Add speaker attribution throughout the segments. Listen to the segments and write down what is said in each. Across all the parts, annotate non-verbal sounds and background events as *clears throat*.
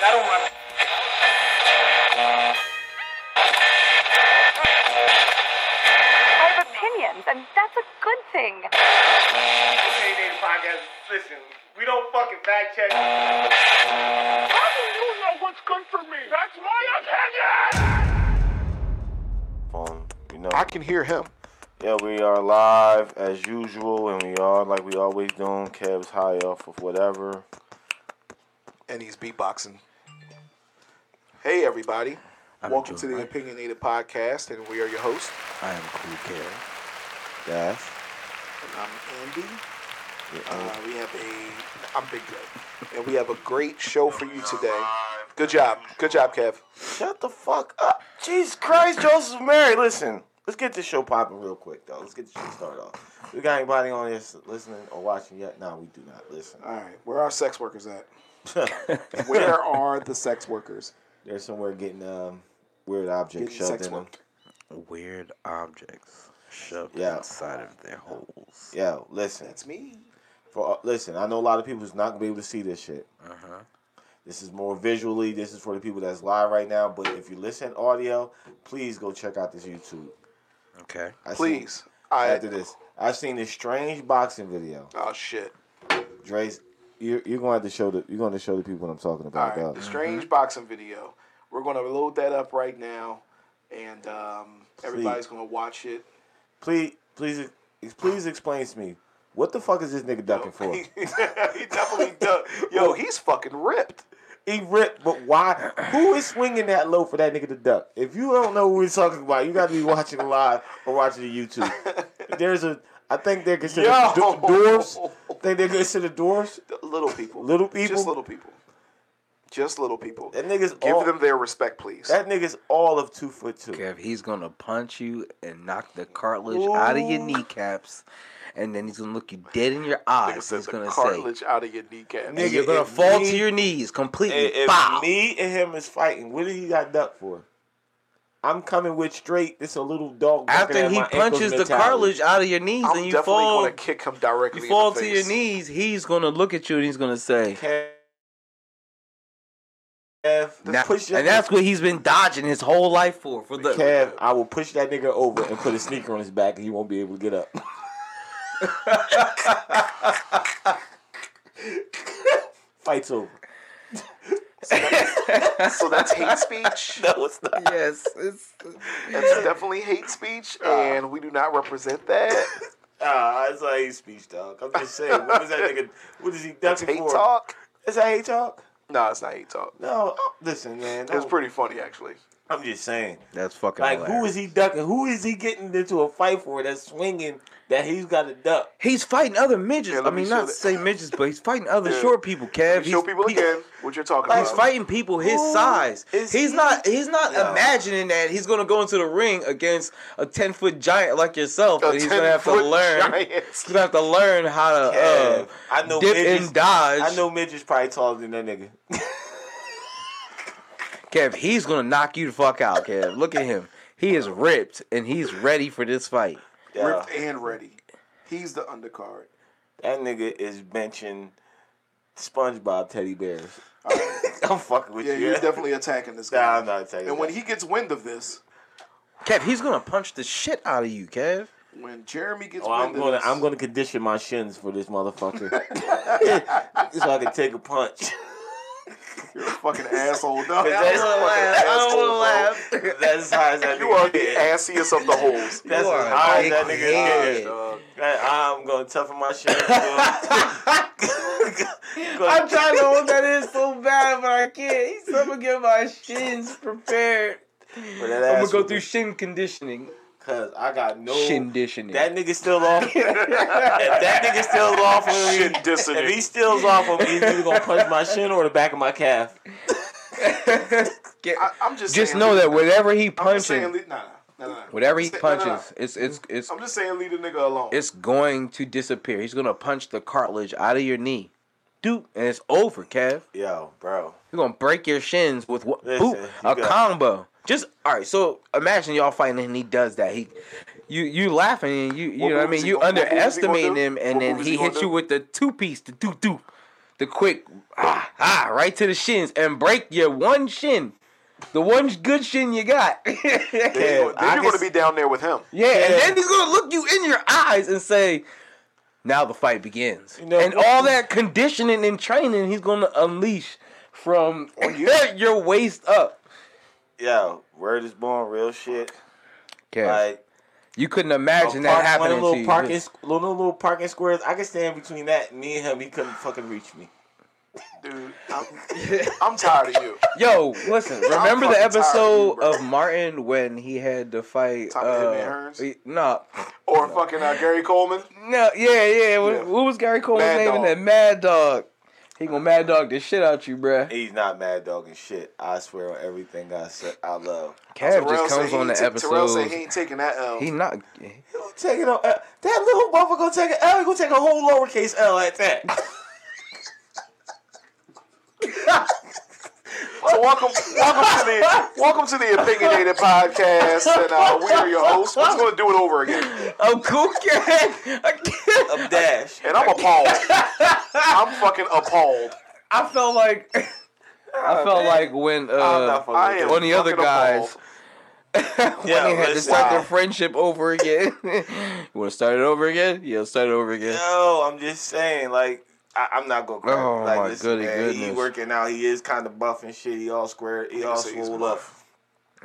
Speaker 1: That'll run.
Speaker 2: I have opinions, and that's a good thing.
Speaker 3: Hey, Daily Podcast, listen, we don't fucking fact check. How do you know what's good for me? That's my opinion!
Speaker 4: phone. You know.
Speaker 5: I can hear him.
Speaker 4: Yeah, we are live as usual, and we are like we always doing. Kev's high off of whatever.
Speaker 5: and he's beatboxing. Hey, everybody.
Speaker 4: I'm
Speaker 5: Welcome to
Speaker 4: doing
Speaker 5: the
Speaker 4: right.
Speaker 5: Opinionated Podcast, and we are your hosts.
Speaker 4: I am Cool Kev. That's
Speaker 5: I'm Andy. Uh, we have a. I'm Big Red. And we have a great show for you today. Good job. Good job, Kev.
Speaker 4: Shut the fuck up. Jesus Christ, Joseph Mary. Listen, let's get this show popping real quick, though. Let's get this show started off. We got anybody on this listening or watching yet? No, we do not listen.
Speaker 5: All right. Where are sex workers at? Where are the sex workers?
Speaker 4: They're somewhere getting um, weird objects
Speaker 5: Getting
Speaker 4: shoved
Speaker 5: sex
Speaker 4: in them.
Speaker 5: work.
Speaker 6: weird objects shoved
Speaker 4: Yeah.
Speaker 6: inside of their holes.
Speaker 4: Yeah, listen.
Speaker 5: That's me.
Speaker 4: For uh, listen, I know a lot of people is not gonna be able to see this shit.
Speaker 6: Uh huh.
Speaker 5: Uh-huh.
Speaker 4: This is more visually. This is for the people that's live right now. But if you listen audio, please go check out this YouTube.
Speaker 6: Okay.
Speaker 4: I seen-
Speaker 5: Please. I.
Speaker 4: after this, I've seen this strange boxing video.
Speaker 5: Oh, shit.
Speaker 4: Dre's, you're, you're going to have to show the you're going to show the people what I'm talking
Speaker 5: All
Speaker 4: about.
Speaker 5: right,
Speaker 4: dog.
Speaker 5: the strange boxing video. We're gonna load that up right now, and um, everybody's gonna watch it.
Speaker 4: Please, please, ex- please explain to me what the fuck is this nigga ducking for?
Speaker 5: *laughs* he definitely does. Yo, he's fucking ripped.
Speaker 4: he ripped, but why? Who is swinging that low for that nigga to duck? If you don't know who we're talking about, you got to be watching live or watching the *laughs* YouTube. There's a, I think they're considered
Speaker 5: Yo!
Speaker 4: d- dwarfs. I think they're considered dwarfs.
Speaker 5: Little people.
Speaker 4: Little people?
Speaker 5: Just little people. Just little people.
Speaker 4: That nigga's
Speaker 5: Give
Speaker 4: all,
Speaker 5: them their respect, please.
Speaker 4: That nigga's all of two foot two.
Speaker 6: Kev, he's gonna punch you and knock the cartilage out of your kneecaps, and then he's gonna look you dead in your
Speaker 5: Nigga
Speaker 6: eyes.
Speaker 5: said
Speaker 6: He's
Speaker 5: the
Speaker 6: gonna say,
Speaker 5: cartilage out of your kneecap.
Speaker 4: Nigga,
Speaker 6: and "You're gonna
Speaker 4: if
Speaker 6: fall
Speaker 4: me-
Speaker 6: to your knees completely."
Speaker 4: if
Speaker 6: Bow.
Speaker 4: me and him is fighting, what did he got ducked for? I'm coming with straight. It's a little dog. barking
Speaker 6: After
Speaker 4: at
Speaker 6: he
Speaker 4: my ankles
Speaker 6: punches the
Speaker 4: mentality.
Speaker 6: cartilage out of your knees
Speaker 5: I'm
Speaker 6: and you
Speaker 5: definitely
Speaker 6: fall,
Speaker 5: gonna kick him directly.
Speaker 6: you fall
Speaker 5: in the
Speaker 6: to
Speaker 5: face.
Speaker 6: your knees, he's gonna look at you and he's gonna say,
Speaker 4: Kev, Kev,
Speaker 6: "Nah."
Speaker 4: push that
Speaker 6: and that's what he's been dodging his whole life for. For the
Speaker 4: Kev, I will push that nigga over and put a sneaker on his back, and he won't be able to get up. *laughs* Fight's over.
Speaker 5: So that's hate *laughs* speech.
Speaker 4: No, it's not.
Speaker 6: *laughs* yes, it's,
Speaker 5: That's definitely hate speech, and we do not represent that.
Speaker 4: Ah, it's a hate speech, dog. I'm just saying. What is that nigga? What is he
Speaker 5: That's
Speaker 4: ducking
Speaker 5: hate
Speaker 4: for?
Speaker 5: talk.
Speaker 4: Is that hate talk?
Speaker 5: No, it's not hate talk.
Speaker 4: No, I- listen, man.
Speaker 5: It's
Speaker 4: no.
Speaker 5: pretty funny actually.
Speaker 4: I'm just saying.
Speaker 6: that's fucking
Speaker 4: Like, who
Speaker 6: hilarious.
Speaker 4: is he ducking? Who is he getting into a fight for that's swinging that he's got to duck?
Speaker 6: He's fighting other midgets.
Speaker 5: Yeah, let
Speaker 6: I
Speaker 5: me
Speaker 6: mean,
Speaker 5: show
Speaker 6: not
Speaker 5: that.
Speaker 6: say midgets, but he's
Speaker 4: *laughs*
Speaker 6: fighting other
Speaker 5: Yeah.
Speaker 6: short people. Kev, he's,
Speaker 5: Show people
Speaker 6: he-
Speaker 5: again what you're talking
Speaker 6: He's
Speaker 5: about.
Speaker 6: fighting people his
Speaker 4: Who
Speaker 6: size.
Speaker 4: is
Speaker 6: He's
Speaker 4: he?
Speaker 6: not. He's not
Speaker 4: No.
Speaker 6: imagining that he's gonna go into the ring against a ten foot giant like yourself, and he's gonna have to
Speaker 5: 10-foot
Speaker 6: learn.
Speaker 5: giant.
Speaker 6: *laughs* He's gonna have to learn how to uh,
Speaker 4: I know
Speaker 6: dip
Speaker 4: midgets.
Speaker 6: and dodge.
Speaker 4: I know midget's probably taller than that nigga.
Speaker 6: Kev, he's gonna knock you the fuck out. Kev, look at him. He is ripped and he's ready for this fight.
Speaker 4: Yeah.
Speaker 5: Ripped and ready. He's the undercard.
Speaker 4: That nigga is benching SpongeBob teddy bears. *laughs* I'm fucking with
Speaker 5: Yeah,
Speaker 4: you.
Speaker 5: you're definitely attacking this
Speaker 4: Nah,
Speaker 5: guy.
Speaker 4: I'm not taking
Speaker 5: and when
Speaker 4: that.
Speaker 5: he gets wind of this,
Speaker 6: Kev, he's gonna punch the shit out of you, Kev.
Speaker 5: when Jeremy gets
Speaker 4: Oh,
Speaker 5: wind
Speaker 4: I'm
Speaker 5: of
Speaker 4: gonna
Speaker 5: this,
Speaker 4: I'm gonna condition my shins for this
Speaker 5: *laughs*
Speaker 4: motherfucker, *laughs* so I can take a punch. *laughs*
Speaker 5: you're a fucking asshole. No,
Speaker 4: That's
Speaker 5: you're a fucking asshole, bro.
Speaker 4: *laughs* That's as high as that
Speaker 5: You
Speaker 4: nigga
Speaker 5: are the
Speaker 4: is.
Speaker 5: assiest of the
Speaker 6: *laughs*
Speaker 5: holes.
Speaker 4: That's
Speaker 6: You
Speaker 4: as
Speaker 6: are a
Speaker 4: high as
Speaker 6: big
Speaker 4: that nigga is.
Speaker 6: head. *laughs*
Speaker 5: Dog.
Speaker 4: I, I'm gonna toughen my shit.
Speaker 5: *laughs*
Speaker 4: I'm
Speaker 6: trying to know what that is so bad, but I can't. He's gonna get my shins prepared. I'm gonna go through shin conditioning.
Speaker 4: Cause I got no.
Speaker 6: Shin conditioning.
Speaker 4: That nigga still
Speaker 5: *laughs*
Speaker 4: off. if that nigga still off on me,
Speaker 5: Shit dissonant.
Speaker 4: if he stills off on me, he's either gonna punch my shin or the back of my calf.
Speaker 6: *laughs* Get-
Speaker 5: I, I'm just
Speaker 6: just
Speaker 5: saying,
Speaker 6: know
Speaker 5: leave-
Speaker 6: that whatever he
Speaker 5: I'm just saying,
Speaker 6: punches,
Speaker 5: leave- nah, nah, nah, nah.
Speaker 6: whatever he
Speaker 5: Just say- nah, nah,
Speaker 6: punches,
Speaker 5: nah.
Speaker 6: it's it's it's
Speaker 5: I'm just saying, leave the nigga alone.
Speaker 6: it's going to disappear. He's gonna punch the cartilage out of your knee, dude, and it's over, Kev.
Speaker 4: Yo, bro.
Speaker 6: You're gonna break your shins with what
Speaker 4: Listen,
Speaker 6: boop,
Speaker 4: you
Speaker 6: a
Speaker 4: got-
Speaker 6: combo. Just all right. So imagine y'all fighting and he does that. He, you you laughing and you you
Speaker 5: What
Speaker 6: know what
Speaker 5: moves
Speaker 6: I mean
Speaker 5: he
Speaker 6: you
Speaker 5: gonna- what moves he gonna
Speaker 6: underestimating
Speaker 5: do?
Speaker 6: him and
Speaker 5: What
Speaker 6: then
Speaker 5: moves he
Speaker 6: he
Speaker 5: gonna
Speaker 6: hits
Speaker 5: do?
Speaker 6: you with the two piece the doo doo. the quick ah, ah right to the shins and break your one shin. The one good shin you got. *laughs*
Speaker 5: Then
Speaker 4: Yeah,
Speaker 5: you're,
Speaker 4: I
Speaker 5: then you're going
Speaker 4: guess-
Speaker 5: to be down there with him.
Speaker 6: Yeah, and then he's gonna look you in your eyes and say, "Now the fight begins."
Speaker 4: You know,
Speaker 6: and
Speaker 4: what-
Speaker 6: all that conditioning and training he's gonna unleash from
Speaker 5: you.
Speaker 6: your waist up.
Speaker 4: Yo, word is born, real shit.
Speaker 6: Okay,
Speaker 4: Like
Speaker 6: you couldn't imagine
Speaker 4: a
Speaker 6: that
Speaker 4: park-
Speaker 6: happening
Speaker 4: one of the
Speaker 6: to
Speaker 4: little
Speaker 6: you.
Speaker 4: parking, little little parking squares. I could stand between that and me and him. He couldn't fucking reach me.
Speaker 5: Dude, I'm, I'm tired of you.
Speaker 6: Yo,
Speaker 5: *laughs*
Speaker 6: listen. Remember
Speaker 5: fucking tired of
Speaker 6: the
Speaker 5: you,
Speaker 6: episode
Speaker 5: bro.
Speaker 6: of Martin when he had to fight?
Speaker 5: Tommy Hitman
Speaker 6: Uh,
Speaker 5: Hearns?
Speaker 6: he- no,
Speaker 5: Or fucking uh, Gary Coleman.
Speaker 6: no, yeah, yeah. What,
Speaker 5: Yeah.
Speaker 6: what was Gary Cole's
Speaker 5: Mad
Speaker 6: name in
Speaker 5: Dog.
Speaker 6: that Mad Dog? He gonna Mad Dog the shit out you, bruh.
Speaker 4: He's not mad dogging shit. I swear on everything I said. I love.
Speaker 6: Kev
Speaker 5: Terrell
Speaker 6: just
Speaker 5: said
Speaker 6: comes
Speaker 5: he
Speaker 6: on the
Speaker 5: ain't ta- Terrell said he
Speaker 6: episode.
Speaker 5: ain't taking that L.
Speaker 6: He not.
Speaker 4: He'll take it on. L. That little motherfucker gonna take an L. He gonna take a whole lowercase L at that.
Speaker 5: So welcome, welcome to the welcome to the opinionated podcast, and uh, we are your hosts. We're just going to do it over again,
Speaker 6: I'm cool, Kev. I can't- *laughs*
Speaker 4: A dash.
Speaker 5: and I'm appalled. I'm fucking appalled.
Speaker 6: I felt like *laughs* Oh, I felt like when
Speaker 4: I'm not
Speaker 6: uh,
Speaker 4: fucking
Speaker 5: I
Speaker 4: with
Speaker 5: am
Speaker 4: you.
Speaker 6: One of the other
Speaker 5: fucking
Speaker 6: guys. *laughs*
Speaker 5: appalled.
Speaker 6: when
Speaker 4: Yeah,
Speaker 6: they had to
Speaker 4: listen.
Speaker 6: start their
Speaker 5: Wow.
Speaker 6: friendship over again. *laughs* you want to start it over again? Yeah, start it over again.
Speaker 4: No, I'm just saying, like, I, I'm not gonna. Cry.
Speaker 6: Oh,
Speaker 4: like,
Speaker 6: my goody
Speaker 4: He
Speaker 6: goodness.
Speaker 4: working out. He is kind of buff and shit. He all square. He
Speaker 5: Nigga
Speaker 4: all
Speaker 5: say he's
Speaker 4: swole up.
Speaker 5: buff.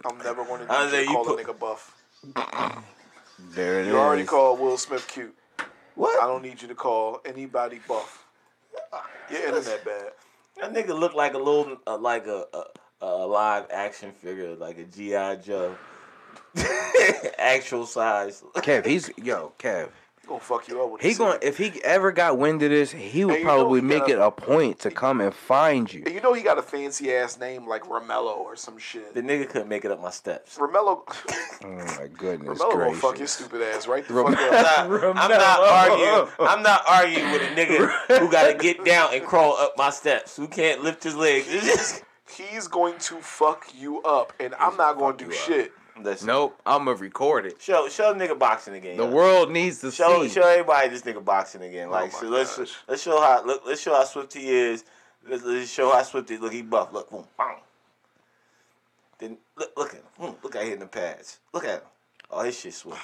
Speaker 5: I'm never going
Speaker 4: I was
Speaker 5: to
Speaker 4: like, you
Speaker 5: call
Speaker 4: put-
Speaker 5: a nigga buff.
Speaker 6: There it
Speaker 5: You already called Will Smith cute.
Speaker 4: What?
Speaker 5: I don't need you to call anybody buff. Your internet bad.
Speaker 4: That nigga look like a little, uh, like a, a a live action figure, like a GI Joe, *laughs* actual size.
Speaker 6: Kev, he's yo, Kev.
Speaker 5: Gonna fuck you up with
Speaker 6: He
Speaker 5: this
Speaker 6: going
Speaker 5: shit.
Speaker 6: if he ever got wind of this, he would
Speaker 5: Hey, you know
Speaker 6: probably
Speaker 5: he
Speaker 6: make
Speaker 5: got
Speaker 6: it a point to come and find you.
Speaker 5: And you know he got a fancy ass name like Romello or some
Speaker 4: *laughs*
Speaker 5: shit.
Speaker 4: The nigga couldn't make it up my
Speaker 6: *laughs*
Speaker 4: steps.
Speaker 5: Romello, *laughs*
Speaker 6: Oh my goodness
Speaker 5: Romello gonna fuck your
Speaker 6: gracious!
Speaker 5: stupid ass right the
Speaker 6: Rom-
Speaker 5: fuck up.
Speaker 4: I'm not, I'm not
Speaker 6: *laughs*
Speaker 4: arguing. I'm not arguing with a nigga who gotta get down and crawl up my steps, who can't lift his legs. *laughs* It's just-
Speaker 5: He's going to fuck you up, and I'm not gonna do
Speaker 4: you up.
Speaker 5: shit.
Speaker 4: Listen,
Speaker 6: Nope, I'm gonna record it.
Speaker 4: show show a nigga boxing again.
Speaker 6: The
Speaker 4: yo.
Speaker 6: world needs to
Speaker 4: Show
Speaker 6: see.
Speaker 4: show everybody this nigga boxing again. Like
Speaker 5: Oh my
Speaker 4: so let's
Speaker 5: gosh.
Speaker 4: let's show how look let's show how swift he is. Let's, let's show how swift he look. He buff. Look, boom, bang. Then look look at him. Hmm, Look at hitting the pads. Look at him. Oh, his shit swift.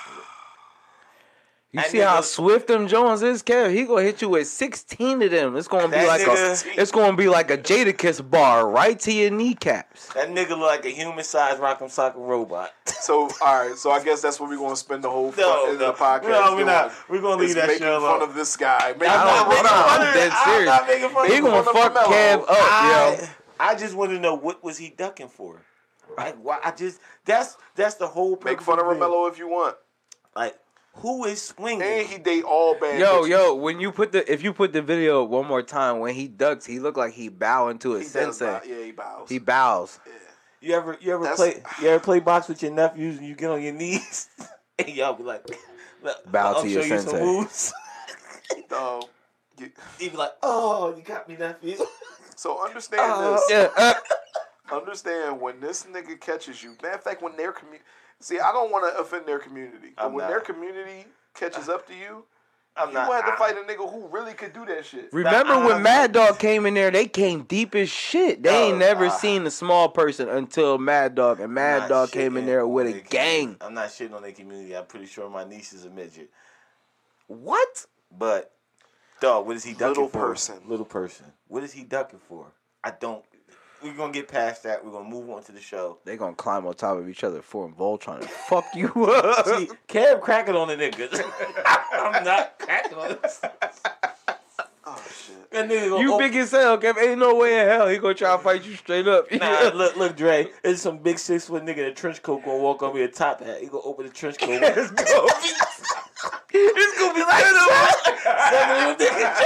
Speaker 6: You
Speaker 4: That
Speaker 6: see how
Speaker 4: nigga-
Speaker 6: swift them Jones is, Kev? He gonna hit you with sixteen of them. It's gonna be
Speaker 4: That
Speaker 6: like
Speaker 4: nigga-
Speaker 6: a, it's gonna be like a Jadakiss bar right to your kneecaps.
Speaker 4: That nigga look like a human sized Rock'em Sock'em
Speaker 5: *laughs*
Speaker 4: robot.
Speaker 5: So all right, so I guess that's what we're gonna spend the whole
Speaker 4: No,
Speaker 5: fu- end
Speaker 4: no.
Speaker 5: of the podcast.
Speaker 4: No, we're not.
Speaker 5: doing,
Speaker 4: We're gonna leave
Speaker 5: is
Speaker 4: that
Speaker 5: making
Speaker 4: shit
Speaker 5: fun
Speaker 4: alone.
Speaker 5: of this guy. Making
Speaker 4: I'm
Speaker 5: fun
Speaker 4: not
Speaker 5: of
Speaker 4: making
Speaker 5: Romello.
Speaker 6: I'm
Speaker 4: fun of
Speaker 6: dead
Speaker 4: it. I'm not
Speaker 6: serious.
Speaker 4: making fun of
Speaker 6: He
Speaker 4: it.
Speaker 6: gonna
Speaker 5: Motherfucker
Speaker 6: fuck
Speaker 5: Mello.
Speaker 6: Kev up,
Speaker 4: I,
Speaker 6: yo.
Speaker 4: I just want to know what was he ducking for. Like why? I just that's that's the whole
Speaker 5: Make
Speaker 4: purpose
Speaker 5: fun of
Speaker 4: it.
Speaker 5: Romello if you want.
Speaker 4: Like who is swinging?
Speaker 5: And he date all bad.
Speaker 6: Yo,
Speaker 5: bitches.
Speaker 6: yo, when you put the if you put the video one more time when he ducks, he look like he bowing to
Speaker 5: He
Speaker 6: his
Speaker 5: does
Speaker 6: sensei.
Speaker 5: bow- yeah, he bows.
Speaker 6: He bows.
Speaker 4: You ever you ever
Speaker 5: That's-
Speaker 4: play you ever play box with your nephews and you get on your knees *laughs* and y'all be like, "Look,
Speaker 6: Bow
Speaker 4: I'll
Speaker 6: to
Speaker 4: show
Speaker 6: your
Speaker 4: you some
Speaker 6: sensei."
Speaker 4: moves. *laughs*
Speaker 5: So, you-
Speaker 4: He be like, oh, you got me, nephew.
Speaker 6: *laughs*
Speaker 5: so understand
Speaker 4: Uh,
Speaker 5: this.
Speaker 6: Yeah, uh,
Speaker 5: Understand when this nigga catches you. Matter of fact, when their community. See, I don't want to offend their community, but
Speaker 4: I'm
Speaker 5: when
Speaker 4: not.
Speaker 5: their community catches up to you,
Speaker 4: I'm
Speaker 5: you
Speaker 4: not.
Speaker 5: had to
Speaker 4: I-
Speaker 5: fight a nigga who really could do that shit.
Speaker 6: Remember
Speaker 4: Nah,
Speaker 6: when Mad Dog came in there? They came deep as shit. They ain't
Speaker 4: Oh,
Speaker 6: never
Speaker 4: nah.
Speaker 6: seen a small person until Mad Dog, and
Speaker 4: I'm
Speaker 6: Mad
Speaker 4: not
Speaker 6: Dog came
Speaker 4: shitting
Speaker 6: in there with
Speaker 4: on
Speaker 6: a
Speaker 4: their
Speaker 6: gang.
Speaker 4: community. I'm not shitting on their community. I'm pretty sure my niece is a midget,
Speaker 6: What?
Speaker 4: but dog, what is he ducking
Speaker 5: Little
Speaker 4: for?
Speaker 5: person.
Speaker 4: Little person. What is he ducking for? I don't. We're gonna get past that. We're gonna move on to the
Speaker 6: *laughs*
Speaker 4: show.
Speaker 6: They gonna climb on top of each other, form Voltron, and fuck you *laughs* up.
Speaker 4: See, Kev cracking on the niggas. *laughs* I'm not cracking on this.
Speaker 5: Oh shit!
Speaker 4: That nigga gonna
Speaker 6: you
Speaker 4: open-
Speaker 6: big as hell, Kev. Ain't no way in hell he gonna try to fight you straight up.
Speaker 4: Nah,
Speaker 6: *laughs*
Speaker 4: look, look, Dre. It's some big six foot nigga in a trench coat gonna walk on me a top hat. He gonna open the *laughs* trench coat.
Speaker 6: Let's go.
Speaker 4: it's gonna be like seven of them niggas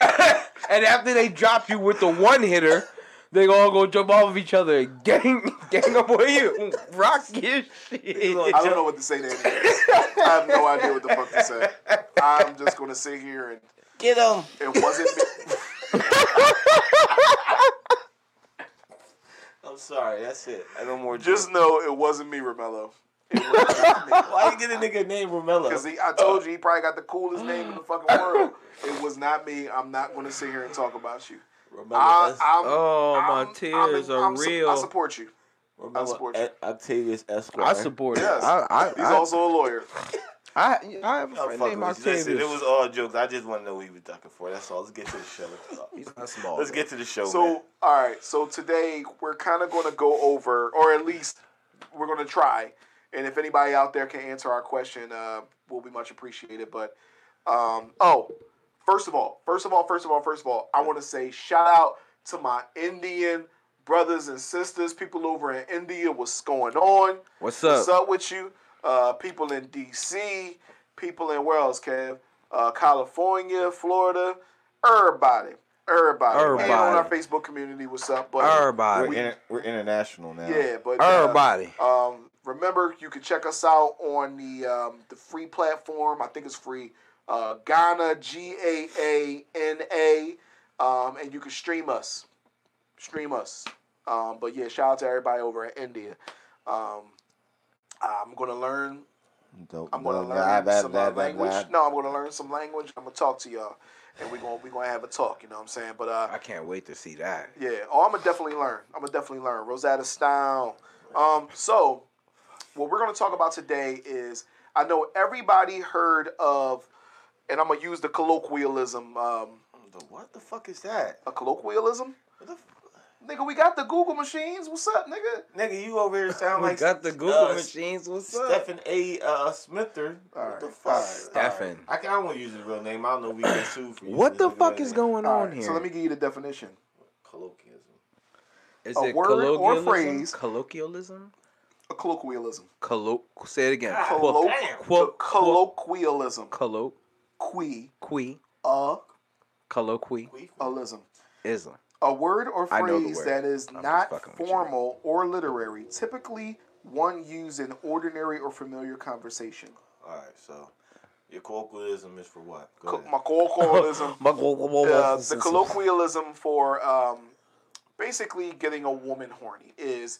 Speaker 4: *laughs* jump out.
Speaker 6: and after they drop you with the one hitter, they all go jump off of each other, and gang, *laughs* gang up on you, rock your shit.
Speaker 5: I don't know what to say to that. I have no idea what the fuck to say. I'm just gonna sit here and
Speaker 4: Get him.
Speaker 5: it wasn't me. *laughs*
Speaker 4: I'm sorry. That's it. I no more.
Speaker 5: Just know it wasn't me, Romello.
Speaker 4: Why you get a nigga named
Speaker 5: Because
Speaker 4: Romello?
Speaker 5: I told you he probably got the coolest name in the fucking world. It was not me. I'm not going to sit here and talk about you.
Speaker 4: Romello
Speaker 5: I,
Speaker 4: S-
Speaker 5: I'm,
Speaker 6: Oh, my
Speaker 5: I'm- I'm-
Speaker 6: tears are
Speaker 5: su- I
Speaker 6: real.
Speaker 5: support you.
Speaker 4: Romello
Speaker 5: support
Speaker 4: E- Octavius Esquire.
Speaker 6: I support it.
Speaker 5: Yes.
Speaker 6: I, I,
Speaker 5: He's
Speaker 6: I,
Speaker 5: also a lawyer.
Speaker 6: I, I have a
Speaker 4: Oh,
Speaker 6: friend
Speaker 4: fuck
Speaker 6: named
Speaker 4: with you. Listen, it
Speaker 6: Octavius.
Speaker 4: was all jokes. I just want to know who you were ducking for. That's all. Let's get to the show.
Speaker 6: He's not small.
Speaker 4: Let's get to the show. man.
Speaker 5: So, all right. So today we're kind of going to go over, or at least we're going to try. And if anybody out there can answer our question, uh, will be much appreciated. But um, oh, first of all, first of all, first of all, first of all, I want to say shout out to my Indian brothers and sisters, people over in India. What's going on?
Speaker 6: What's
Speaker 5: What's
Speaker 6: up?
Speaker 5: up with you? Uh, people in DC, people in where else, Kev? Uh, California, Florida, everybody, everybody,
Speaker 6: Everybody.
Speaker 5: And on our Facebook community, what's up? But
Speaker 6: Everybody.
Speaker 4: we're, inter- we're international now.
Speaker 5: yeah, but uh,
Speaker 6: Everybody.
Speaker 5: um, remember, you can check us out on the um, the free platform. I think it's free. Uh, Ghana G A A N A, um, and you can stream us, stream us. Um, but yeah, shout out to everybody over in India. Um, I'm gonna learn.
Speaker 4: Dope.
Speaker 5: I'm gonna
Speaker 4: Blah,
Speaker 5: learn
Speaker 4: blah, blah,
Speaker 5: some
Speaker 4: blah,
Speaker 5: uh,
Speaker 4: blah,
Speaker 5: language.
Speaker 4: blah.
Speaker 5: No, I'm gonna learn some language. I'm gonna talk to y'all, and we gonna we gonna have a talk. You know what I'm saying? But uh,
Speaker 6: I can't wait to see that.
Speaker 5: yeah. Oh, I'm gonna definitely learn. I'm gonna definitely learn Rosetta Stone. Um, so what we're gonna talk about today is I know everybody heard of, and I'm gonna use the colloquialism. Um,
Speaker 4: The- What the fuck is that?
Speaker 5: a colloquialism,
Speaker 4: What the f-
Speaker 5: nigga. We got the Google machines. What's up, nigga?
Speaker 4: nigga, you over here sound
Speaker 6: We
Speaker 4: like
Speaker 6: got the Google
Speaker 4: uh,
Speaker 6: machines. What's up?
Speaker 4: Stephen A. Uh, Smither.
Speaker 5: All
Speaker 4: what the
Speaker 5: right,
Speaker 4: fuck?
Speaker 5: all right,
Speaker 6: Stephen.
Speaker 4: I, can, I won't use his real name. I don't know if we get sued for using
Speaker 6: What
Speaker 4: his
Speaker 6: the
Speaker 4: real
Speaker 6: fuck is
Speaker 4: name.
Speaker 6: going
Speaker 5: All
Speaker 6: on
Speaker 5: right,
Speaker 6: here?
Speaker 5: So let me give you the definition.
Speaker 4: Colloquialism.
Speaker 6: Is
Speaker 5: a
Speaker 6: it
Speaker 5: word or
Speaker 6: colloquialism?
Speaker 5: phrase-
Speaker 6: Colloquialism?
Speaker 5: A colloquialism.
Speaker 6: Collo- say it again.
Speaker 5: Collo-
Speaker 6: Ah, Quote,
Speaker 5: colloquialism.
Speaker 6: Collo-
Speaker 5: Qui.
Speaker 6: qui,
Speaker 5: A.
Speaker 6: colloquialism.
Speaker 5: Alism. A word or
Speaker 6: I know the
Speaker 5: phrase
Speaker 6: word.
Speaker 5: that is
Speaker 6: I'm just
Speaker 5: not
Speaker 6: fucking with you.
Speaker 5: formal or literary, typically one used in ordinary or familiar conversation.
Speaker 4: All right, so your colloquialism is for what? Go
Speaker 5: Co-
Speaker 4: ahead.
Speaker 5: My
Speaker 6: *laughs*
Speaker 5: colloquialism, uh, the colloquialism for um, basically getting a woman horny is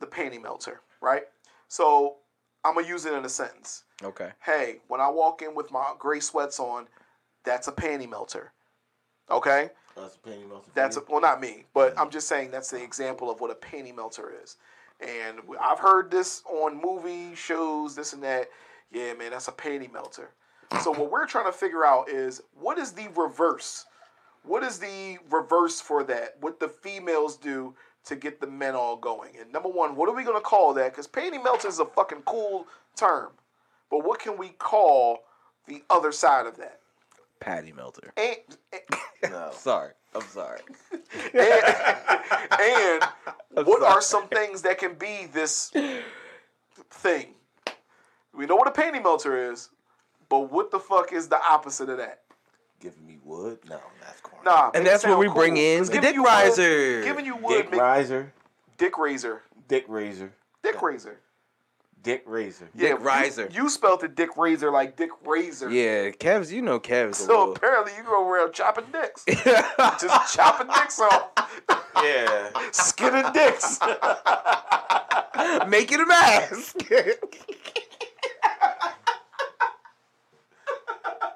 Speaker 5: the panty melter, right? So I'm gonna use it in a sentence.
Speaker 6: Okay.
Speaker 5: Hey, when I walk in with my gray sweats on, that's a panty melter. Okay.
Speaker 4: That's a panty melter. for
Speaker 5: That's a,
Speaker 4: you?
Speaker 5: well, not me, but I'm just saying that's the example of what a panty melter is. And w- I've heard this on movie shows, this and that. Yeah, man, that's a panty melter. So what we're trying to figure out is what is the reverse? What is the reverse for that? What the females do to get the men all going? And number one, what are we gonna call that? Because panty melter is a fucking cool term, but what can we call the other side of that?
Speaker 6: Patty Melter.
Speaker 5: And,
Speaker 4: no.
Speaker 6: Sorry. I'm
Speaker 5: *laughs*
Speaker 6: sorry.
Speaker 5: and what
Speaker 6: sorry.
Speaker 5: are some things that can be this thing? We know what a panty melter is, but what the fuck is the opposite of that?
Speaker 4: Giving me wood? No, that's corny.
Speaker 5: Nah, make
Speaker 6: And
Speaker 5: it
Speaker 6: that's what
Speaker 5: sound
Speaker 6: we
Speaker 5: cool.
Speaker 6: bring in
Speaker 5: 'Cause
Speaker 6: the
Speaker 5: giving
Speaker 6: dick
Speaker 5: you wood-
Speaker 6: riser.
Speaker 5: Giving you wood,
Speaker 4: Dick
Speaker 5: make
Speaker 4: riser,
Speaker 5: dick razor,
Speaker 4: dick razor,
Speaker 5: dick razor,
Speaker 4: dick razor.
Speaker 5: yeah,
Speaker 6: Dick
Speaker 5: you-
Speaker 6: riser.
Speaker 5: You, spelled it dick razor like dick razor.
Speaker 6: Yeah, Kev's, you know Kev's. a
Speaker 5: So
Speaker 6: little-
Speaker 5: apparently you go around chopping dicks, *laughs*
Speaker 6: *laughs*
Speaker 5: just chopping dicks off,
Speaker 4: Yeah.
Speaker 5: skinning dicks. *laughs*
Speaker 6: Making a mask. *laughs*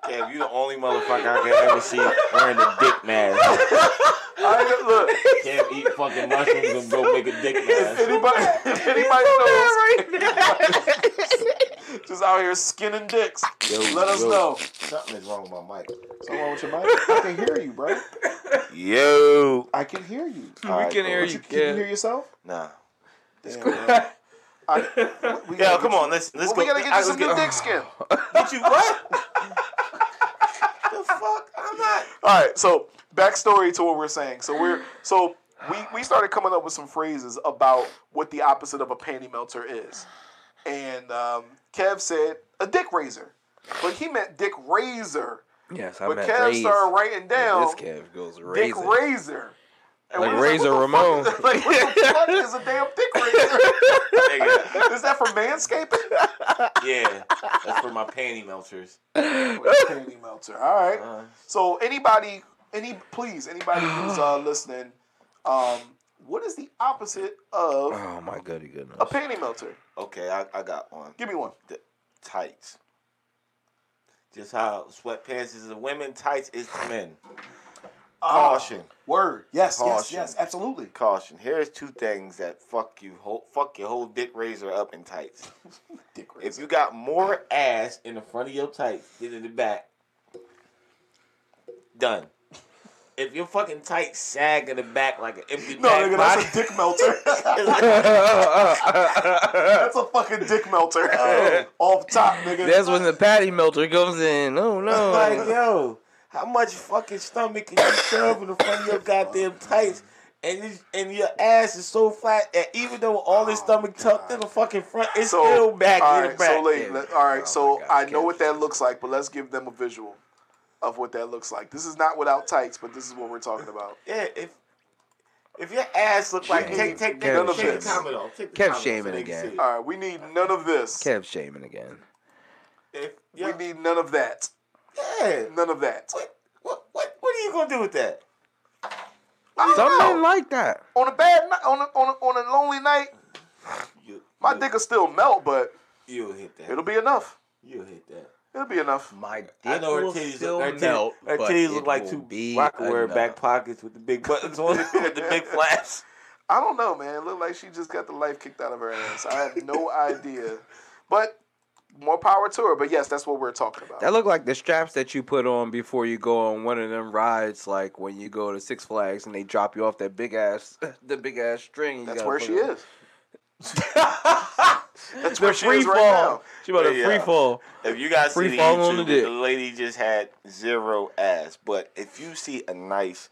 Speaker 4: Kev, you the only motherfucker I can ever see wearing a dick mask.
Speaker 5: I ain't- look,
Speaker 4: Kev eat fucking mushrooms and go make a
Speaker 5: *laughs*
Speaker 4: dick
Speaker 5: if
Speaker 4: mask.
Speaker 5: anybody, if anybody knows, *laughs*
Speaker 6: *laughs*
Speaker 5: just out here skinning dicks.
Speaker 4: Yo,
Speaker 5: Let us
Speaker 4: yo,
Speaker 5: know.
Speaker 4: Something is wrong with my mic.
Speaker 5: Something wrong with your mic? I can hear you, bro.
Speaker 4: Yo.
Speaker 5: I can hear you.
Speaker 6: We
Speaker 4: Alright,
Speaker 6: can
Speaker 4: cool.
Speaker 6: hear
Speaker 5: But
Speaker 6: you,
Speaker 5: you, can you hear
Speaker 6: Kev.
Speaker 5: yourself?
Speaker 4: Nah.
Speaker 5: Damn, bro.
Speaker 6: *laughs*
Speaker 5: I, we- we
Speaker 4: Yo,
Speaker 5: gotta
Speaker 4: come
Speaker 5: get
Speaker 4: on. Let's
Speaker 5: you-
Speaker 4: let's
Speaker 5: well, we
Speaker 4: go.
Speaker 5: gotta get
Speaker 4: I-
Speaker 5: you some
Speaker 4: let's
Speaker 5: new dick skin. *laughs*
Speaker 4: Get you what? *laughs* the fuck? I'm not.
Speaker 5: All right. So backstory to what we're saying. So we're so we we started coming up with some phrases about what the opposite of a panty melter is, and um, Kev said a dick razor, but he meant dick razor.
Speaker 6: Yes, I
Speaker 5: But
Speaker 6: meant
Speaker 5: Kev
Speaker 6: raise.
Speaker 5: started writing down
Speaker 6: This Kev goes
Speaker 5: dick
Speaker 6: raising.
Speaker 5: razor. And
Speaker 6: Like
Speaker 5: we was
Speaker 6: Razor
Speaker 5: what
Speaker 6: Ramon.
Speaker 5: the fuck- like, what the fuck is a damn dick razor?
Speaker 4: Nigga.
Speaker 5: is that for manscaping?
Speaker 4: Yeah. That's for my panty melters.
Speaker 5: panty melter. All right.
Speaker 6: Uh-huh.
Speaker 4: Uh,
Speaker 6: *gasps*
Speaker 5: So anybody, any please, anybody who's uh, listening, um, What is the opposite of
Speaker 6: *laughs* Oh my goody goodness.
Speaker 5: a panty melter?
Speaker 4: Okay, I, I got one.
Speaker 5: Give me one.
Speaker 4: The tights. Just how sweatpants is to women, tights is to men. Caution.
Speaker 5: Uh, Word. Yes, yes,
Speaker 4: Caution.
Speaker 5: yes, absolutely.
Speaker 4: Caution. Here's two things that fuck you whole fuck your whole dick razor up in tights.
Speaker 5: Dick razor.
Speaker 4: If you got more ass in the front of your tights than in the back, done. If your fucking tights sag in the back like an empty
Speaker 5: no,
Speaker 4: bag
Speaker 5: nigga,
Speaker 4: body,
Speaker 5: that's a dick
Speaker 4: *laughs*
Speaker 5: melter.
Speaker 4: it's
Speaker 6: *laughs*
Speaker 4: like,
Speaker 5: that's a fucking dick melter.
Speaker 4: Oh.
Speaker 5: Off top, nigga.
Speaker 6: That's when the patty melter comes in. Oh
Speaker 4: like,
Speaker 6: no.
Speaker 4: yo, how much fucking stomach can you shove in the front of your goddamn tights? And it's, and your ass is so flat that even though all
Speaker 6: Oh,
Speaker 4: this stomach tucked in the fucking front, it's still back
Speaker 5: all
Speaker 4: in
Speaker 5: right,
Speaker 4: the back.
Speaker 5: So late.
Speaker 4: there.
Speaker 5: Let- all right,
Speaker 6: Oh
Speaker 5: so
Speaker 6: my God,
Speaker 5: I know
Speaker 6: Kev.
Speaker 5: what that looks like, but let's give them a visual of what that looks like. This is not without tights, but this is what we're talking about.
Speaker 4: Yeah, if if your ass look like
Speaker 6: Shame.
Speaker 4: take take take,
Speaker 6: None
Speaker 5: of
Speaker 4: take
Speaker 5: this.
Speaker 4: the comment off. Take the
Speaker 6: Kev
Speaker 4: comment off so
Speaker 6: shaming
Speaker 4: they can
Speaker 6: again.
Speaker 4: see.
Speaker 5: All right, we need none of this.
Speaker 6: Kev shaming again.
Speaker 4: If
Speaker 5: We
Speaker 4: your
Speaker 5: need none of that.
Speaker 4: yeah.
Speaker 5: None of that.
Speaker 4: What what what what are you gonna do with that?
Speaker 5: I don't
Speaker 6: Some
Speaker 5: know.
Speaker 6: men like that.
Speaker 5: on a bad night, on a, on a, on a lonely night,
Speaker 4: You
Speaker 5: my
Speaker 4: you-
Speaker 5: dick will still melt, but
Speaker 4: You'll hit that.
Speaker 5: it'll be enough.
Speaker 4: You'll hit that.
Speaker 5: It'll be enough.
Speaker 6: My dick
Speaker 4: I know her titties look, her melt. Her
Speaker 6: but
Speaker 4: titties
Speaker 6: it
Speaker 4: look like
Speaker 6: will
Speaker 4: two
Speaker 6: be
Speaker 4: rockaware
Speaker 6: enough.
Speaker 4: back pockets with the big buttons on it, *laughs* with the big flaps.
Speaker 5: I don't know, man. It looked like she just got the life kicked out of her ass. I have no idea. But more power to her. But yes, that's what we're talking about.
Speaker 6: That look like the straps that you put on before you go on one of them rides, like when you go to Six Flags and they drop you off that big ass, *laughs* the big ass string.
Speaker 5: that's where she
Speaker 6: *laughs*
Speaker 5: is.
Speaker 6: That's
Speaker 5: where
Speaker 6: the
Speaker 5: she
Speaker 6: free
Speaker 5: is
Speaker 6: fall.
Speaker 5: right now.
Speaker 6: She about to
Speaker 4: Yeah.
Speaker 6: free fall.
Speaker 4: If you guys
Speaker 6: Free
Speaker 4: see the
Speaker 6: fall on the
Speaker 4: YouTube,
Speaker 6: dick.
Speaker 4: the lady just had zero ass. But if you see a nice,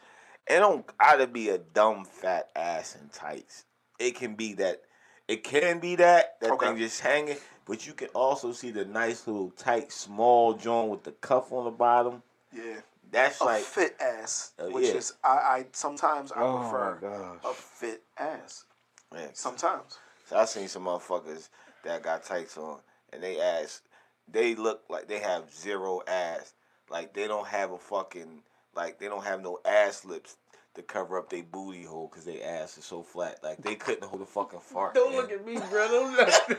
Speaker 4: it don't gotta be a dumb fat ass in tights. It can be that. It can be that that
Speaker 5: Okay.
Speaker 4: thing just hanging. But you can also see the nice little tight small joint with the cuff on the bottom.
Speaker 5: Yeah.
Speaker 4: That's
Speaker 5: A
Speaker 4: like
Speaker 5: fit ass.
Speaker 4: Oh,
Speaker 5: Which
Speaker 4: yeah.
Speaker 5: is I, I sometimes I
Speaker 6: Oh, my
Speaker 5: prefer
Speaker 6: gosh.
Speaker 5: a fit ass.
Speaker 4: man,
Speaker 5: Sometimes.
Speaker 4: So I seen some motherfuckers that got tights on, and they ass, they look like they have zero ass, like they don't have a fucking, like they don't have no ass lips to cover up their booty hole because their ass is so flat, like they couldn't hold a fucking fart. man. *laughs*
Speaker 6: at me, bro. Don't *laughs* look,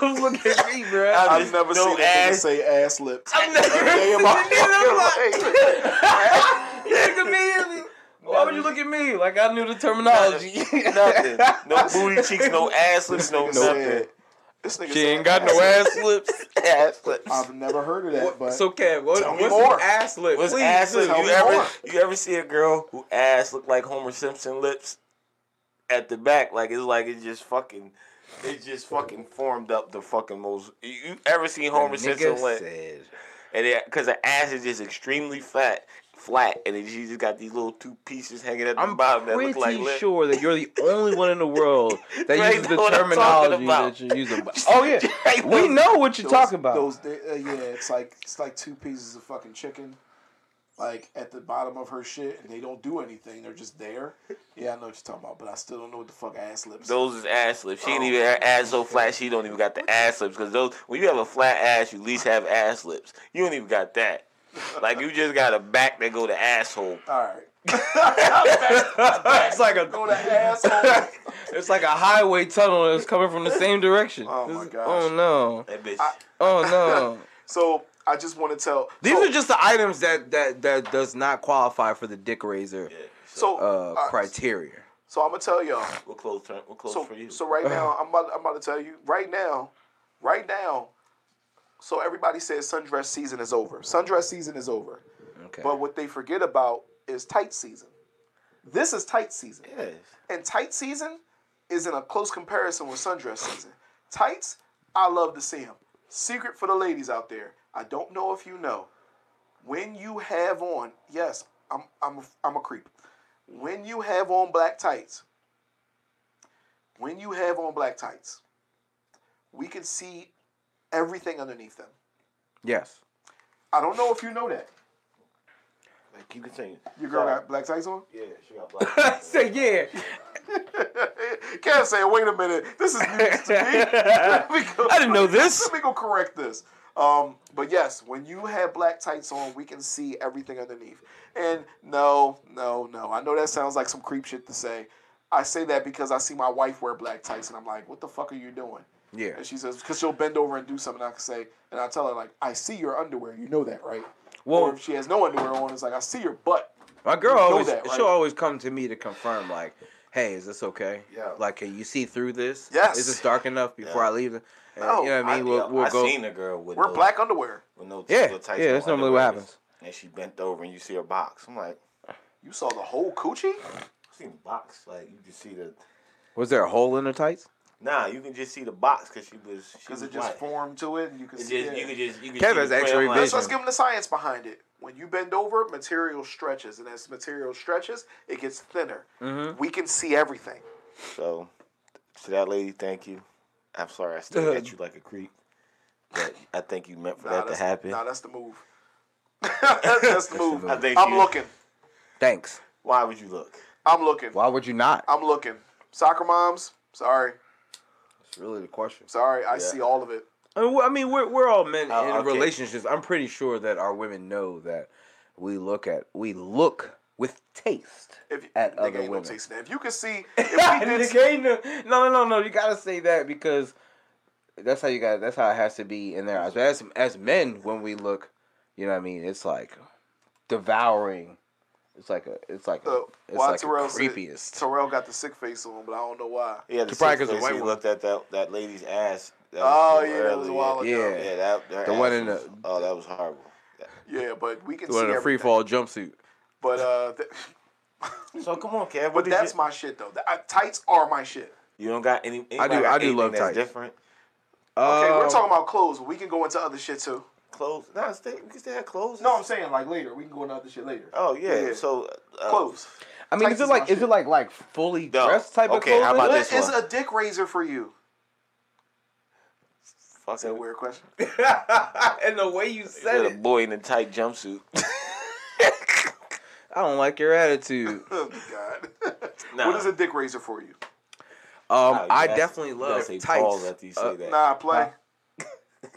Speaker 6: don't look at me, bro.
Speaker 4: I
Speaker 5: I've
Speaker 4: just-
Speaker 5: never
Speaker 4: no
Speaker 5: seen that nigga
Speaker 4: ass.
Speaker 5: say ass lips.
Speaker 6: I'm not.
Speaker 5: Day
Speaker 4: *laughs*
Speaker 5: in my fucking life.
Speaker 6: Why would you look at me like I knew the terminology? *laughs*
Speaker 4: Nothing. No booty cheeks, no ass lips, no
Speaker 5: Nigga
Speaker 4: nothing. *laughs*
Speaker 5: said- This nigga
Speaker 6: She
Speaker 5: said
Speaker 6: ain't got no ass lips.
Speaker 4: Ass lips.
Speaker 5: I've never heard of that, but
Speaker 6: So Kev, what,
Speaker 5: Tell me
Speaker 6: what's
Speaker 5: more.
Speaker 6: an ass lip?
Speaker 4: What's
Speaker 6: Please,
Speaker 4: ass lips?
Speaker 5: tell
Speaker 4: You
Speaker 5: me
Speaker 4: ever
Speaker 5: more.
Speaker 4: you ever see a girl who ass look like Homer Simpson lips at the back? Like it's like it's just fucking it's just fucking formed up the fucking most you, you ever seen Homer Simpson lip?
Speaker 6: said.
Speaker 4: And it, cause the ass is just extremely flat flat and then she just got these little two pieces hanging at the
Speaker 6: I'm
Speaker 4: bottom that
Speaker 6: pretty
Speaker 4: look like lip.
Speaker 6: sure that you're the only one in the world that
Speaker 4: Right,
Speaker 6: uses the
Speaker 4: know what I'm talking
Speaker 6: terminology
Speaker 4: about.
Speaker 6: that you're using. Oh yeah, we know what
Speaker 5: Those-
Speaker 6: you're talking about. *laughs*
Speaker 5: Those, uh, yeah, it's like it's like two pieces of fucking chicken, like at the bottom of her shit, and they don't do anything. They're just there. Yeah, I know what you're talking about, but I still don't know what the fuck ass lips.
Speaker 4: Those is ass lips. She
Speaker 6: Oh,
Speaker 4: ain't even her ass so flat. She don't even got the ass lips. Cause those when you have a flat ass, you at least have ass lips. You don't even got that. Like you just got a back that go to asshole.
Speaker 5: All right,
Speaker 6: it's like
Speaker 5: go
Speaker 6: a
Speaker 5: to asshole.
Speaker 4: *laughs*
Speaker 6: it's like a highway tunnel that's coming from the same direction.
Speaker 5: Oh, my
Speaker 6: This is-
Speaker 5: gosh.
Speaker 6: Oh no!
Speaker 4: That bitch.
Speaker 6: Oh no!
Speaker 5: so I just want to tell
Speaker 6: These
Speaker 5: so,
Speaker 6: are just the items that that that does not qualify for the dick razor
Speaker 4: yeah, so
Speaker 5: so
Speaker 6: uh,
Speaker 5: uh,
Speaker 6: criteria.
Speaker 5: So I'm gonna tell y'all.
Speaker 4: we'll close. Turn, we'll close
Speaker 5: So
Speaker 4: for you. Uh-huh.
Speaker 5: so right now I'm about I'm about to tell you right now, right now. So everybody says sundress season is over. Sundress season is over.
Speaker 6: Okay.
Speaker 5: But what they forget about is tight season. This is tight season.
Speaker 4: yes.
Speaker 5: And tight season is in a close comparison with sundress season. Tights, I love to see them. Secret for the ladies out there. I don't know if you know. When you have on, yes, I'm I'm a, I'm a creep. When you have on black tights, when you have on black tights, we can see everything underneath them.
Speaker 6: yes.
Speaker 5: I don't know if you know that.
Speaker 4: Like, keep continuing.
Speaker 5: Your girl got black tights on?
Speaker 4: Yeah, she got black.
Speaker 6: Say yeah.
Speaker 5: *laughs* Can't say, wait a minute, this is news
Speaker 6: *laughs*
Speaker 5: to me. *laughs* Let me go-
Speaker 6: I didn't know this.
Speaker 5: Let me go correct this. Um, but yes, when you have black tights on, we can see everything underneath. And no, no, no. I know that sounds like some creep shit to say. I say that because I see my wife wear black tights, and I'm like, "What the fuck are you doing?"
Speaker 6: Yeah.
Speaker 5: And she says, "Because she'll bend over and do something." I can say, and I tell her like, "I see your underwear. You know that, right?"
Speaker 6: Well-
Speaker 5: or if she has no underwear on, it's like, "I see your butt."
Speaker 6: My girl
Speaker 5: You know
Speaker 6: always
Speaker 5: that, right?
Speaker 6: she'll always come to me to confirm like, hey, is this okay?
Speaker 4: Yeah.
Speaker 6: Like, can you see through this?
Speaker 5: Yes.
Speaker 6: Is this dark enough before
Speaker 4: Yeah.
Speaker 6: I leave? And,
Speaker 5: No,
Speaker 6: you know what *laughs* I mean? we'll
Speaker 4: yeah,
Speaker 6: we'll
Speaker 4: I
Speaker 6: go.
Speaker 4: seen a girl with
Speaker 5: Wear
Speaker 4: no,
Speaker 5: black underwear.
Speaker 4: with no
Speaker 6: Yeah,
Speaker 4: no tights,
Speaker 6: yeah,
Speaker 4: no
Speaker 6: that's normally what
Speaker 4: underwears.
Speaker 6: happens.
Speaker 4: And she bent over and you see her box. I'm like,
Speaker 5: You saw the whole coochie.
Speaker 4: I seen a box. Like you can see the
Speaker 6: Was there a hole in her tights?
Speaker 4: nah, you can just see the box because she was she was
Speaker 5: because it just
Speaker 4: white.
Speaker 5: formed to it, and you can
Speaker 4: It just,
Speaker 5: see. it.
Speaker 4: you can just you can
Speaker 6: Kevin's
Speaker 4: see the
Speaker 6: actually
Speaker 4: crayon line.
Speaker 5: So let's give them the science behind it. When you bend over, material stretches, and as material stretches, it gets thinner. We can see everything.
Speaker 4: So, to that lady, thank you. I'm sorry I stared
Speaker 6: *laughs*
Speaker 4: at you like a creep, but I think you meant for
Speaker 5: Nah,
Speaker 4: that to
Speaker 5: that's,
Speaker 4: happen.
Speaker 5: nah, that's the move. *laughs* that's the move.
Speaker 4: I think
Speaker 5: I'm
Speaker 4: you-
Speaker 5: looking.
Speaker 6: Thanks.
Speaker 4: Why would you look?
Speaker 5: I'm looking.
Speaker 6: Why would you not?
Speaker 5: I'm looking. Soccer moms, sorry,
Speaker 6: That's really the question.
Speaker 5: sorry. I
Speaker 4: Yeah.
Speaker 5: see all of it.
Speaker 6: I mean, we're- I mean, we're we're all men
Speaker 4: Oh,
Speaker 6: in
Speaker 4: okay.
Speaker 6: relationships. I'm pretty sure that our women know that we look at we look with taste
Speaker 5: If
Speaker 6: at
Speaker 5: nigga,
Speaker 6: other
Speaker 5: ain't no
Speaker 6: women. *laughs*
Speaker 5: taste in that. If you can see, if we did,
Speaker 6: Nigga, ain't no, no, no, no. You gotta say that because that's how you got. That's how it has to be in their eyes. But as as men, when we look, you know what I mean. It's like devouring. It's like a. It's like a.
Speaker 5: so,
Speaker 6: It's
Speaker 5: why
Speaker 6: like the
Speaker 5: Terrell said-
Speaker 6: creepiest.
Speaker 5: Terrell got the sick face on, but I don't know why.
Speaker 4: Yeah, the six
Speaker 6: probably 'cause the
Speaker 4: face,
Speaker 6: white
Speaker 4: he
Speaker 6: one.
Speaker 4: looked at that that lady's ass. That
Speaker 5: Oh,
Speaker 4: from
Speaker 5: yeah, that was a
Speaker 4: earlier.
Speaker 5: while ago.
Speaker 6: Yeah.
Speaker 4: Yeah, that their
Speaker 6: The
Speaker 4: ass
Speaker 6: one in
Speaker 4: was-
Speaker 6: the-
Speaker 4: oh, that was
Speaker 5: *laughs*
Speaker 4: horrible.
Speaker 5: Yeah, but we can see
Speaker 6: Doing a free
Speaker 5: everything.
Speaker 6: fall jumpsuit.
Speaker 5: But uh, th- *laughs*
Speaker 4: So come on, Kev.
Speaker 5: but that's my shit though. The- uh, tights are my shit.
Speaker 4: You don't got any.
Speaker 6: I do-
Speaker 4: anybody got
Speaker 6: I do
Speaker 4: anything
Speaker 6: love
Speaker 4: that's
Speaker 6: tights.
Speaker 4: Different
Speaker 5: Okay, we're
Speaker 6: Um,
Speaker 5: talking about clothes, but we can go into other shit too.
Speaker 4: clothes. No, stay, we can still have clothes.
Speaker 5: No, I'm saying like later. We can go into other shit later.
Speaker 4: Oh yeah.
Speaker 5: Yeah.
Speaker 4: So uh,
Speaker 5: clothes.
Speaker 6: I mean,
Speaker 5: tights
Speaker 6: is
Speaker 5: is
Speaker 6: it
Speaker 5: my
Speaker 6: like is
Speaker 5: shit.
Speaker 6: it like like fully
Speaker 4: No.
Speaker 6: dressed type
Speaker 4: Okay,
Speaker 6: of
Speaker 4: how
Speaker 6: clothing?
Speaker 4: about
Speaker 5: What
Speaker 4: this
Speaker 5: is
Speaker 4: one.
Speaker 5: a dick razor for you? Is
Speaker 4: Fucking
Speaker 5: that a weird question?
Speaker 6: and the way you said
Speaker 4: With a
Speaker 6: it,
Speaker 4: boy in a tight jumpsuit.
Speaker 6: I don't like your attitude.
Speaker 5: *laughs* Oh my god.
Speaker 4: Nah.
Speaker 5: What is a dick razor for you?
Speaker 6: Um,
Speaker 4: Nah, you
Speaker 6: I
Speaker 4: gotta-
Speaker 6: definitely
Speaker 4: you gotta
Speaker 6: love
Speaker 4: say
Speaker 6: tights.
Speaker 4: Pause after you say
Speaker 6: Uh, *laughs*
Speaker 4: that.
Speaker 5: Nah, play.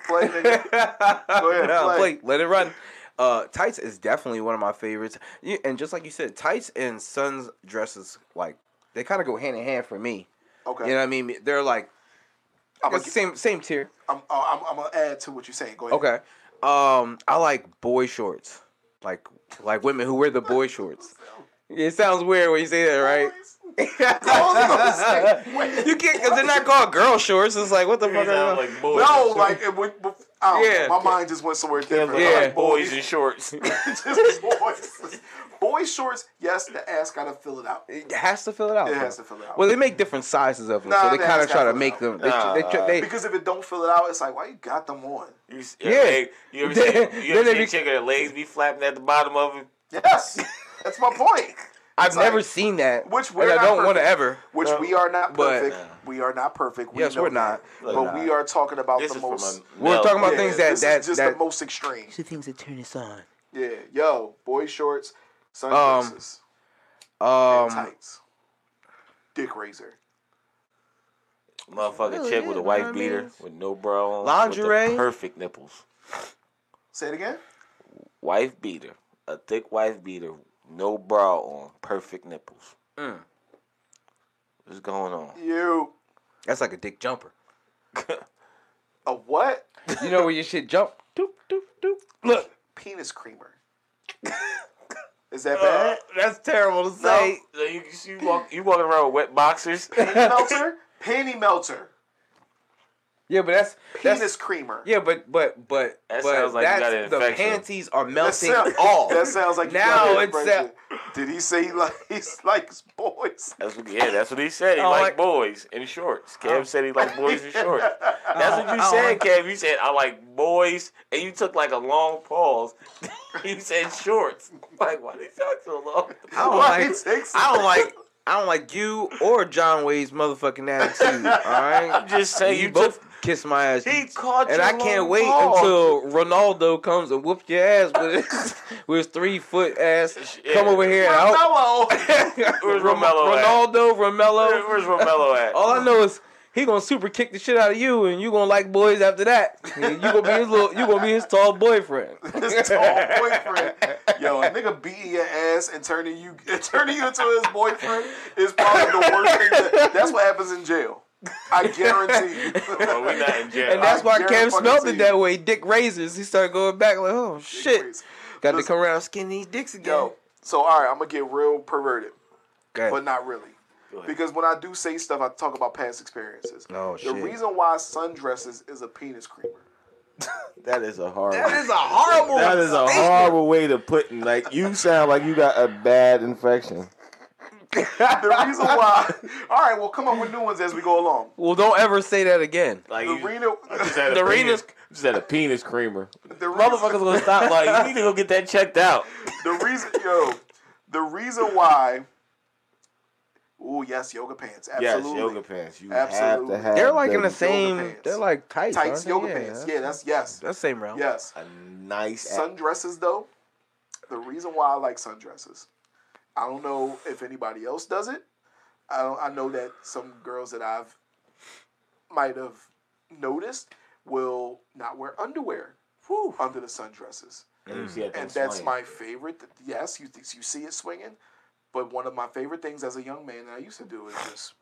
Speaker 5: play, *laughs* nigga. ahead,
Speaker 6: No,
Speaker 5: play.
Speaker 6: play. Let it run. Uh, tights is definitely one of my favorites. You, and just like you said, tights and Suns dresses like they kind of go hand in hand for me.
Speaker 5: Okay.
Speaker 6: You know what I mean? They're like
Speaker 5: I'm
Speaker 6: it's
Speaker 5: gonna
Speaker 6: same same tier.
Speaker 5: I'm, uh, I'm, I'm gonna add to what you're saying. Go ahead.
Speaker 6: Okay. Um, I like boy shorts, like like women who wear the boy shorts. It sounds weird when you say that, right?
Speaker 5: *laughs* I was
Speaker 6: *laughs*
Speaker 5: gonna say, wait.
Speaker 6: you can't because they're not called girl shorts. It's like what the fuck? Are like,
Speaker 4: boys.
Speaker 5: No, like it would, but- I don't
Speaker 6: Yeah.
Speaker 5: know. my mind just went somewhere different.
Speaker 6: Yeah.
Speaker 5: Like, *laughs*
Speaker 4: boys in shorts. *laughs*
Speaker 5: just boys. Boy shorts, yes, the ass gotta fill it out.
Speaker 6: it has to fill it out.
Speaker 5: It
Speaker 6: bro.
Speaker 5: has to fill it out.
Speaker 6: Well, they make different sizes of them,
Speaker 5: Nah,
Speaker 6: so they
Speaker 5: they
Speaker 6: kind
Speaker 5: has
Speaker 6: of try
Speaker 5: gotta
Speaker 6: to
Speaker 5: fill it
Speaker 6: make
Speaker 5: out.
Speaker 6: them. They,
Speaker 4: Nah,
Speaker 6: they, tr- they,
Speaker 5: because if it don't fill it out, it's like why you got them on?
Speaker 4: You, s-
Speaker 6: Yeah.
Speaker 4: Leg, you
Speaker 6: *laughs*
Speaker 4: ever
Speaker 6: Then-
Speaker 4: seen, you
Speaker 6: then
Speaker 4: ever
Speaker 6: they
Speaker 4: seen a
Speaker 6: be-
Speaker 4: chick with her legs be flapping at the bottom of it?
Speaker 6: *laughs*
Speaker 5: Yes, that's my point.
Speaker 6: I've
Speaker 5: It's like-
Speaker 6: never seen that,
Speaker 5: which
Speaker 6: and
Speaker 5: we're
Speaker 6: I
Speaker 5: not
Speaker 6: don't want to
Speaker 5: perfect.
Speaker 6: ever.
Speaker 5: Which we are not
Speaker 6: but-
Speaker 5: perfect. we are not perfect. We
Speaker 6: Yes,
Speaker 5: know
Speaker 6: we're
Speaker 5: that.
Speaker 6: not.
Speaker 5: but
Speaker 4: We're
Speaker 5: we
Speaker 4: not.
Speaker 5: are talking about
Speaker 4: This
Speaker 5: the
Speaker 4: is from
Speaker 5: most.
Speaker 4: a.
Speaker 6: We're talking about
Speaker 5: yeah,
Speaker 6: things that
Speaker 5: this
Speaker 6: that
Speaker 5: is just
Speaker 6: that
Speaker 5: the most extreme.
Speaker 6: the things that turn us on.
Speaker 5: Yeah, yo, boy shorts,
Speaker 6: Um,
Speaker 5: sunglasses, and
Speaker 6: Um,
Speaker 5: tights, dick razor.
Speaker 4: motherfucking
Speaker 6: Really,
Speaker 4: chick
Speaker 6: yeah,
Speaker 4: with a
Speaker 6: you know
Speaker 4: wife
Speaker 6: what I
Speaker 4: beater
Speaker 6: mean?
Speaker 4: with no bra on. With
Speaker 6: Lingerie?
Speaker 4: the perfect nipples.
Speaker 5: Say it again.
Speaker 4: Wife beater. A thick wife beater. No bra on. Perfect nipples.
Speaker 6: Mm.
Speaker 4: What's going on?
Speaker 5: You
Speaker 6: that's like a dick jumper.
Speaker 5: a what?
Speaker 6: You know where your shit jump. Doop doop doop. Look,
Speaker 5: Penis creamer. *laughs* is that bad?
Speaker 6: that's terrible to
Speaker 4: Say, so you, you, walk, you walking around with wet
Speaker 6: *laughs*
Speaker 4: boxers?
Speaker 5: Panty melter. Panty melter.
Speaker 6: Yeah, but that's
Speaker 5: Penis
Speaker 6: *laughs* that's
Speaker 5: creamer.
Speaker 6: yeah, but but but
Speaker 4: That
Speaker 6: but
Speaker 4: sounds like you
Speaker 6: that's,
Speaker 4: got an
Speaker 6: the
Speaker 4: infection.
Speaker 6: panties are
Speaker 5: That
Speaker 6: melting
Speaker 5: sound- oh,
Speaker 6: off.
Speaker 5: *laughs* That sounds like you
Speaker 6: Now
Speaker 5: got
Speaker 6: it's
Speaker 5: depression. Did he say he like *laughs* he's like boys?
Speaker 4: That's what, yeah, that's what he said. He
Speaker 6: I
Speaker 4: liked
Speaker 6: like-
Speaker 4: boys in shorts. Kev said he liked boys in *laughs* shorts. That's what you
Speaker 6: I
Speaker 4: said,
Speaker 6: like-
Speaker 4: Kev. You said I like boys, and you took like a long pause. *laughs* you said shorts. *laughs* Like why did you talk so long?
Speaker 6: I
Speaker 5: Why
Speaker 6: don't *laughs* like.
Speaker 5: it takes-
Speaker 6: I don't like. I don't like you or John Wade's motherfucking
Speaker 4: *laughs*
Speaker 6: attitude. All right,
Speaker 4: I'm just saying
Speaker 6: you,
Speaker 4: you
Speaker 6: both
Speaker 4: took-
Speaker 6: kiss my ass.
Speaker 4: He caught
Speaker 6: and
Speaker 4: you
Speaker 6: I
Speaker 4: on
Speaker 6: can't wait
Speaker 4: pause.
Speaker 6: until Ronaldo comes and whoops your ass with his, *laughs* with his three foot ass.
Speaker 4: Yeah.
Speaker 6: Come over here. and I'll-
Speaker 5: Mellow.
Speaker 6: *laughs*
Speaker 4: Where's
Speaker 6: Rom-
Speaker 4: Romelo at?
Speaker 6: Ronaldo, Romello.
Speaker 4: Where's Romelo at?
Speaker 6: All I know is he gonna super kick the shit out of you, and you gonna like boys after that. And you gonna be his little, you gonna be his tall boyfriend.
Speaker 5: *laughs* His tall boyfriend. Yo, a nigga beating your ass and turning you *laughs* and turning you into his boyfriend is probably the worst thing. That, that's what happens in jail. I guarantee you.
Speaker 6: *laughs*
Speaker 4: Well, Oh, we
Speaker 5: *laughs*
Speaker 4: not in jail.
Speaker 6: And that's
Speaker 5: I
Speaker 6: why Cam
Speaker 5: guarantee
Speaker 6: smelled
Speaker 5: you.
Speaker 6: it that way. Dick razors. He started going back like, oh shit,
Speaker 5: Crazy.
Speaker 6: got to
Speaker 5: Listen,
Speaker 6: come around skinning these dicks again.
Speaker 5: Yo, so all right, I'm gonna get real perverted,
Speaker 6: Go
Speaker 5: but
Speaker 6: ahead.
Speaker 5: not really.
Speaker 4: ahead.
Speaker 5: Because when I do say stuff, I talk about past experiences.
Speaker 6: Oh,
Speaker 5: the
Speaker 6: shit.
Speaker 5: reason why sundresses is a penis creamer.
Speaker 4: That is a horrible.
Speaker 6: that is a horrible.
Speaker 4: That is a horrible way to put it. Like you sound like you got a bad infection.
Speaker 5: *laughs* The reason why. All right, well, come up with new ones as we go along.
Speaker 6: Well, don't ever say that again.
Speaker 4: Like
Speaker 5: The
Speaker 4: you
Speaker 5: reader-
Speaker 4: just
Speaker 5: *laughs*
Speaker 4: had a
Speaker 6: The
Speaker 4: penis,
Speaker 6: readers-
Speaker 4: just had a penis creamer.
Speaker 5: The
Speaker 4: Motherfuckers
Speaker 5: reason,
Speaker 4: gonna stop. Like you need to go get that checked out.
Speaker 5: the reason, yo, the reason why. Ooh, yes, yoga pants. Absolutely.
Speaker 4: Yes, yoga pants. You
Speaker 5: Absolutely.
Speaker 4: have to have.
Speaker 6: They're like in the
Speaker 4: them.
Speaker 6: same.
Speaker 5: pants.
Speaker 6: They're like tight.
Speaker 5: Tights, yoga pants.
Speaker 6: That's,
Speaker 5: yeah, that's yes,
Speaker 6: that's same round.
Speaker 5: yes.
Speaker 4: a nice.
Speaker 5: Sundresses though. The reason why I like sundresses, I don't know if anybody else does it. I don't, I know that some girls that I've might have noticed will not wear underwear under the sundresses.
Speaker 4: and you see that
Speaker 5: and
Speaker 4: thing
Speaker 5: that's
Speaker 4: swing.
Speaker 5: my favorite. th- Yes, you th- you see it swinging, but one of my favorite things as a young man that I used to do is just.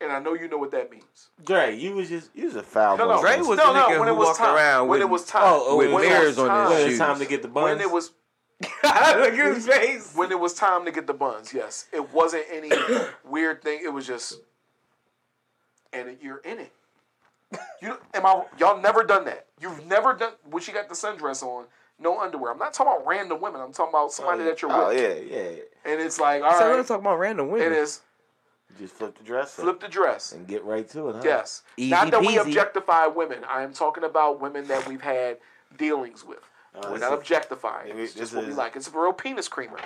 Speaker 5: And I know you know what that means.
Speaker 4: Dre. You was just you was a foul.
Speaker 5: No, no,
Speaker 4: motherfucker.
Speaker 6: Dre was the nigga who walked around
Speaker 5: when
Speaker 6: with-
Speaker 5: it was time.
Speaker 6: oh, with
Speaker 5: when it was
Speaker 6: mirrors on his
Speaker 5: time-
Speaker 4: When
Speaker 6: shoes.
Speaker 4: it's time to get the buns.
Speaker 5: When it was
Speaker 6: *laughs* Look at his face.
Speaker 5: when it was time to get the buns. Yes, it wasn't
Speaker 4: *coughs*
Speaker 5: any weird thing. It was just, and it, you're in it. You am I? Y'all never done that. You've never done. When she got the sundress on, no underwear. I'm not talking about random women. I'm talking about somebody that you're
Speaker 4: Oh
Speaker 5: with.
Speaker 4: yeah, yeah.
Speaker 5: And it's like, all
Speaker 6: So we're
Speaker 5: right,
Speaker 6: gonna talk about random
Speaker 5: it
Speaker 6: women.
Speaker 5: is
Speaker 4: Just flip the dress. up
Speaker 5: flip the dress.
Speaker 4: and uh, get right to it. Huh?
Speaker 5: Yes.
Speaker 6: Easy
Speaker 5: not that we
Speaker 6: peasy.
Speaker 5: objectify women. I am talking about women that we've had dealings with. We're
Speaker 4: this
Speaker 5: not
Speaker 4: is-
Speaker 5: objectifying.
Speaker 4: it-
Speaker 5: It's
Speaker 4: this
Speaker 5: just what we
Speaker 4: is-
Speaker 5: like. It's a real penis creamer.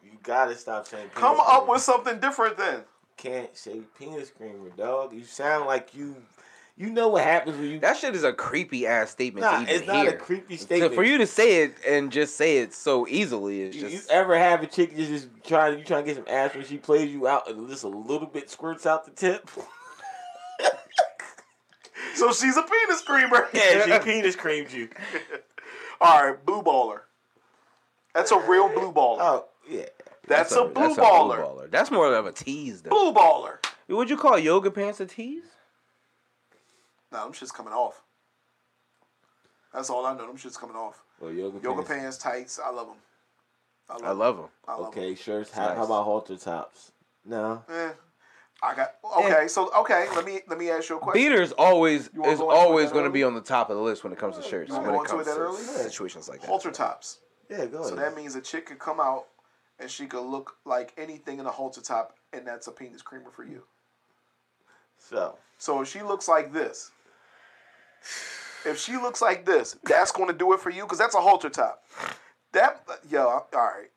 Speaker 4: You gotta stop saying. Penis
Speaker 5: Come up
Speaker 4: creamer.
Speaker 5: with something different then.
Speaker 4: Can't say penis creamer, dog. You sound like you. You know what happens when you.
Speaker 6: That shit is a creepy ass statement.
Speaker 4: nah,
Speaker 6: to even
Speaker 4: it's not
Speaker 6: hear.
Speaker 4: a creepy
Speaker 6: So
Speaker 4: statement.
Speaker 6: for you to say it and just say it so easily is
Speaker 4: You- you
Speaker 6: just
Speaker 4: ever have a chick that's just trying you trying to get some ass when she plays you out and just a little bit squirts out the tip? *laughs*
Speaker 5: So she's a penis creamer. *laughs*
Speaker 4: Yeah, she penis creams you.
Speaker 5: All right, blue baller. That's a real blue baller.
Speaker 4: Oh yeah,
Speaker 5: that's, a, blue
Speaker 6: that's
Speaker 5: baller.
Speaker 6: baller. That's more of a tease though.
Speaker 5: blue baller.
Speaker 6: Would you call yoga pants a tease?
Speaker 5: No, them shit's coming off. That's all I know. Them shit's coming off.
Speaker 4: well yoga,
Speaker 5: Yoga
Speaker 4: pants.
Speaker 5: pants, tights. I love them. I love,
Speaker 6: I love them.
Speaker 5: I love 'em.
Speaker 4: Okay, shirts. How,
Speaker 6: nice.
Speaker 4: how about halter tops? No,
Speaker 5: Eh, I got okay. So okay, let me let me ask you a question.
Speaker 6: Beaters always
Speaker 5: You wanna
Speaker 6: is
Speaker 5: go into it
Speaker 6: always
Speaker 5: that
Speaker 6: going to
Speaker 5: early?
Speaker 6: be on the top of the list when it comes to shirts.
Speaker 5: You wanna
Speaker 6: When
Speaker 5: go
Speaker 6: it
Speaker 5: into
Speaker 6: comes
Speaker 5: it that
Speaker 6: to
Speaker 5: early?
Speaker 6: situations like that.
Speaker 5: halter tops.
Speaker 4: yeah, go
Speaker 5: So
Speaker 4: ahead.
Speaker 5: that means a chick could come out and she could look like anything in a halter top, and that's a penis creamer for you.
Speaker 4: So
Speaker 5: So if she looks like this, if she looks like this, that's going to do it for you because that's a halter top. That yo, all right.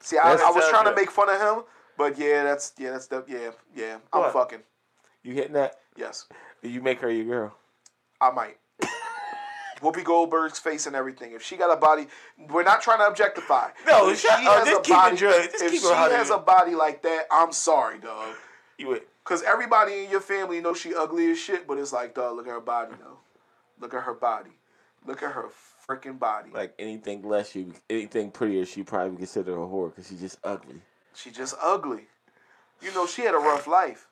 Speaker 5: See, I,
Speaker 4: That's
Speaker 5: I was
Speaker 4: tough,
Speaker 5: trying to
Speaker 4: yeah.
Speaker 5: make fun of him, but yeah, that's yeah, that's the yeah, yeah. I'm
Speaker 4: What?
Speaker 5: fucking
Speaker 4: you hitting that?
Speaker 5: yes,
Speaker 4: You make her your girl.
Speaker 5: I might. Whoopi Goldberg's face and everything. If she got a body, we're not trying to objectify.
Speaker 4: No,
Speaker 5: if
Speaker 4: shut up. Just keep it
Speaker 5: body,
Speaker 4: drug. Just
Speaker 5: if
Speaker 4: keep it
Speaker 5: she
Speaker 4: 100.
Speaker 5: has a body like that, I'm sorry, dog.
Speaker 4: You would.
Speaker 5: Cause everybody in your family know she ugly as shit, but it's like, dog, look at her body though. Look at her body. Look at her freaking body. Like
Speaker 4: Like anything less, she anything prettier, she probably would consider a whore because she's just ugly.
Speaker 5: she just ugly. You know, she had a rough life,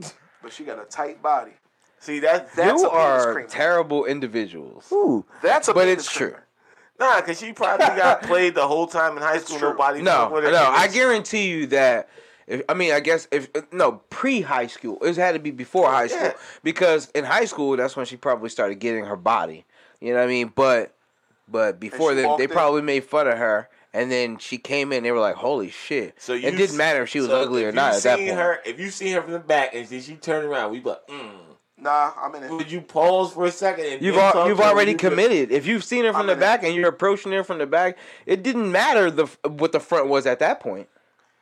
Speaker 5: but she got a tight body.
Speaker 4: See that?
Speaker 5: That's
Speaker 6: you
Speaker 5: a penis
Speaker 6: are
Speaker 5: creamer.
Speaker 6: terrible individuals.
Speaker 4: Ooh,
Speaker 5: That's a
Speaker 6: But
Speaker 5: penis
Speaker 6: it's
Speaker 5: creamer.
Speaker 6: true.
Speaker 4: nah, because she probably
Speaker 6: *laughs*
Speaker 4: got played the whole time in high
Speaker 5: It's
Speaker 4: school.
Speaker 5: true.
Speaker 4: Nobody.
Speaker 6: No,
Speaker 4: fucked with her.
Speaker 6: no, I guarantee you that. If, I mean, I guess if uh, no pre high school, it had to be before high school
Speaker 4: Yeah.
Speaker 6: because in high school that's when she probably started getting her body. You know what I mean? But but before
Speaker 5: she
Speaker 6: then,
Speaker 5: walked
Speaker 6: they
Speaker 5: in.
Speaker 6: probably made fun of her, and then she came in. They were like, "Holy shit!"
Speaker 4: So
Speaker 6: So
Speaker 4: you
Speaker 6: it didn't matter if she was
Speaker 4: so
Speaker 6: ugly
Speaker 4: if
Speaker 6: or
Speaker 4: you
Speaker 6: not at that
Speaker 4: seen
Speaker 6: point.
Speaker 4: Her, if you see her from the back and then she turned around, we be like, mm.
Speaker 5: Nah, I'm in it.
Speaker 4: would you pause for a second? And
Speaker 6: You've
Speaker 4: then talk
Speaker 6: al- you've
Speaker 4: to her?
Speaker 6: already
Speaker 4: Would you-
Speaker 6: committed. If you've seen her from
Speaker 5: I'm
Speaker 6: the
Speaker 5: in it.
Speaker 6: back and you're approaching her from the back, it didn't matter the f- what the front was at that point.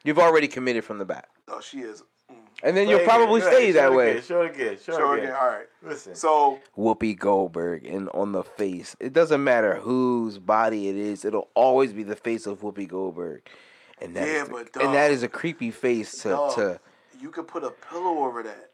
Speaker 6: You've already committed from the back,
Speaker 5: No, Oh, she is. Mm.
Speaker 6: and then
Speaker 4: Say
Speaker 6: you'll
Speaker 4: it
Speaker 6: probably
Speaker 4: again,
Speaker 6: stay
Speaker 4: say it
Speaker 6: that
Speaker 4: again,
Speaker 6: way.
Speaker 4: Sure again. Sure,
Speaker 5: Sure
Speaker 4: again.
Speaker 5: again. All right.
Speaker 4: Listen.
Speaker 5: So
Speaker 6: Whoopi Goldberg and on the face. It doesn't matter whose body it is. It'll always be the face of Whoopi Goldberg, and that is
Speaker 5: Yeah,
Speaker 6: the-
Speaker 5: but
Speaker 6: and that
Speaker 5: dog.
Speaker 6: is a creepy face to
Speaker 5: Dog.
Speaker 6: to.
Speaker 5: you could put a pillow over that.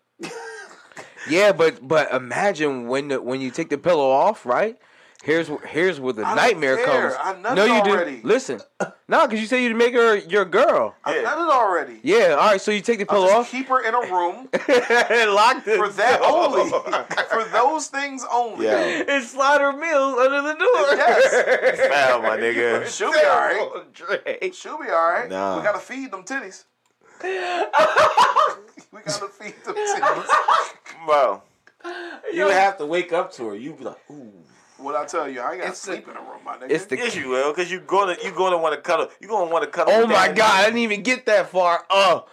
Speaker 6: Yeah, but but imagine when the, when you take the pillow off, right? Here's wh- here's where the
Speaker 5: I don't
Speaker 6: nightmare
Speaker 5: care.
Speaker 6: comes.
Speaker 5: I nutted
Speaker 6: no, you
Speaker 5: already.
Speaker 6: did. Listen, no, because you say you make her your girl.
Speaker 5: I've
Speaker 4: Yeah.
Speaker 5: done it already.
Speaker 6: Yeah, all right. So you take the
Speaker 5: I'll
Speaker 6: pillow
Speaker 5: just
Speaker 6: off
Speaker 5: keep her in a
Speaker 6: *laughs*
Speaker 5: room
Speaker 6: and lock this
Speaker 5: for that
Speaker 6: door.
Speaker 5: only, for those things only.
Speaker 4: Yeah.
Speaker 6: and slide her meals under the door. *laughs*
Speaker 5: Yes.
Speaker 4: Foul, my *laughs* nigga.
Speaker 5: She'll be all right.
Speaker 6: Dre.
Speaker 5: She'll be all right.
Speaker 4: Nah.
Speaker 5: We gotta feed them
Speaker 6: *laughs*
Speaker 5: titties. we gotta feed them titties.
Speaker 4: *laughs* Bro. You would have to wake up to her. You'd be like, ooh.
Speaker 5: What I tell you, I ain't gotta
Speaker 6: It's the-
Speaker 5: sleep in a room, my nigga.
Speaker 6: It's the
Speaker 4: Yes, you will, because you're gonna you're gonna want to cuddle. You're gonna want to cuddle.
Speaker 6: Oh
Speaker 4: with
Speaker 6: my
Speaker 4: that
Speaker 6: god, I didn't even get that far. Oh,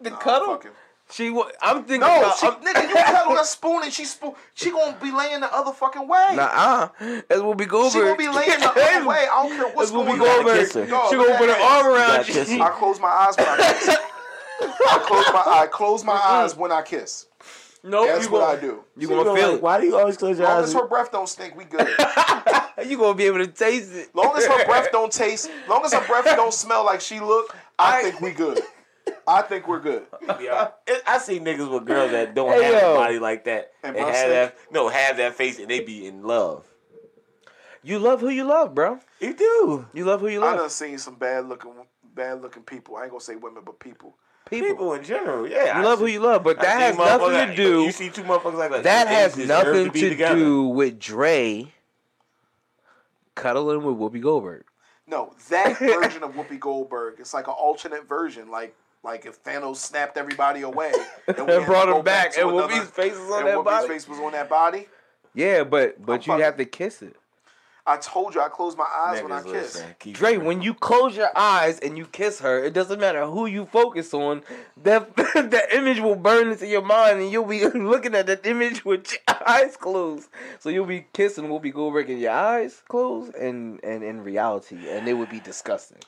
Speaker 6: the
Speaker 5: Nah,
Speaker 6: cuddle.
Speaker 5: fuck him.
Speaker 6: She. wa- I'm thinking.
Speaker 5: No,
Speaker 6: about,
Speaker 5: she,
Speaker 6: I'm-
Speaker 5: nigga, you cuddle that spoon and she spoon. She gonna be laying the other fucking way.
Speaker 6: *laughs* Nah, that will be Goldberg.
Speaker 5: She gonna be laying
Speaker 6: *laughs*
Speaker 5: the other way. I don't care what's
Speaker 6: That's
Speaker 5: going
Speaker 6: Whoopi
Speaker 4: Goldberg.
Speaker 5: on.
Speaker 6: Goldberg.
Speaker 4: kiss
Speaker 6: She
Speaker 4: her.
Speaker 6: gonna put her arm around
Speaker 4: You gotta kiss
Speaker 6: you.
Speaker 5: I close my eyes when I kiss. I close my I close my eyes when I kiss.
Speaker 6: Nope,
Speaker 5: That's
Speaker 6: you
Speaker 5: what
Speaker 6: gonna,
Speaker 5: I do.
Speaker 4: She
Speaker 6: You gonna,
Speaker 4: gonna
Speaker 6: feel
Speaker 4: like, Why do you always close your
Speaker 5: Long as
Speaker 4: eyes?
Speaker 5: her breath don't stink, we good.
Speaker 6: it. You gonna be able to taste it.
Speaker 5: Long as her breath don't taste, long as her breath don't smell like she look, I, think we good. I think we're good.
Speaker 4: Yeah. *laughs* It- I see niggas with girls that don't
Speaker 6: Hey,
Speaker 4: have
Speaker 6: yo.
Speaker 4: a body like that
Speaker 5: And
Speaker 4: and,
Speaker 5: bust
Speaker 4: have
Speaker 5: it.
Speaker 4: that no have that face and they be in love.
Speaker 6: You love who you love, bro.
Speaker 4: You do.
Speaker 6: You love who you
Speaker 5: I
Speaker 6: love.
Speaker 5: done seen some bad looking, bad looking people. I ain't gonna say women, but people.
Speaker 6: People.
Speaker 4: People in general, yeah.
Speaker 6: You love who you love, but
Speaker 4: I
Speaker 6: that
Speaker 4: see
Speaker 6: has nothing to
Speaker 4: motherfuckers-
Speaker 6: do.
Speaker 4: You see two motherfuckers like that.
Speaker 6: That
Speaker 4: they
Speaker 6: has
Speaker 4: deserve
Speaker 6: nothing
Speaker 4: be
Speaker 6: to
Speaker 4: together.
Speaker 6: do with Dre cuddling with Whoopi Goldberg.
Speaker 5: No,
Speaker 6: *laughs*
Speaker 5: that version of Whoopi Goldberg. It's like an alternate version. Like like if Thanos snapped everybody away and, we had to
Speaker 6: brought
Speaker 5: go
Speaker 6: him back,
Speaker 5: to
Speaker 6: and
Speaker 5: another-
Speaker 6: Whoopi's face was on
Speaker 5: and
Speaker 6: that
Speaker 5: Whoopi's
Speaker 6: body.
Speaker 5: face was on that body.
Speaker 6: Yeah, but
Speaker 5: I'm
Speaker 6: but you
Speaker 5: fucking-
Speaker 6: have to kiss it.
Speaker 5: I told you I close my eyes when I
Speaker 4: Niggas,
Speaker 5: kiss.
Speaker 4: listen, keep
Speaker 6: Dre,
Speaker 4: it real.
Speaker 6: when you close your eyes and you kiss her, it doesn't matter who you focus on. That *laughs* that image will burn into your mind, and you'll be *laughs* looking at that image with your *laughs* eyes closed. So you'll be kissing Whoopi Goldberg and your eyes closed, and and in reality, and it would be disgusting.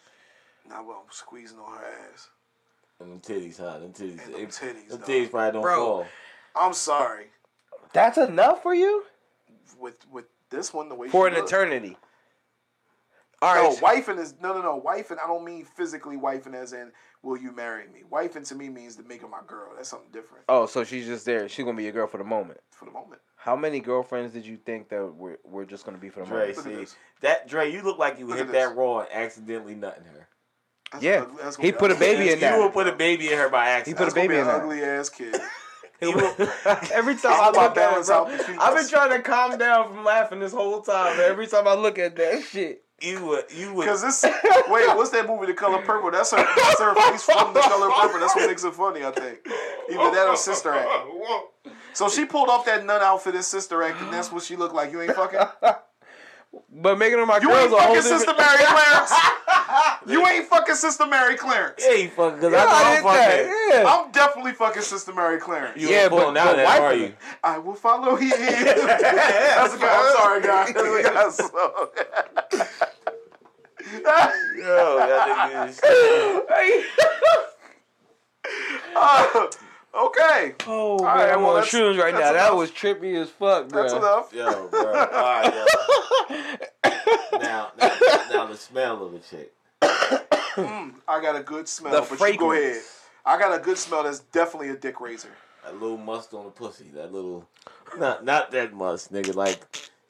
Speaker 5: Now well, I'm squeezing on her ass.
Speaker 4: Them titties, huh? Them titties.
Speaker 5: And them
Speaker 4: They-
Speaker 5: titties,
Speaker 4: Them
Speaker 5: dog.
Speaker 4: titties probably don't
Speaker 6: Bro.
Speaker 4: fall.
Speaker 5: I'm sorry
Speaker 6: That's enough for you
Speaker 5: with with this one the way
Speaker 6: for
Speaker 5: she
Speaker 6: an
Speaker 5: look.
Speaker 6: eternity. All
Speaker 5: No,
Speaker 6: right,
Speaker 5: wifing is no, no, no. Wifing. I don't mean physically wifing as in will you marry me. Wifing to me means to make her my girl. That's something different
Speaker 6: Oh, so she's just there. She's gonna be your girl for the moment.
Speaker 5: for the moment.
Speaker 6: How many girlfriends did you think that were, were just gonna be for the
Speaker 4: Dre,
Speaker 6: moment?
Speaker 5: Look at
Speaker 4: see
Speaker 5: this.
Speaker 4: that Dre, you look like you
Speaker 5: Look at
Speaker 4: hit
Speaker 5: this.
Speaker 4: that raw and accidentally nutting her.
Speaker 5: That's
Speaker 6: Yeah,
Speaker 5: ugly- that's gonna
Speaker 6: he
Speaker 5: be
Speaker 6: put a
Speaker 5: ugly.
Speaker 6: baby in
Speaker 4: you
Speaker 6: that.
Speaker 4: will put a baby in her by accident.
Speaker 6: put
Speaker 5: That's
Speaker 6: a
Speaker 5: gonna
Speaker 6: baby
Speaker 5: be
Speaker 6: in
Speaker 5: an
Speaker 6: that.
Speaker 5: ugly ass
Speaker 6: *laughs*
Speaker 5: kid.
Speaker 6: Every time
Speaker 5: That's
Speaker 6: I
Speaker 5: about
Speaker 6: look at it,
Speaker 5: balance
Speaker 6: bro,
Speaker 5: out between
Speaker 6: I've been
Speaker 5: us.
Speaker 6: trying to calm down from laughing this whole time. but Every time I look at that shit, *laughs*
Speaker 4: You would. You would.
Speaker 5: Cause this wait, what's that movie, The Color Purple? That's her, that's her face from The Color Purple. That's what makes it funny, I think. Either that or Sister Act. So she pulled off that nun outfit in Sister Act, and that's what she looked like. You ain't fucking.
Speaker 6: but making her my
Speaker 5: You
Speaker 6: girls
Speaker 5: ain't
Speaker 6: a whole
Speaker 5: fucking
Speaker 6: different.
Speaker 5: Sister Mary Clarence.
Speaker 6: *laughs*
Speaker 5: you ain't fucking Sister Mary Clarence.
Speaker 4: yeah, you fucking. Cause
Speaker 6: Yeah,
Speaker 4: I know
Speaker 6: I
Speaker 4: I'm
Speaker 6: did that.
Speaker 4: fucking.
Speaker 6: Yeah.
Speaker 5: *laughs* I'm definitely fucking Sister Mary Clarence.
Speaker 4: You
Speaker 6: Yeah,
Speaker 4: ain't
Speaker 6: but-
Speaker 4: pulling out
Speaker 6: but
Speaker 4: of that,
Speaker 6: wife
Speaker 4: are
Speaker 6: of
Speaker 4: you?
Speaker 6: it.
Speaker 5: I will follow
Speaker 6: *laughs*
Speaker 5: him. *laughs* That's a good. I'm sorry, guys. *laughs* That's a good song.
Speaker 4: Yo, y'all niggas is-
Speaker 5: Uh, okay, *laughs*
Speaker 6: oh man,
Speaker 5: right,
Speaker 6: I'm
Speaker 5: well,
Speaker 6: on
Speaker 5: that's-
Speaker 6: shrooms right now.
Speaker 5: that's
Speaker 6: That
Speaker 5: enough.
Speaker 6: was trippy as fuck, bro.
Speaker 5: that's enough.
Speaker 4: Yo, bro. All
Speaker 6: Ah,
Speaker 4: right, yo. Now, now, now the smell of a chick.
Speaker 5: *laughs* I got a good smell,
Speaker 6: The
Speaker 5: but you go
Speaker 6: fragrance.
Speaker 5: ahead. I got a good smell that's definitely a dick razor.
Speaker 6: *laughs*
Speaker 4: A little must on the pussy. That little. Not, not that must, nigga. Like.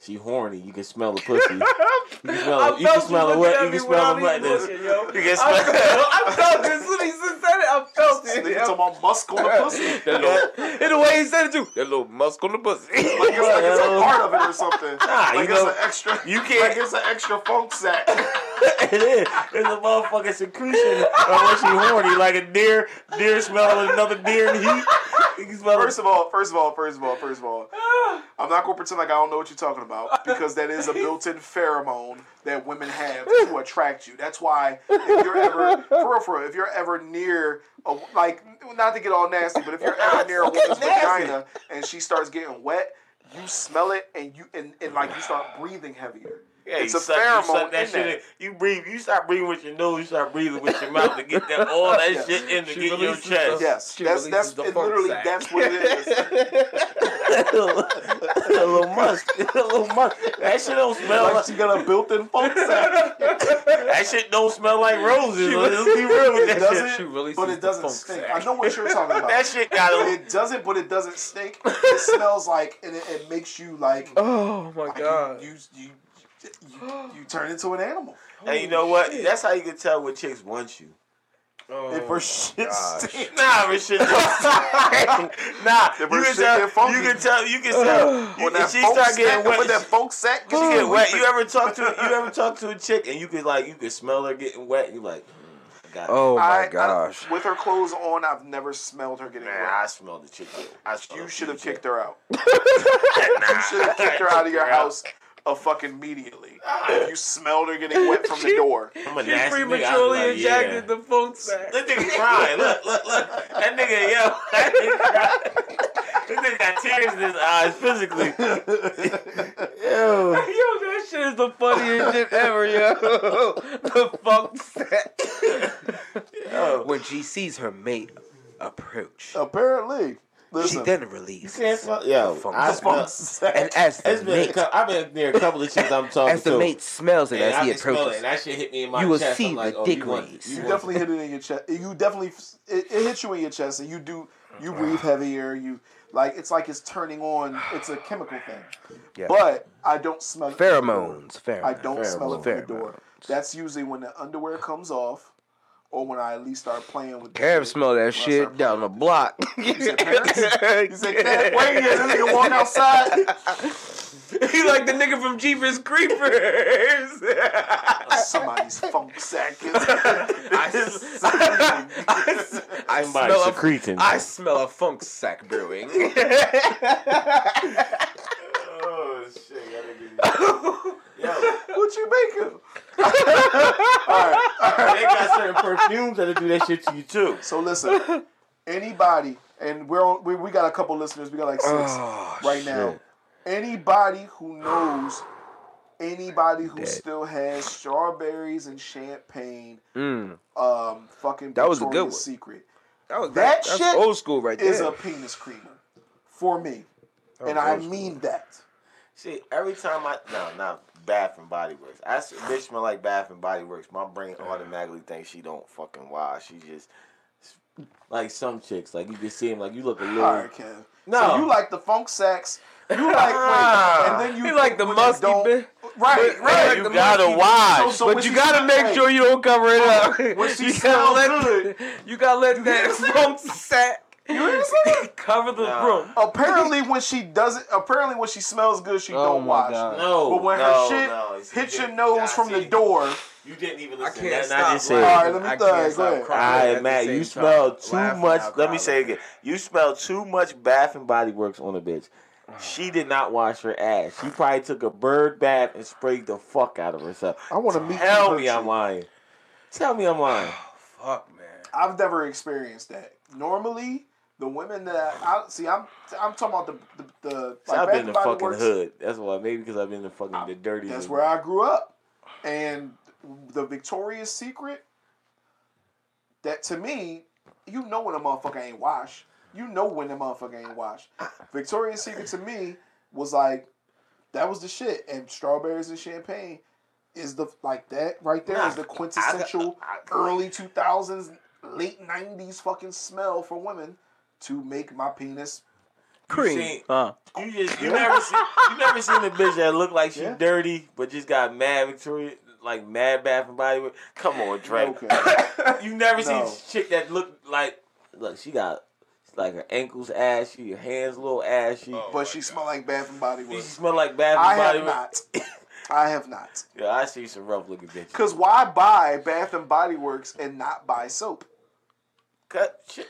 Speaker 4: She horny. You can smell the pussy. You can
Speaker 6: *laughs*
Speaker 4: smell.
Speaker 6: I
Speaker 4: it. You can
Speaker 6: felt you
Speaker 4: smell the
Speaker 6: looking
Speaker 4: wet.
Speaker 6: at
Speaker 4: You
Speaker 6: me
Speaker 4: can smell
Speaker 6: without
Speaker 4: the
Speaker 6: even
Speaker 4: wetness.
Speaker 6: looking, yo.
Speaker 4: You can
Speaker 6: *laughs* I
Speaker 4: smell.
Speaker 6: felt, I felt it. As soon as he said it, I felt
Speaker 5: This
Speaker 6: it.
Speaker 5: nigga
Speaker 6: yo. *laughs*
Speaker 5: talking about musk on the pussy. Like
Speaker 6: That little, and the way he said it *laughs* too. That little musk on the pussy.
Speaker 5: it's, like it's a part of it or something.
Speaker 4: Nah,
Speaker 5: like
Speaker 4: you
Speaker 5: it's
Speaker 4: know,
Speaker 5: an extra.
Speaker 4: you can't-
Speaker 5: Like it's an extra funk sack.
Speaker 4: *laughs*
Speaker 6: *laughs*
Speaker 4: it is. It's a motherfucking secretion unless you horny, like a deer, deer smelling another deer in heat. You can smell
Speaker 5: First of all, first of all, first of all, first of all, I'm not gonna pretend like I don't know what you're talking about because that is a built-in pheromone that women have to attract you. That's why if you're ever for real, for real, if you're ever near a, like not to get all nasty, but if you're ever near a woman's vagina and she starts getting wet, you smell it and you and, and like you start breathing heavier.
Speaker 4: Yeah,
Speaker 5: It's
Speaker 4: you
Speaker 5: a
Speaker 4: you
Speaker 5: pheromone
Speaker 4: that
Speaker 5: in
Speaker 4: shit
Speaker 5: there.
Speaker 4: You breathe. You start breathing with your nose. You start breathing with your mouth to get
Speaker 5: *laughs*
Speaker 4: that all that
Speaker 5: Yeah.
Speaker 4: shit in to
Speaker 6: She
Speaker 4: get your
Speaker 6: releases
Speaker 4: chest.
Speaker 6: the-
Speaker 5: Yes,
Speaker 6: She
Speaker 5: that's that's
Speaker 6: releases the
Speaker 5: it,
Speaker 6: funk
Speaker 5: literally
Speaker 6: sack.
Speaker 5: that's what it
Speaker 6: *laughs*
Speaker 5: is.
Speaker 4: a
Speaker 5: *laughs*
Speaker 4: little musk. A little musk. That shit don't smell.
Speaker 5: like
Speaker 4: Like,
Speaker 5: she got a built-in funk sack.
Speaker 4: that shit don't smell like roses. Let's be real with that
Speaker 5: It doesn't,
Speaker 4: shit.
Speaker 6: she releases
Speaker 5: but
Speaker 6: the
Speaker 5: it doesn't
Speaker 6: funk
Speaker 5: stink.
Speaker 6: sack.
Speaker 5: I know what
Speaker 4: *laughs*
Speaker 5: you're talking about.
Speaker 4: That shit got
Speaker 5: *laughs*
Speaker 4: a.
Speaker 5: it doesn't, but it doesn't stink. It smells like, and it, it makes you like,
Speaker 6: Oh my
Speaker 5: like,
Speaker 6: god.
Speaker 5: you you, you you you turn into an animal.
Speaker 4: And you know what? That's how you can tell what chicks want you.
Speaker 6: Oh.
Speaker 5: If her shit
Speaker 6: gosh.
Speaker 5: stinks.
Speaker 4: *laughs* Nah, but
Speaker 5: *laughs*
Speaker 4: shit. nah, you
Speaker 5: If her
Speaker 4: can
Speaker 5: shit
Speaker 4: tell.
Speaker 5: get funky.
Speaker 4: You can tell. You can
Speaker 5: *sighs*
Speaker 4: tell. You,
Speaker 5: When that
Speaker 4: if she
Speaker 5: folk
Speaker 4: start getting
Speaker 5: sack-
Speaker 4: wet.
Speaker 5: when that folk sack
Speaker 4: she
Speaker 5: gets
Speaker 4: get wet. You ever talk to you ever talk to a chick and you could like you could smell her getting wet. You like, mm, I got it.
Speaker 6: Oh
Speaker 5: I-
Speaker 6: my
Speaker 5: I-
Speaker 6: gosh.
Speaker 5: with her clothes on, I've never smelled her getting
Speaker 4: uh, man, I
Speaker 5: wet.
Speaker 4: smell the chick. *laughs* getting- I smell
Speaker 5: You
Speaker 4: the
Speaker 5: should have
Speaker 4: chick.
Speaker 5: kicked her out.
Speaker 4: Nah.
Speaker 5: You should have kicked her out
Speaker 4: *laughs*
Speaker 5: of your
Speaker 4: Girl,
Speaker 5: house, a fucking immediately. If you smelled her getting
Speaker 4: *laughs*
Speaker 5: wet from the
Speaker 6: She-
Speaker 5: door.
Speaker 4: I'm a
Speaker 6: She
Speaker 4: nasty
Speaker 6: prematurely
Speaker 4: nigga. I was like, yeah.
Speaker 6: injected the funk sack.
Speaker 4: That nigga crying. Look, look, look. That nigga, yo. *laughs* That nigga, crying. this nigga got tears in his eyes physically.
Speaker 6: *laughs* Yo, that shit is the funniest shit ever, yo. *laughs* the funk sack.
Speaker 5: *laughs*
Speaker 4: Yo.
Speaker 6: When she sees her mate approach,
Speaker 5: Apparently.
Speaker 6: she
Speaker 5: Oh, Listen,
Speaker 6: then releases.
Speaker 4: Can't smell- Yo,
Speaker 6: Funk
Speaker 4: I
Speaker 6: sack.
Speaker 4: smell.
Speaker 6: And as the
Speaker 4: It's been a
Speaker 6: mate,
Speaker 4: cou- I've been near a couple of chicks I'm talking
Speaker 6: as
Speaker 4: to.
Speaker 6: the mate smells it
Speaker 4: and I
Speaker 6: as he
Speaker 4: can smell it,
Speaker 6: approaches,
Speaker 4: and that shit hit me in my
Speaker 6: You will
Speaker 4: chest.
Speaker 6: see
Speaker 4: I'm
Speaker 6: the
Speaker 4: like, oh,
Speaker 6: dick
Speaker 4: you want,
Speaker 6: rings.
Speaker 5: you
Speaker 4: want-
Speaker 5: definitely hit it in your chest. You definitely it, it hits you in your chest, and you do you breathe heavier. You like it's like it's turning on. It's a chemical thing.
Speaker 6: *sighs* Yeah.
Speaker 5: But I don't smell it from the door.
Speaker 6: pheromones, pheromones.
Speaker 5: I don't smell it from the door.
Speaker 6: pheromones.
Speaker 5: That's usually when the underwear comes off, or when I at least start playing with. the
Speaker 6: Kev
Speaker 5: shit.
Speaker 6: smelled that
Speaker 5: When I
Speaker 6: shit
Speaker 5: start
Speaker 6: down the block.
Speaker 5: *laughs*
Speaker 6: You *laughs*
Speaker 5: said parents? playing- You say, "Kev, wait here, this nigga walk
Speaker 6: *laughs*
Speaker 5: outside.
Speaker 6: He like the nigga from Jeepers Creepers. *laughs*
Speaker 5: Somebody's funk sack.
Speaker 4: *laughs*
Speaker 5: is-
Speaker 6: I, s- I s- I
Speaker 4: Somebody
Speaker 6: smell a,
Speaker 4: secreting.
Speaker 6: I smell a funk sack
Speaker 5: *laughs*
Speaker 6: brewing.
Speaker 4: Oh shit, y'all niggas. Yo,
Speaker 5: what you make of? All right.
Speaker 4: they got certain perfumes that'll do that shit to you too.
Speaker 5: *laughs* So listen, anybody, and we're on, we we got a couple listeners. We got like six
Speaker 4: Ah,
Speaker 6: *laughs* Oh,
Speaker 5: right now. Anybody who knows anybody who
Speaker 6: Dead.
Speaker 5: still has strawberries and champagne,
Speaker 6: Mm,
Speaker 5: um, fucking
Speaker 6: That was a good
Speaker 5: Victoria's
Speaker 6: one.
Speaker 5: Secret
Speaker 6: that was
Speaker 5: That
Speaker 6: that's
Speaker 5: shit
Speaker 6: old school right
Speaker 5: is
Speaker 6: there.
Speaker 5: a penis creamer for me,
Speaker 6: was
Speaker 5: and I
Speaker 6: old school.
Speaker 5: mean that.
Speaker 4: See, every time I no, not Bath and Body Works. I s- bitch smell like Bath and Body Works. My brain automatically thinks she don't fucking wash. She just like some chicks, like you can see them, like you look a little.
Speaker 5: All right, Kev. No,
Speaker 4: No.
Speaker 5: you like the funk sax. You like wait, and then you
Speaker 6: He Ah. like the
Speaker 5: when
Speaker 6: musky
Speaker 5: don't-
Speaker 6: bit.
Speaker 5: Right,
Speaker 6: Right,
Speaker 5: right.
Speaker 6: you
Speaker 5: the
Speaker 6: gotta
Speaker 5: musky-
Speaker 4: wash,
Speaker 5: so when
Speaker 6: but you
Speaker 5: she
Speaker 6: gotta
Speaker 5: smell-
Speaker 6: make
Speaker 5: right.
Speaker 6: sure you don't cover it up.
Speaker 5: Oh, When she
Speaker 6: you gotta
Speaker 5: smells
Speaker 6: let
Speaker 5: good.
Speaker 6: you gotta let that funk sack *laughs* cover the
Speaker 4: Nah.
Speaker 6: room.
Speaker 5: Apparently, when she doesn't, apparently when she smells good, she
Speaker 6: Oh
Speaker 5: don't
Speaker 6: my
Speaker 5: wash.
Speaker 6: God.
Speaker 4: No,
Speaker 5: But when
Speaker 4: no,
Speaker 5: her shit
Speaker 4: no, it's-
Speaker 5: hits your
Speaker 4: nah,
Speaker 5: nose from
Speaker 4: see,
Speaker 5: the door,
Speaker 4: You didn't even
Speaker 6: I
Speaker 4: listen.
Speaker 6: can't
Speaker 4: That-
Speaker 6: stop.
Speaker 4: I didn't say
Speaker 5: laughing.
Speaker 4: it.
Speaker 5: All right, let me-
Speaker 6: I
Speaker 5: all right,
Speaker 6: can't
Speaker 5: go ahead.
Speaker 6: stop crying. at
Speaker 4: Alright,
Speaker 6: the
Speaker 4: Matt,
Speaker 6: same
Speaker 4: you
Speaker 6: time.
Speaker 4: smell too
Speaker 6: Laughing
Speaker 4: much.
Speaker 6: out
Speaker 4: Let me say it
Speaker 6: crying.
Speaker 4: again. You smell too much Bath and Body Works on a bitch. She did not wash her ass. She probably took a bird bath and sprayed the fuck out of herself.
Speaker 5: I want to meet.
Speaker 4: Tell
Speaker 5: you
Speaker 4: me I'm
Speaker 5: virtually.
Speaker 4: lying. Tell me I'm
Speaker 5: *sighs*
Speaker 4: lying.
Speaker 6: Fuck, man.
Speaker 5: I've never experienced that. Normally, the women that I see, I'm I'm talking about the the, the
Speaker 4: So I've
Speaker 5: Bath
Speaker 4: been in
Speaker 5: and
Speaker 4: the
Speaker 5: Body
Speaker 4: fucking
Speaker 5: Works,
Speaker 4: hood. That's why. Maybe because I've been in the fucking the dirty.
Speaker 5: That's where I grew up, and the Victoria's Secret. That to me, you know when a motherfucker ain't washed. You know when a motherfucker ain't washed. Victoria's Secret to me was like that was the shit, and strawberries and champagne is the like that right there is the quintessential early two thousands, late nineties fucking smell for women to make my penis.
Speaker 6: Cream.
Speaker 4: seen-
Speaker 6: huh?
Speaker 4: You just you
Speaker 5: *laughs*
Speaker 4: never seen you never seen a bitch that look like she
Speaker 5: Yeah.
Speaker 4: dirty but just got mad Victoria like mad Bath and Body Works. Come on, Drake.
Speaker 5: Okay.
Speaker 4: you never
Speaker 5: No.
Speaker 4: seen chick that looked like look she got like her ankles ashy, her hands a little ashy.
Speaker 5: But she smell like Bath and Body
Speaker 4: She
Speaker 5: Works.
Speaker 4: smell like Oh Bath
Speaker 5: Oh, I
Speaker 4: and
Speaker 5: have
Speaker 4: Body
Speaker 5: not. I have not.
Speaker 4: Yeah, I see some rough looking bitches.
Speaker 5: Cause why buy Bath and Body Works and not buy soap?
Speaker 4: Cut shit.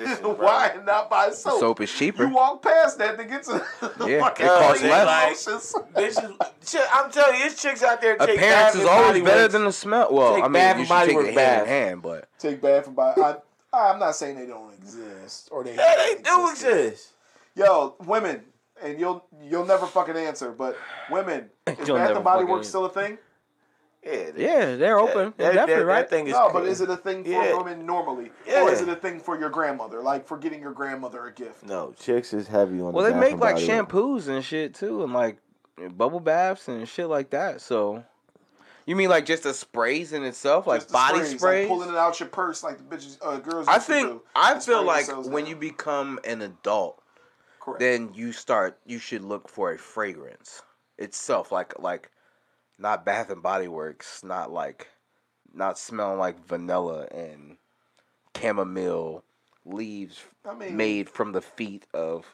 Speaker 4: Listen,
Speaker 5: *laughs*
Speaker 4: bro.
Speaker 5: why not buy soap?
Speaker 6: Soap is cheaper.
Speaker 5: You walk past that to get to *laughs* the
Speaker 6: Yeah,
Speaker 5: fucking
Speaker 6: it costs
Speaker 5: thing.
Speaker 4: less.
Speaker 5: It's
Speaker 4: Bitches, shit, I'm telling you, it's chicks out there. take Bath
Speaker 6: Appearance is
Speaker 4: and Body
Speaker 6: always better
Speaker 4: Works.
Speaker 6: than the smell. Well,
Speaker 4: Take
Speaker 6: I mean,
Speaker 4: Bath
Speaker 6: you
Speaker 4: and
Speaker 6: should
Speaker 4: Body
Speaker 6: take the
Speaker 4: Works
Speaker 6: hand in
Speaker 4: bath.
Speaker 6: hand, but
Speaker 5: Take Bath and Body. I, I'm not saying they don't exist or they.
Speaker 4: Yeah, they
Speaker 5: haven't
Speaker 4: do
Speaker 5: existed.
Speaker 4: exist.
Speaker 5: Yo, women, and you'll you'll never fucking answer. But women, is
Speaker 6: *laughs* You'll
Speaker 5: Bath
Speaker 6: never
Speaker 5: and Body
Speaker 6: fucking
Speaker 5: Works
Speaker 6: answer.
Speaker 5: still a thing?
Speaker 4: Yeah, they-
Speaker 6: Yeah, they're open.
Speaker 4: That, that,
Speaker 6: definitely,
Speaker 4: that,
Speaker 6: right?
Speaker 4: that thing is
Speaker 5: No,
Speaker 4: cool.
Speaker 5: but is it a thing for
Speaker 4: Yeah.
Speaker 5: women normally,
Speaker 4: Yeah.
Speaker 5: or is it a thing for your grandmother, like for getting your grandmother a gift?
Speaker 4: No, chicks is heavy on.
Speaker 6: well,
Speaker 4: the
Speaker 6: they make
Speaker 4: bathroom
Speaker 6: like
Speaker 4: body.
Speaker 6: shampoos and shit too, and like bubble baths and shit like that. So, you mean like just the sprays in itself, like
Speaker 5: Just the
Speaker 6: body
Speaker 5: sprays,
Speaker 6: sprays?
Speaker 5: like pulling it out your purse like the bitches, uh, girls.
Speaker 6: I
Speaker 5: used to
Speaker 6: think
Speaker 5: do,
Speaker 6: I
Speaker 5: and spray
Speaker 6: feel like
Speaker 5: themselves
Speaker 6: when
Speaker 5: down.
Speaker 6: you become an adult,
Speaker 5: Correct.
Speaker 6: then you start you should look for a fragrance itself, like like not Bath and Body Works, not like not smelling like vanilla and chamomile leaves
Speaker 5: I mean,
Speaker 6: made from the feet of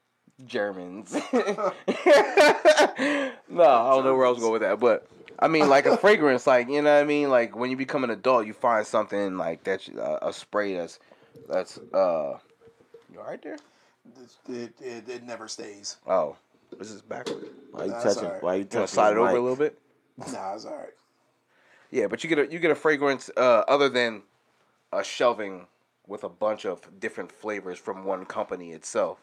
Speaker 5: *laughs*
Speaker 6: Germans. *laughs* no, I don't know where I was going with that, but I mean, like a fragrance, like you know what I mean. Like when you become an adult, you find something like that, you- uh, a spray that's that's uh, you all right there?
Speaker 5: it, it, it never stays.
Speaker 6: Oh, this is backward.
Speaker 4: Why you
Speaker 5: Nah,
Speaker 4: touching?
Speaker 5: sorry.
Speaker 4: Why you touching?
Speaker 6: You want to slide it
Speaker 4: the
Speaker 6: over a
Speaker 4: mic?
Speaker 6: little bit?
Speaker 5: Nah, it's all right.
Speaker 6: Yeah, but you get a you get a fragrance uh, other than a shelving with a bunch of different flavors from one company itself,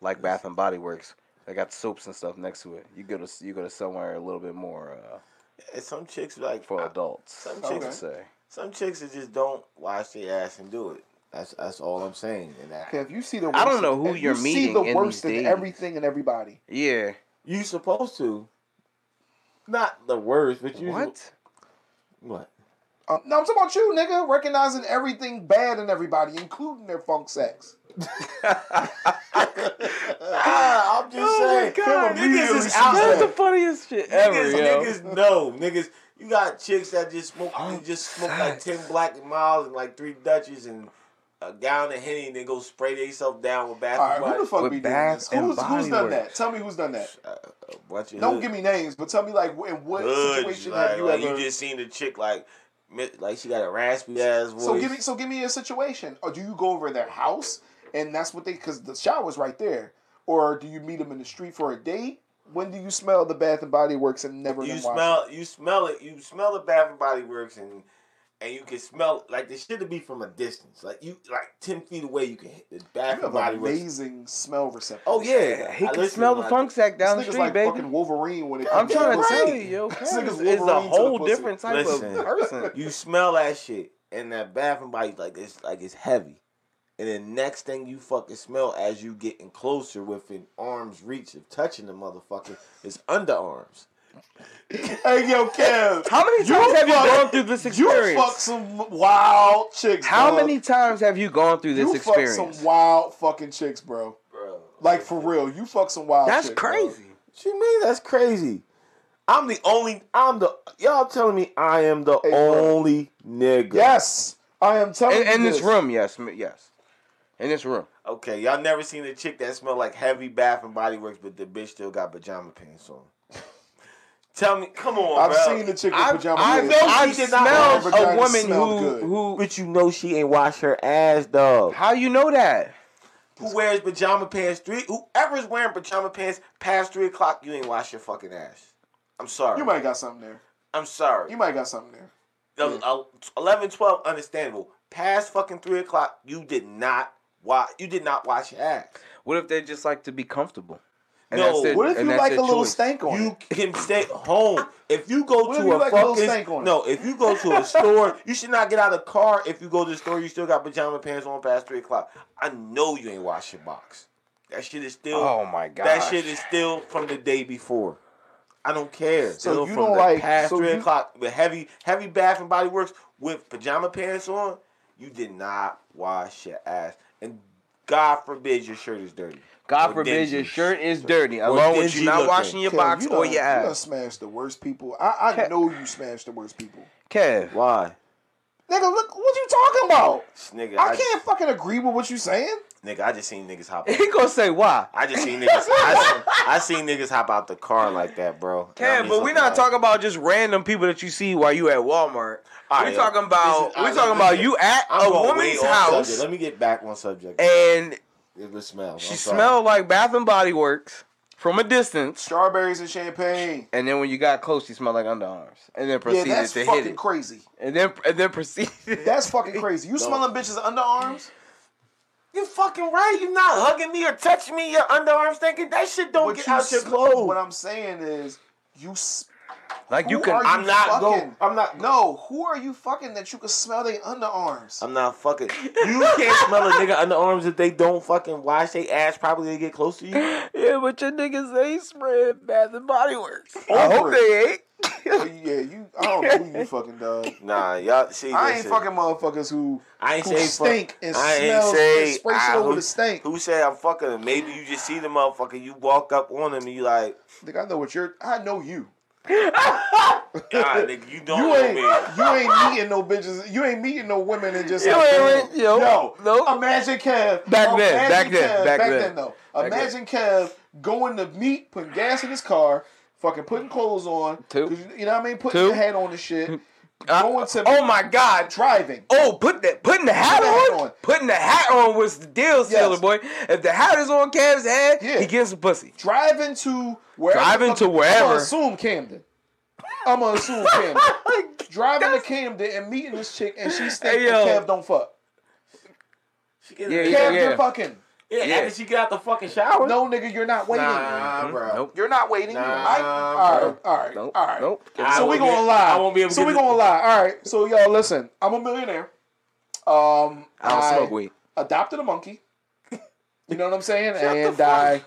Speaker 6: like Bath and Body Works. They got soaps and stuff next to it. You go to you go to somewhere a little bit more uh,
Speaker 4: And some chicks like
Speaker 6: for adults. Some
Speaker 4: Ah, Some
Speaker 6: chicks
Speaker 4: chicks-
Speaker 6: would say.
Speaker 4: Some chicks that just don't wash their ass and do it. That's that's all I'm saying. And that,
Speaker 5: Okay, if you see the worst,
Speaker 6: I don't know who
Speaker 5: if
Speaker 6: you're
Speaker 5: you see
Speaker 6: meeting
Speaker 5: the
Speaker 6: in
Speaker 5: worst
Speaker 6: these
Speaker 5: in
Speaker 6: days.
Speaker 5: everything and everybody.
Speaker 6: Yeah.
Speaker 4: you supposed to. Not the worst, but you
Speaker 6: What?
Speaker 4: What?
Speaker 5: Uh, no, I'm talking about you, nigga. Recognizing everything bad in everybody, including their funk sex.
Speaker 4: Ah, I'm just saying.
Speaker 5: Oh
Speaker 4: niggas is out
Speaker 6: That's the
Speaker 4: there.
Speaker 6: funniest shit ever,
Speaker 4: Niggas,
Speaker 6: yo.
Speaker 4: niggas, no, niggas. You got chicks that just smoke,
Speaker 5: Oh,
Speaker 4: they just smoke like
Speaker 6: Facts.
Speaker 4: ten black miles and like three Dutches and a gallon of henny, and then go spray themselves down with
Speaker 5: All right,
Speaker 4: bathroom.
Speaker 5: who the fuck
Speaker 6: With
Speaker 5: be doing
Speaker 6: Bath
Speaker 5: this?
Speaker 6: and
Speaker 5: Who's, who's
Speaker 6: Body
Speaker 5: done
Speaker 6: Works.
Speaker 5: that? Tell me who's done that.
Speaker 4: bunch of
Speaker 5: Don't
Speaker 4: hood-
Speaker 5: give me names, but tell me like wh- in what
Speaker 4: hoods,
Speaker 5: situation
Speaker 4: like,
Speaker 5: have you
Speaker 4: like,
Speaker 5: ever?
Speaker 4: just seen the chick like, mi- like she got a raspy ass voice.
Speaker 5: so give me so give me a situation. Or do you go over their house and that's what they because the shower's right there, or do you meet them in the street for a date? When do you smell the Bath and Body Works and never
Speaker 4: you
Speaker 5: them
Speaker 4: smell you smell it you smell the Bath and Body Works and and you can smell like the shit to be from a distance like you like ten feet away you can hit the
Speaker 5: watching?
Speaker 4: Bath
Speaker 5: You
Speaker 4: and
Speaker 5: have
Speaker 4: Body
Speaker 5: an
Speaker 4: Works.
Speaker 5: amazing smell receptor.
Speaker 4: Oh yeah,
Speaker 6: He
Speaker 4: I
Speaker 6: can
Speaker 4: listen
Speaker 6: smell the
Speaker 4: to my-
Speaker 6: funk sack down the
Speaker 5: this nigga's
Speaker 6: street,
Speaker 5: like
Speaker 6: baby.
Speaker 5: fucking Wolverine when it
Speaker 6: I'm
Speaker 5: comes
Speaker 6: trying to
Speaker 5: to pussy.
Speaker 6: tell you, yo,
Speaker 5: This nigga's
Speaker 6: Travis is a
Speaker 5: Wolverine to the
Speaker 6: whole
Speaker 5: pussy.
Speaker 6: different type
Speaker 4: Listen.
Speaker 5: *laughs*
Speaker 6: of person.
Speaker 4: You smell that shit and that Bath and Body like it's like it's heavy, and the next thing you fucking smell as you getting closer within arm's reach of touching the motherfucker is underarms.
Speaker 5: Hey yo, Kev,
Speaker 6: How many
Speaker 5: You
Speaker 6: times have you
Speaker 5: fuck-
Speaker 6: gone through this
Speaker 5: you
Speaker 6: experience?
Speaker 5: fuck some wild chicks.
Speaker 6: How
Speaker 5: dog.
Speaker 6: many times have you gone through this
Speaker 5: you fuck
Speaker 6: experience?
Speaker 5: some wild fucking chicks, bro.
Speaker 4: Bro,
Speaker 5: Like for real, you fuck some wild.
Speaker 6: That's
Speaker 5: shit, bro.
Speaker 6: crazy.
Speaker 4: What you mean that's crazy? I'm the only. I'm the. Y'all telling me I am the
Speaker 5: Hey, bro.
Speaker 4: only nigga.
Speaker 5: Yes, I am telling
Speaker 6: In,
Speaker 5: you
Speaker 6: in this
Speaker 5: this
Speaker 6: room, yes, m- yes. In this room.
Speaker 4: Okay, y'all never seen a chick that smell like heavy Bath and Body Works, but the bitch still got pajama pants on. *laughs* Tell me, come on,
Speaker 5: I've
Speaker 4: bro.
Speaker 5: seen the chick with
Speaker 6: I've,
Speaker 5: pajama pants.
Speaker 6: I've,
Speaker 4: know she
Speaker 6: I've
Speaker 4: did not wash
Speaker 6: smelled
Speaker 5: her
Speaker 6: a
Speaker 5: vagina
Speaker 6: woman
Speaker 5: smelled
Speaker 6: who
Speaker 5: good.
Speaker 6: who.
Speaker 4: But you know she ain't wash her ass, dog.
Speaker 6: How you know that?
Speaker 4: Who wears pajama pants? Three. Whoever's wearing pajama pants past three o'clock, you ain't wash your fucking ass. I'm sorry.
Speaker 5: You might got something there.
Speaker 4: I'm sorry.
Speaker 5: You might got something there.
Speaker 4: The- uh, 11, 12, understandable. Past fucking three o'clock, you did not watch. You did not wash your ass.
Speaker 6: What if they just like to be comfortable? And
Speaker 4: No.
Speaker 6: that's their-
Speaker 5: What if
Speaker 6: and
Speaker 5: you
Speaker 6: that's
Speaker 5: like a
Speaker 6: their
Speaker 5: little
Speaker 6: choice?
Speaker 5: stank on
Speaker 4: You
Speaker 5: it?
Speaker 4: can stay home. If you go
Speaker 5: What
Speaker 4: to
Speaker 5: if you
Speaker 4: a
Speaker 5: like a little stank
Speaker 4: fucking
Speaker 5: on it?
Speaker 4: no, if you go to a store, you should not get out of the car. If you go to the store, you still got pajama pants on past three o'clock. I know you ain't washed your box. That shit is still.
Speaker 6: Oh my god.
Speaker 4: That shit is still from the day before. I don't care.
Speaker 5: So
Speaker 4: Still
Speaker 5: you
Speaker 4: from
Speaker 5: don't
Speaker 4: the
Speaker 5: like-
Speaker 4: past
Speaker 5: so
Speaker 4: three
Speaker 5: you-
Speaker 4: o'clock with heavy heavy Bath and Body Works with pajama pants on. You did not wash your ass, and God forbid your shirt is dirty.
Speaker 6: God
Speaker 4: Or
Speaker 6: forbid
Speaker 4: dingy.
Speaker 6: your shirt is dirty, along with you
Speaker 4: dingy
Speaker 6: not
Speaker 4: looking.
Speaker 6: washing your
Speaker 5: Kev,
Speaker 6: box
Speaker 5: you
Speaker 6: or
Speaker 5: done-
Speaker 6: your
Speaker 5: You done
Speaker 6: ass.
Speaker 5: smashed the worst people. I, I
Speaker 6: Kev-
Speaker 5: know you smashed the worst people.
Speaker 6: Kev, *laughs*
Speaker 4: Why?
Speaker 5: Nigga, look, what you talking about?
Speaker 4: Nigga,
Speaker 5: I
Speaker 4: I-
Speaker 5: can't fucking agree with what you saying.
Speaker 4: Nigga, I just seen niggas hop. *laughs*
Speaker 6: he gonna say why?
Speaker 4: I just seen niggas. *laughs* I, seen, I seen niggas hop out the car like that, bro. And I
Speaker 6: Kev,
Speaker 4: mean
Speaker 6: but we're
Speaker 4: something
Speaker 6: not
Speaker 4: like-
Speaker 6: talking about just random people that you see while you at Walmart.
Speaker 4: All
Speaker 6: we're
Speaker 4: right,
Speaker 6: talking about
Speaker 4: this is- all
Speaker 6: we're
Speaker 4: right,
Speaker 6: talking
Speaker 4: let me
Speaker 6: about
Speaker 4: get-
Speaker 6: you at
Speaker 4: I'm
Speaker 6: a
Speaker 4: going way
Speaker 6: woman's
Speaker 4: off
Speaker 6: house
Speaker 4: subject. Let me get back on subject.
Speaker 6: and
Speaker 4: it was smell.
Speaker 6: she smelled like Bath and Body Works from a distance,
Speaker 5: Strawberries and champagne.
Speaker 6: and then when you got close, she smelled like underarms, and then
Speaker 5: Yeah,
Speaker 6: proceeded
Speaker 5: that's
Speaker 6: to hit
Speaker 5: fucking
Speaker 6: it,
Speaker 5: crazy.
Speaker 6: and then and then proceeded.
Speaker 5: That's fucking crazy. You smelling bitches underarms?
Speaker 4: You fucking right. You're not hugging me or touching me. Your underarms thinking that shit don't
Speaker 5: But
Speaker 4: get
Speaker 5: you
Speaker 4: out your
Speaker 5: sl-
Speaker 4: clothes.
Speaker 5: What I'm saying is, you. s-
Speaker 6: *laughs* Like you
Speaker 5: who
Speaker 6: can.
Speaker 5: are
Speaker 4: I'm not
Speaker 5: fucking?
Speaker 4: going. I'm not.
Speaker 5: No, who are you fucking that you can smell their underarms?
Speaker 4: I'm not fucking. You can't smell a nigga underarms if they don't fucking wash their ass properly to get close to you.
Speaker 6: *laughs* Yeah, but your niggas they spread Bath and Body Works. I
Speaker 5: Over
Speaker 6: hope
Speaker 5: it.
Speaker 6: they ain't.
Speaker 5: yeah, you. I don't know
Speaker 6: *laughs*
Speaker 5: who you fucking dog.
Speaker 4: Nah, y'all see
Speaker 5: I ain't
Speaker 4: listen,
Speaker 5: fucking motherfuckers who
Speaker 4: I ain't
Speaker 5: who
Speaker 4: say fuck-
Speaker 5: stink and
Speaker 4: I ain't
Speaker 5: smell
Speaker 4: say-
Speaker 5: and spray
Speaker 4: I-
Speaker 5: shit over
Speaker 4: who-
Speaker 5: the stink.
Speaker 4: Who said I'm fucking him? Maybe you just see the motherfucker. You walk up on him and you like,
Speaker 5: Nigga, I know what you're. I know you. *laughs*
Speaker 4: God, nigga,
Speaker 6: Oh,
Speaker 4: you don't
Speaker 5: You
Speaker 4: know
Speaker 5: ain't
Speaker 4: me.
Speaker 5: you ain't meeting no bitches. You ain't meeting no women and just
Speaker 6: You
Speaker 5: like,
Speaker 6: ain't meet- yo,
Speaker 5: yo,
Speaker 6: nope.
Speaker 5: Imagine Kev
Speaker 6: Back then,
Speaker 5: imagine
Speaker 6: back then,
Speaker 5: Kev-
Speaker 6: back
Speaker 5: back
Speaker 6: then.
Speaker 5: then though.
Speaker 6: Back then.
Speaker 5: Imagine Kev going to meet, putting gas in his car, fucking putting clothes on.
Speaker 6: Two.
Speaker 5: 'cause You you know what I mean? Putting
Speaker 6: Two.
Speaker 5: your hat on and shit.
Speaker 6: I-
Speaker 5: Going to
Speaker 6: oh my god.
Speaker 5: driving.
Speaker 6: Oh, put that putting the hat,
Speaker 5: Put the hat
Speaker 6: on,
Speaker 5: on.
Speaker 6: Putting the hat on was the deal sealer,
Speaker 5: Yes.
Speaker 6: boy. If the hat is on Cav's head,
Speaker 5: Yeah.
Speaker 6: he gets some pussy.
Speaker 5: Driving to wherever.
Speaker 6: Driving
Speaker 5: the fuck-
Speaker 6: to wherever.
Speaker 5: I'm gonna assume Camden. I'm gonna
Speaker 6: *laughs*
Speaker 5: assume *laughs* Camden. driving to Camden and meeting this chick and she stink
Speaker 6: Hey,
Speaker 5: and
Speaker 6: yo.
Speaker 5: Kev don't fuck.
Speaker 6: Yeah,
Speaker 5: Kev,
Speaker 6: yeah,
Speaker 5: you're
Speaker 6: yeah.
Speaker 5: fucking.
Speaker 4: Yeah,
Speaker 6: Yeah.
Speaker 4: after she get out the fucking shower.
Speaker 5: No, nigga, you're not waiting.
Speaker 4: Nah, bro.
Speaker 6: Mm-hmm. Nope.
Speaker 5: You're not waiting.
Speaker 4: Nah,
Speaker 5: I, all right, all right,
Speaker 6: Nope.
Speaker 5: all right.
Speaker 6: Nope.
Speaker 4: I
Speaker 5: So we
Speaker 4: won't be-
Speaker 5: gonna lie.
Speaker 4: I won't be able to
Speaker 5: so
Speaker 4: get
Speaker 5: we
Speaker 4: it.
Speaker 5: gonna lie. All right. So y'all listen. I'm a millionaire. Um,
Speaker 6: I don't smoke weed.
Speaker 5: Adopted a monkey. *laughs* You know what I'm saying? and I,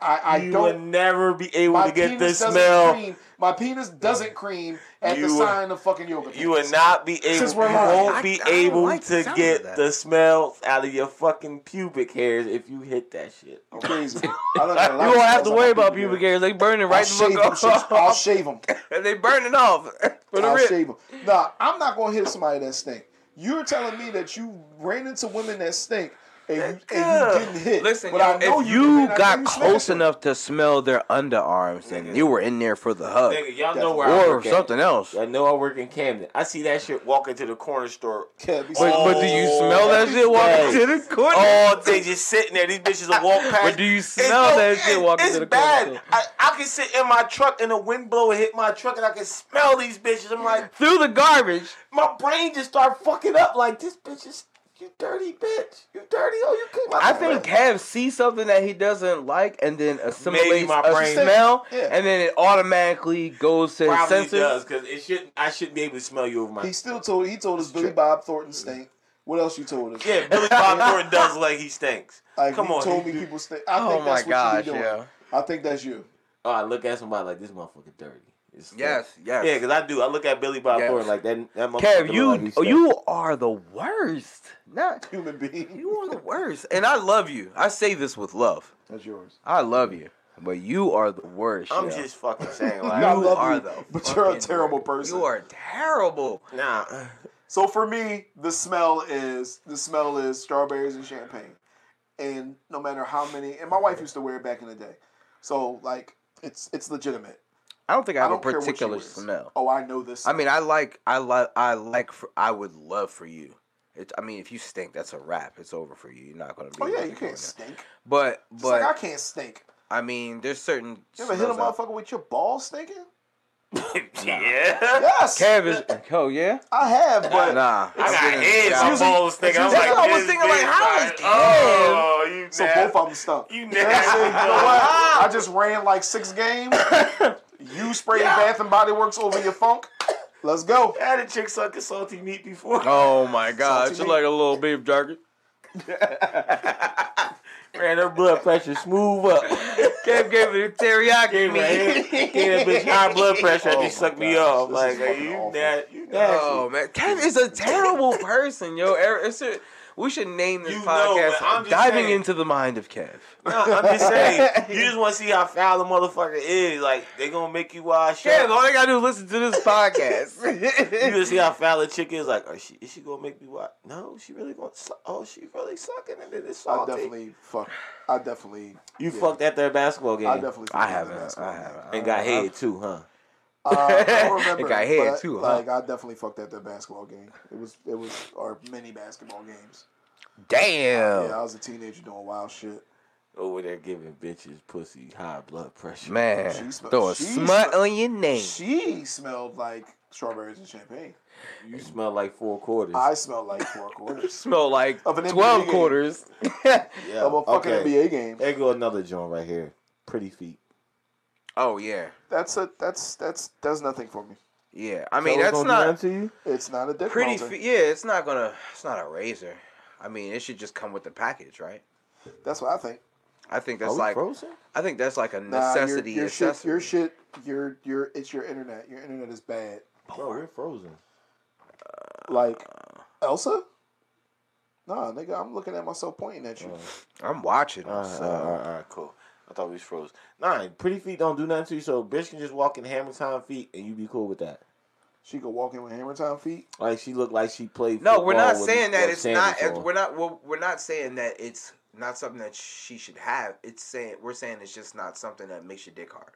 Speaker 5: I, I
Speaker 4: you
Speaker 5: don't.
Speaker 4: will never be able
Speaker 5: my
Speaker 4: to get
Speaker 5: penis
Speaker 4: this
Speaker 5: doesn't
Speaker 4: smell.
Speaker 5: cream. My penis doesn't cream at
Speaker 4: You
Speaker 5: the
Speaker 6: uh,
Speaker 4: would-
Speaker 5: sign of fucking yoga.
Speaker 4: You
Speaker 5: pants.
Speaker 4: will not be able.
Speaker 5: Since
Speaker 4: You
Speaker 5: we're live.
Speaker 4: won't
Speaker 6: I-
Speaker 4: be
Speaker 6: I don't
Speaker 4: able
Speaker 6: like the
Speaker 4: to
Speaker 6: sound of
Speaker 4: get
Speaker 6: that.
Speaker 4: the smells out of your fucking pubic hairs if you hit that shit.
Speaker 5: I'm
Speaker 6: *laughs*
Speaker 5: crazy. I don't
Speaker 6: You won't have to worry about pubic hairs. They burn it right
Speaker 5: E. I'll shave
Speaker 6: the fuck
Speaker 5: them.
Speaker 6: *laughs*
Speaker 5: shits. I'll
Speaker 6: off.
Speaker 5: shave them.
Speaker 6: they burn it off *laughs* for the
Speaker 5: I'll
Speaker 6: rip.
Speaker 5: shave them. Nah, I'm not gonna hit somebody that stink. You're telling me that you ran into women that stink and you, and you didn't hit.
Speaker 6: Listen,
Speaker 5: but
Speaker 6: yo,
Speaker 5: I know
Speaker 6: if
Speaker 5: did,
Speaker 6: you
Speaker 5: and I
Speaker 6: got
Speaker 5: know smashed
Speaker 6: close
Speaker 5: them.
Speaker 6: enough to smell their underarms, then
Speaker 4: Nigga.
Speaker 6: you were in there for the hug
Speaker 4: Nigga, y'all know
Speaker 5: Definitely.
Speaker 4: where I
Speaker 6: or
Speaker 4: work at.
Speaker 6: something else.
Speaker 4: I know I work in Camden. I see that shit walking to the corner store
Speaker 5: Yeah, be
Speaker 6: But, but do
Speaker 5: Oh,
Speaker 6: you smell that shit walking
Speaker 4: Hey.
Speaker 6: to the corner?
Speaker 4: all day just sitting there. These bitches will walk past.
Speaker 6: But do you
Speaker 4: It's
Speaker 6: smell
Speaker 4: no-
Speaker 6: that shit
Speaker 4: it-
Speaker 6: walking
Speaker 4: it's
Speaker 6: to the
Speaker 4: bad.
Speaker 6: corner?
Speaker 4: I, I can sit in my truck and the wind blow and hit my truck and I can smell these bitches. I'm like,
Speaker 6: Through the garbage.
Speaker 4: my brain just start fucking up. Like this bitch is you dirty bitch. You dirty. Oh, you came out. *laughs*
Speaker 6: I
Speaker 4: the
Speaker 6: think
Speaker 4: bed."
Speaker 6: Kev sees something that he doesn't like and then assimilates
Speaker 4: my
Speaker 6: my
Speaker 4: brain-
Speaker 6: brain. smell,
Speaker 5: Yeah.
Speaker 6: and then it automatically goes to his
Speaker 4: probably
Speaker 6: senses.
Speaker 4: does because it should. I shouldn't be able to smell you over my.
Speaker 5: He still told. He told us Billy Bob Thornton stink. What else you told
Speaker 4: *laughs*
Speaker 5: us?
Speaker 4: yeah, Billy Bob Thornton does like he stinks.
Speaker 5: Like,
Speaker 4: Come
Speaker 5: he
Speaker 4: on,
Speaker 5: told
Speaker 4: he
Speaker 5: me
Speaker 4: do-
Speaker 5: people stink. I
Speaker 6: Oh
Speaker 5: think
Speaker 6: my
Speaker 5: that's
Speaker 6: gosh,
Speaker 5: what you be doing.
Speaker 6: yeah.
Speaker 5: I think that's you.
Speaker 4: Oh, I look at somebody like this motherfucker dirty. It's stink.
Speaker 6: Yes, yes.
Speaker 4: Yeah, because I do. I look at Billy Bob
Speaker 6: Yes.
Speaker 4: Thornton like that. that motherfucker
Speaker 6: Kev,
Speaker 4: look
Speaker 6: you oh,
Speaker 4: like he stink.
Speaker 6: you are the worst. Not
Speaker 5: Human being.
Speaker 6: you are the worst, and I love you. I say this with love.
Speaker 5: That's yours.
Speaker 6: I love you, but you are the worst.
Speaker 4: I'm
Speaker 6: yo.
Speaker 4: just fucking *laughs* saying
Speaker 5: I
Speaker 4: like
Speaker 6: You
Speaker 5: love
Speaker 6: are
Speaker 5: you,
Speaker 6: the
Speaker 5: but you're a
Speaker 6: fucking
Speaker 5: terrible person.
Speaker 6: you are terrible.
Speaker 4: nah.
Speaker 5: So for me, the smell is the smell is strawberries and champagne, and no matter how many, and my wife used to wear it back in the day, so like it's it's legitimate.
Speaker 6: I don't think
Speaker 5: I
Speaker 6: I have a
Speaker 5: don't care what she
Speaker 6: particular
Speaker 5: wears.
Speaker 6: smell.
Speaker 5: Oh, I know this.
Speaker 6: I mean, I like, I like, I like. For, I would love for you. It, I mean, if you stink, that's a wrap. It's over for you. You're not gonna be.
Speaker 5: oh yeah,
Speaker 6: looking
Speaker 5: you
Speaker 6: for
Speaker 5: can't
Speaker 6: it.
Speaker 5: stink.
Speaker 6: But
Speaker 5: Just
Speaker 6: but
Speaker 5: like I can't stink.
Speaker 6: I mean, there's certain.
Speaker 5: You ever hit a
Speaker 6: smells out-
Speaker 5: motherfucker with your ball stinking?
Speaker 4: *laughs* Yeah.
Speaker 5: Yes,
Speaker 6: Kev is. Oh yeah.
Speaker 5: I have, but
Speaker 6: Nah.
Speaker 4: I got
Speaker 6: didn't-
Speaker 4: heads
Speaker 6: yeah.
Speaker 4: on balls thinking. I'm
Speaker 5: That's
Speaker 4: like,
Speaker 5: what
Speaker 6: I was
Speaker 4: this
Speaker 6: thinking, like,
Speaker 4: bitch,
Speaker 6: how is
Speaker 4: like,
Speaker 6: Kev-
Speaker 4: Oh, you
Speaker 5: so
Speaker 4: nasty.
Speaker 5: both of them stunk.
Speaker 4: You
Speaker 5: You know what I'm saying? You know what?
Speaker 4: nasty.
Speaker 5: I just ran like six
Speaker 6: *laughs*
Speaker 5: games. You sprayed Bath and Body Works over your funk. Let's go.
Speaker 4: I had a chick sucking salty meat before.
Speaker 5: *laughs*
Speaker 6: Oh my God!
Speaker 5: Salty
Speaker 6: She's
Speaker 5: meat.
Speaker 6: like a little beef jerky.
Speaker 4: Man, her blood pressure smooth
Speaker 6: *laughs*
Speaker 4: up.
Speaker 6: Kev gave me the teriyaki
Speaker 4: Gave her
Speaker 5: *laughs*
Speaker 6: meat.
Speaker 4: head- gave that bitch high blood pressure
Speaker 5: Oh
Speaker 4: and
Speaker 5: my
Speaker 4: she sucked me
Speaker 5: gosh,
Speaker 4: off.
Speaker 5: this
Speaker 4: Like,
Speaker 5: is
Speaker 4: hey,
Speaker 5: fucking
Speaker 4: you
Speaker 5: awful.
Speaker 4: nasty. You nasty.
Speaker 6: *laughs* Oh man, Kev is a terrible person, yo. Er- It's a, we should name this
Speaker 4: You know,
Speaker 6: podcast
Speaker 4: but I'm just
Speaker 6: "Diving
Speaker 4: saying.
Speaker 6: into the Mind of Kev."
Speaker 4: No, I'm just saying. You just want to see how foul a motherfucker is. Like, they gonna make you wash
Speaker 6: Kev,
Speaker 4: up.
Speaker 6: all I gotta do is listen to this
Speaker 4: You
Speaker 6: podcast. *laughs*
Speaker 4: just
Speaker 5: *laughs*
Speaker 4: see how foul a chick is. Like, are she, is she gonna make me watch? No, she really gonna. Su- oh, she really sucking and then it's
Speaker 5: I
Speaker 4: salty.
Speaker 5: definitely fuck. I definitely.
Speaker 4: you
Speaker 5: yeah.
Speaker 4: fucked after a basketball game.
Speaker 5: I definitely.
Speaker 6: I
Speaker 5: fucked
Speaker 6: haven't.
Speaker 5: that basketball
Speaker 6: I
Speaker 5: game.
Speaker 6: haven't.
Speaker 4: and got
Speaker 6: I-
Speaker 4: head too, huh?
Speaker 6: *laughs*
Speaker 5: Uh, I don't remember.
Speaker 6: It got head,
Speaker 5: but,
Speaker 6: too, huh?
Speaker 5: Like I definitely fucked at that basketball game. It was it was our mini basketball games.
Speaker 6: Damn.
Speaker 5: Yeah, I was a teenager doing wild shit.
Speaker 4: Over there giving bitches pussy high blood pressure.
Speaker 6: Man,
Speaker 5: She smell-
Speaker 6: throw a
Speaker 5: she
Speaker 6: smut
Speaker 5: smell-
Speaker 6: on your name.
Speaker 5: She smelled like Strawberries and champagne.
Speaker 4: You smell like four quarters.
Speaker 5: I smell like
Speaker 6: *laughs*
Speaker 5: four quarters
Speaker 6: Smell like
Speaker 5: Of an
Speaker 6: twelve
Speaker 5: NBA.
Speaker 6: *laughs* quarters.
Speaker 4: yeah.
Speaker 5: of a fucking
Speaker 4: okay.
Speaker 5: NBA game.
Speaker 4: There go another joint right here. Pretty feet.
Speaker 6: oh yeah,
Speaker 5: That's a that's that's does nothing for me.
Speaker 6: yeah. I mean
Speaker 4: So
Speaker 6: that's
Speaker 4: it's gonna do
Speaker 6: not
Speaker 4: that to you?
Speaker 5: It's not a dick
Speaker 6: pretty.
Speaker 5: melter.
Speaker 6: Fe- yeah, it's not gonna. It's not a razor. I mean, it should just come with the package, right?
Speaker 5: That's what I think.
Speaker 6: I think
Speaker 4: Are
Speaker 6: that's
Speaker 4: we
Speaker 6: like
Speaker 4: frozen?
Speaker 6: I think that's like a
Speaker 5: Nah, your,
Speaker 6: necessity.
Speaker 5: your shit,
Speaker 6: accessory.
Speaker 5: your shit, your your it's your internet. Your internet is bad.
Speaker 4: Bro, Oh, we're frozen.
Speaker 5: Like Elsa? Nah, nigga, I'm looking at myself pointing at you.
Speaker 6: I'm watching.
Speaker 4: All right,
Speaker 6: so.
Speaker 4: all right, all right, all right, cool. I thought we was froze. Nah, pretty feet don't do nothing to you, so bitch can just walk in hammer time feet and you be cool with that.
Speaker 5: She could walk in with hammer time feet.
Speaker 4: Like she looked like she played.
Speaker 6: No, we're
Speaker 4: football
Speaker 6: not
Speaker 4: with-
Speaker 6: saying that
Speaker 4: with
Speaker 6: it's not.
Speaker 4: sandals on.
Speaker 6: We're not. We're, we're not saying that it's not something that she should have. It's saying we're saying it's just not something that makes your dick hard.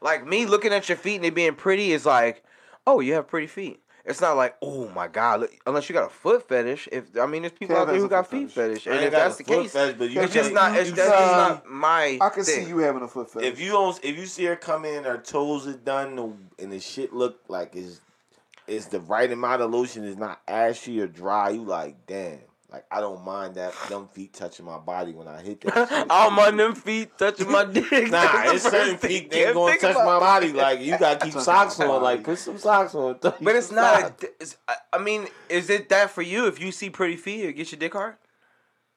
Speaker 6: Like me looking at your feet and it being pretty is like, oh, you have pretty feet. It's not like, oh my god, look, unless you got a foot fetish. If I mean, there's people
Speaker 5: Kev
Speaker 6: out there
Speaker 5: has
Speaker 6: who
Speaker 5: a
Speaker 6: got
Speaker 5: foot
Speaker 6: feet
Speaker 5: fetish.
Speaker 6: fetish,
Speaker 4: I
Speaker 6: and
Speaker 4: ain't
Speaker 6: if
Speaker 4: got
Speaker 6: that's
Speaker 4: a
Speaker 6: the
Speaker 4: foot
Speaker 6: case,
Speaker 4: fetish, but you
Speaker 6: it's
Speaker 4: can't-
Speaker 6: just not. It's,
Speaker 5: you-
Speaker 6: that's just
Speaker 5: um,
Speaker 6: not my.
Speaker 5: I can see
Speaker 6: thing.
Speaker 5: you having a foot fetish.
Speaker 4: If you don't, if you see her come in, her toes are done, and the shit look like it's, it's the right amount of lotion. It's not ashy or dry. You like, damn. Like I don't mind that them feet touching my body when I hit that.
Speaker 6: *laughs*
Speaker 4: shit.
Speaker 6: I'm on them feet touching my *laughs* dick.
Speaker 4: Nah,
Speaker 6: That's
Speaker 4: it's
Speaker 6: the first
Speaker 4: certain
Speaker 6: thing
Speaker 4: feet
Speaker 6: you
Speaker 4: they gonna
Speaker 6: think
Speaker 4: touch
Speaker 6: about.
Speaker 4: my body. Like *laughs* you gotta keep
Speaker 5: Touch
Speaker 4: socks
Speaker 5: my
Speaker 4: on.
Speaker 5: body.
Speaker 4: Like put some socks on.
Speaker 6: But it's not. A, it's, I- I mean, is it that for you? If you see pretty feet, it gets your dick hard.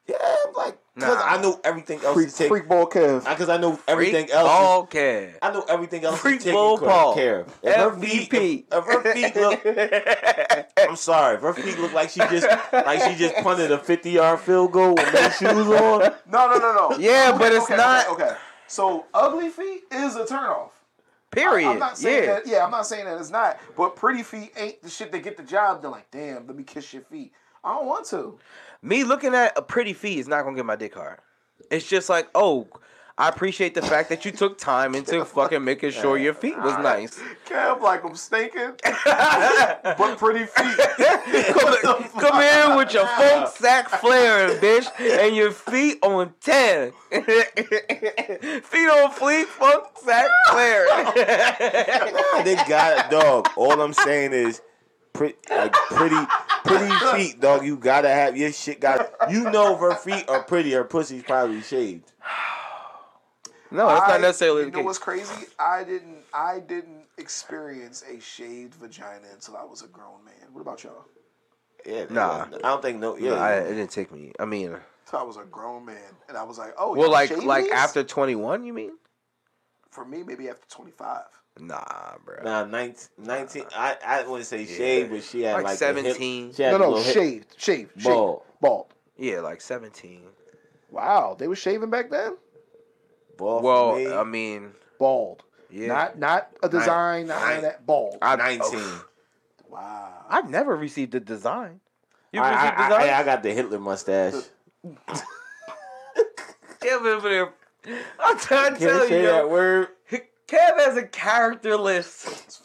Speaker 4: Yeah, like because
Speaker 6: Nah.
Speaker 4: I know everything else.
Speaker 5: freak,
Speaker 4: is taken.
Speaker 5: freak ball Kev.
Speaker 4: Because I know everything
Speaker 6: Freak
Speaker 4: else. is-
Speaker 6: All care.
Speaker 4: I know everything else.
Speaker 6: Freak
Speaker 4: is taken
Speaker 6: Bull
Speaker 4: care-
Speaker 6: Paul.
Speaker 4: Care. of. If her feet,
Speaker 6: MVP.
Speaker 4: if, if her feet look,
Speaker 6: *laughs*
Speaker 4: I'm sorry. If her feet look like she just like she just punted a 50 yard field goal with no shoes on.
Speaker 5: No, no, no, no.
Speaker 6: Yeah, but it's
Speaker 5: okay,
Speaker 6: not-
Speaker 5: Okay, okay. so ugly feet is a turnoff.
Speaker 6: Period.
Speaker 5: I'm not saying
Speaker 6: yeah.
Speaker 5: that. Yeah, I'm not saying that it's not. But pretty feet ain't the shit that get the job done. Like, damn, let me kiss your feet. I don't want to.
Speaker 6: Me looking at a pretty feet is not gonna get my dick hard. It's just like, oh, I appreciate the fact that you took
Speaker 5: *laughs*
Speaker 6: time into fucking making sure your feet was
Speaker 5: Ah.
Speaker 6: nice.
Speaker 5: Kev, like I'm stinking, *laughs* but pretty feet.
Speaker 6: come, come here with your folk sack flaring, bitch, and your feet on ten. *laughs* feet on fleek, folk sack
Speaker 5: *laughs*
Speaker 6: flaring.
Speaker 4: Nah, they got it, dog. All I'm saying is, pretty, like pretty, pretty feet, dog. You gotta have your shit. Got you know, if her feet are pretty, her pussy's probably shaved.
Speaker 6: no, that's
Speaker 5: I-
Speaker 6: not necessarily
Speaker 5: You
Speaker 6: the
Speaker 5: know what's
Speaker 6: case.
Speaker 5: crazy? I didn't. I didn't experience a shaved vagina until I was a grown man. What about y'all?
Speaker 4: Yeah,
Speaker 6: Nah.
Speaker 4: I don't think no. Yeah,
Speaker 6: No, I, it didn't take me. I mean,
Speaker 5: So I was a grown man, and I was like, oh,
Speaker 6: well,
Speaker 5: y'all
Speaker 6: like
Speaker 5: shave
Speaker 6: like
Speaker 5: these?
Speaker 6: after twenty one, you mean?
Speaker 5: for me, maybe after 25.
Speaker 6: Nah, bro.
Speaker 4: Nah, 19, 19 I, I wouldn't say shaved, but she had
Speaker 6: Like
Speaker 4: like, the hip-
Speaker 6: 17.
Speaker 4: she had a little hip-
Speaker 5: shaved,
Speaker 4: Bald.
Speaker 5: bald.
Speaker 6: Yeah, like seventeen.
Speaker 5: Wow, they were shaving back then.
Speaker 4: Bald
Speaker 6: well,
Speaker 4: for me,
Speaker 6: I mean,
Speaker 5: Bald,
Speaker 6: yeah.
Speaker 5: not a
Speaker 4: design,
Speaker 5: not
Speaker 4: none of
Speaker 5: that bald.
Speaker 6: I,
Speaker 4: nineteen.
Speaker 5: wow.
Speaker 6: I've never received a design. You
Speaker 4: I, I,
Speaker 6: received
Speaker 4: I-
Speaker 6: design?
Speaker 4: I got the Hitler mustache.
Speaker 6: Kev over there. I'm trying to
Speaker 4: Can I
Speaker 6: tell
Speaker 4: say
Speaker 6: you,
Speaker 4: that
Speaker 6: yo,
Speaker 4: word?
Speaker 6: *laughs* Kev has a character list.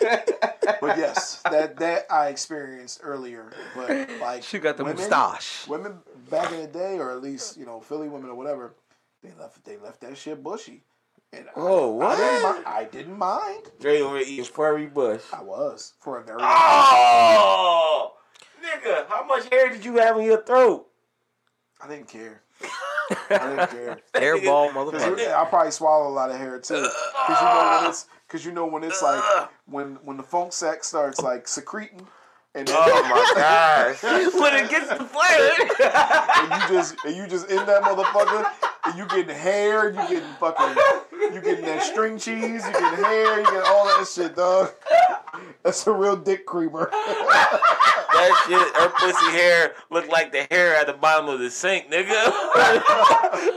Speaker 5: but yes, that that I experienced earlier.
Speaker 6: *laughs*
Speaker 5: But like
Speaker 6: She got the
Speaker 5: women-
Speaker 6: moustache.
Speaker 5: Women back in the day, or at least you know Philly women or whatever, they left they left that shit bushy. And
Speaker 4: Oh,
Speaker 5: I, I
Speaker 4: what?
Speaker 5: didn't, mi- I didn't mind.
Speaker 4: Dre over eating furry bush.
Speaker 5: I was for a very
Speaker 4: Ah! Oh, nigga, how much hair did you have in your throat?
Speaker 5: I didn't care. I
Speaker 4: *laughs*
Speaker 5: didn't care.
Speaker 6: Hairball
Speaker 5: Cause *laughs*
Speaker 6: motherfucker.
Speaker 5: it- I probably swallow a lot of hair too. Cause you know when it's, cause you know when it's
Speaker 4: Ah!
Speaker 5: like when when the funk sack starts like secreting, *laughs* and
Speaker 4: Oh,
Speaker 5: then
Speaker 6: when it gets the *laughs* flare.
Speaker 5: and you just and you just in that motherfucker, and you getting hair, you getting fucking, you getting that string cheese, you getting hair, you getting all that shit, dog. That's a real dick creamer.
Speaker 4: That shit, her pussy hair looked like the hair at the bottom of the sink, nigga.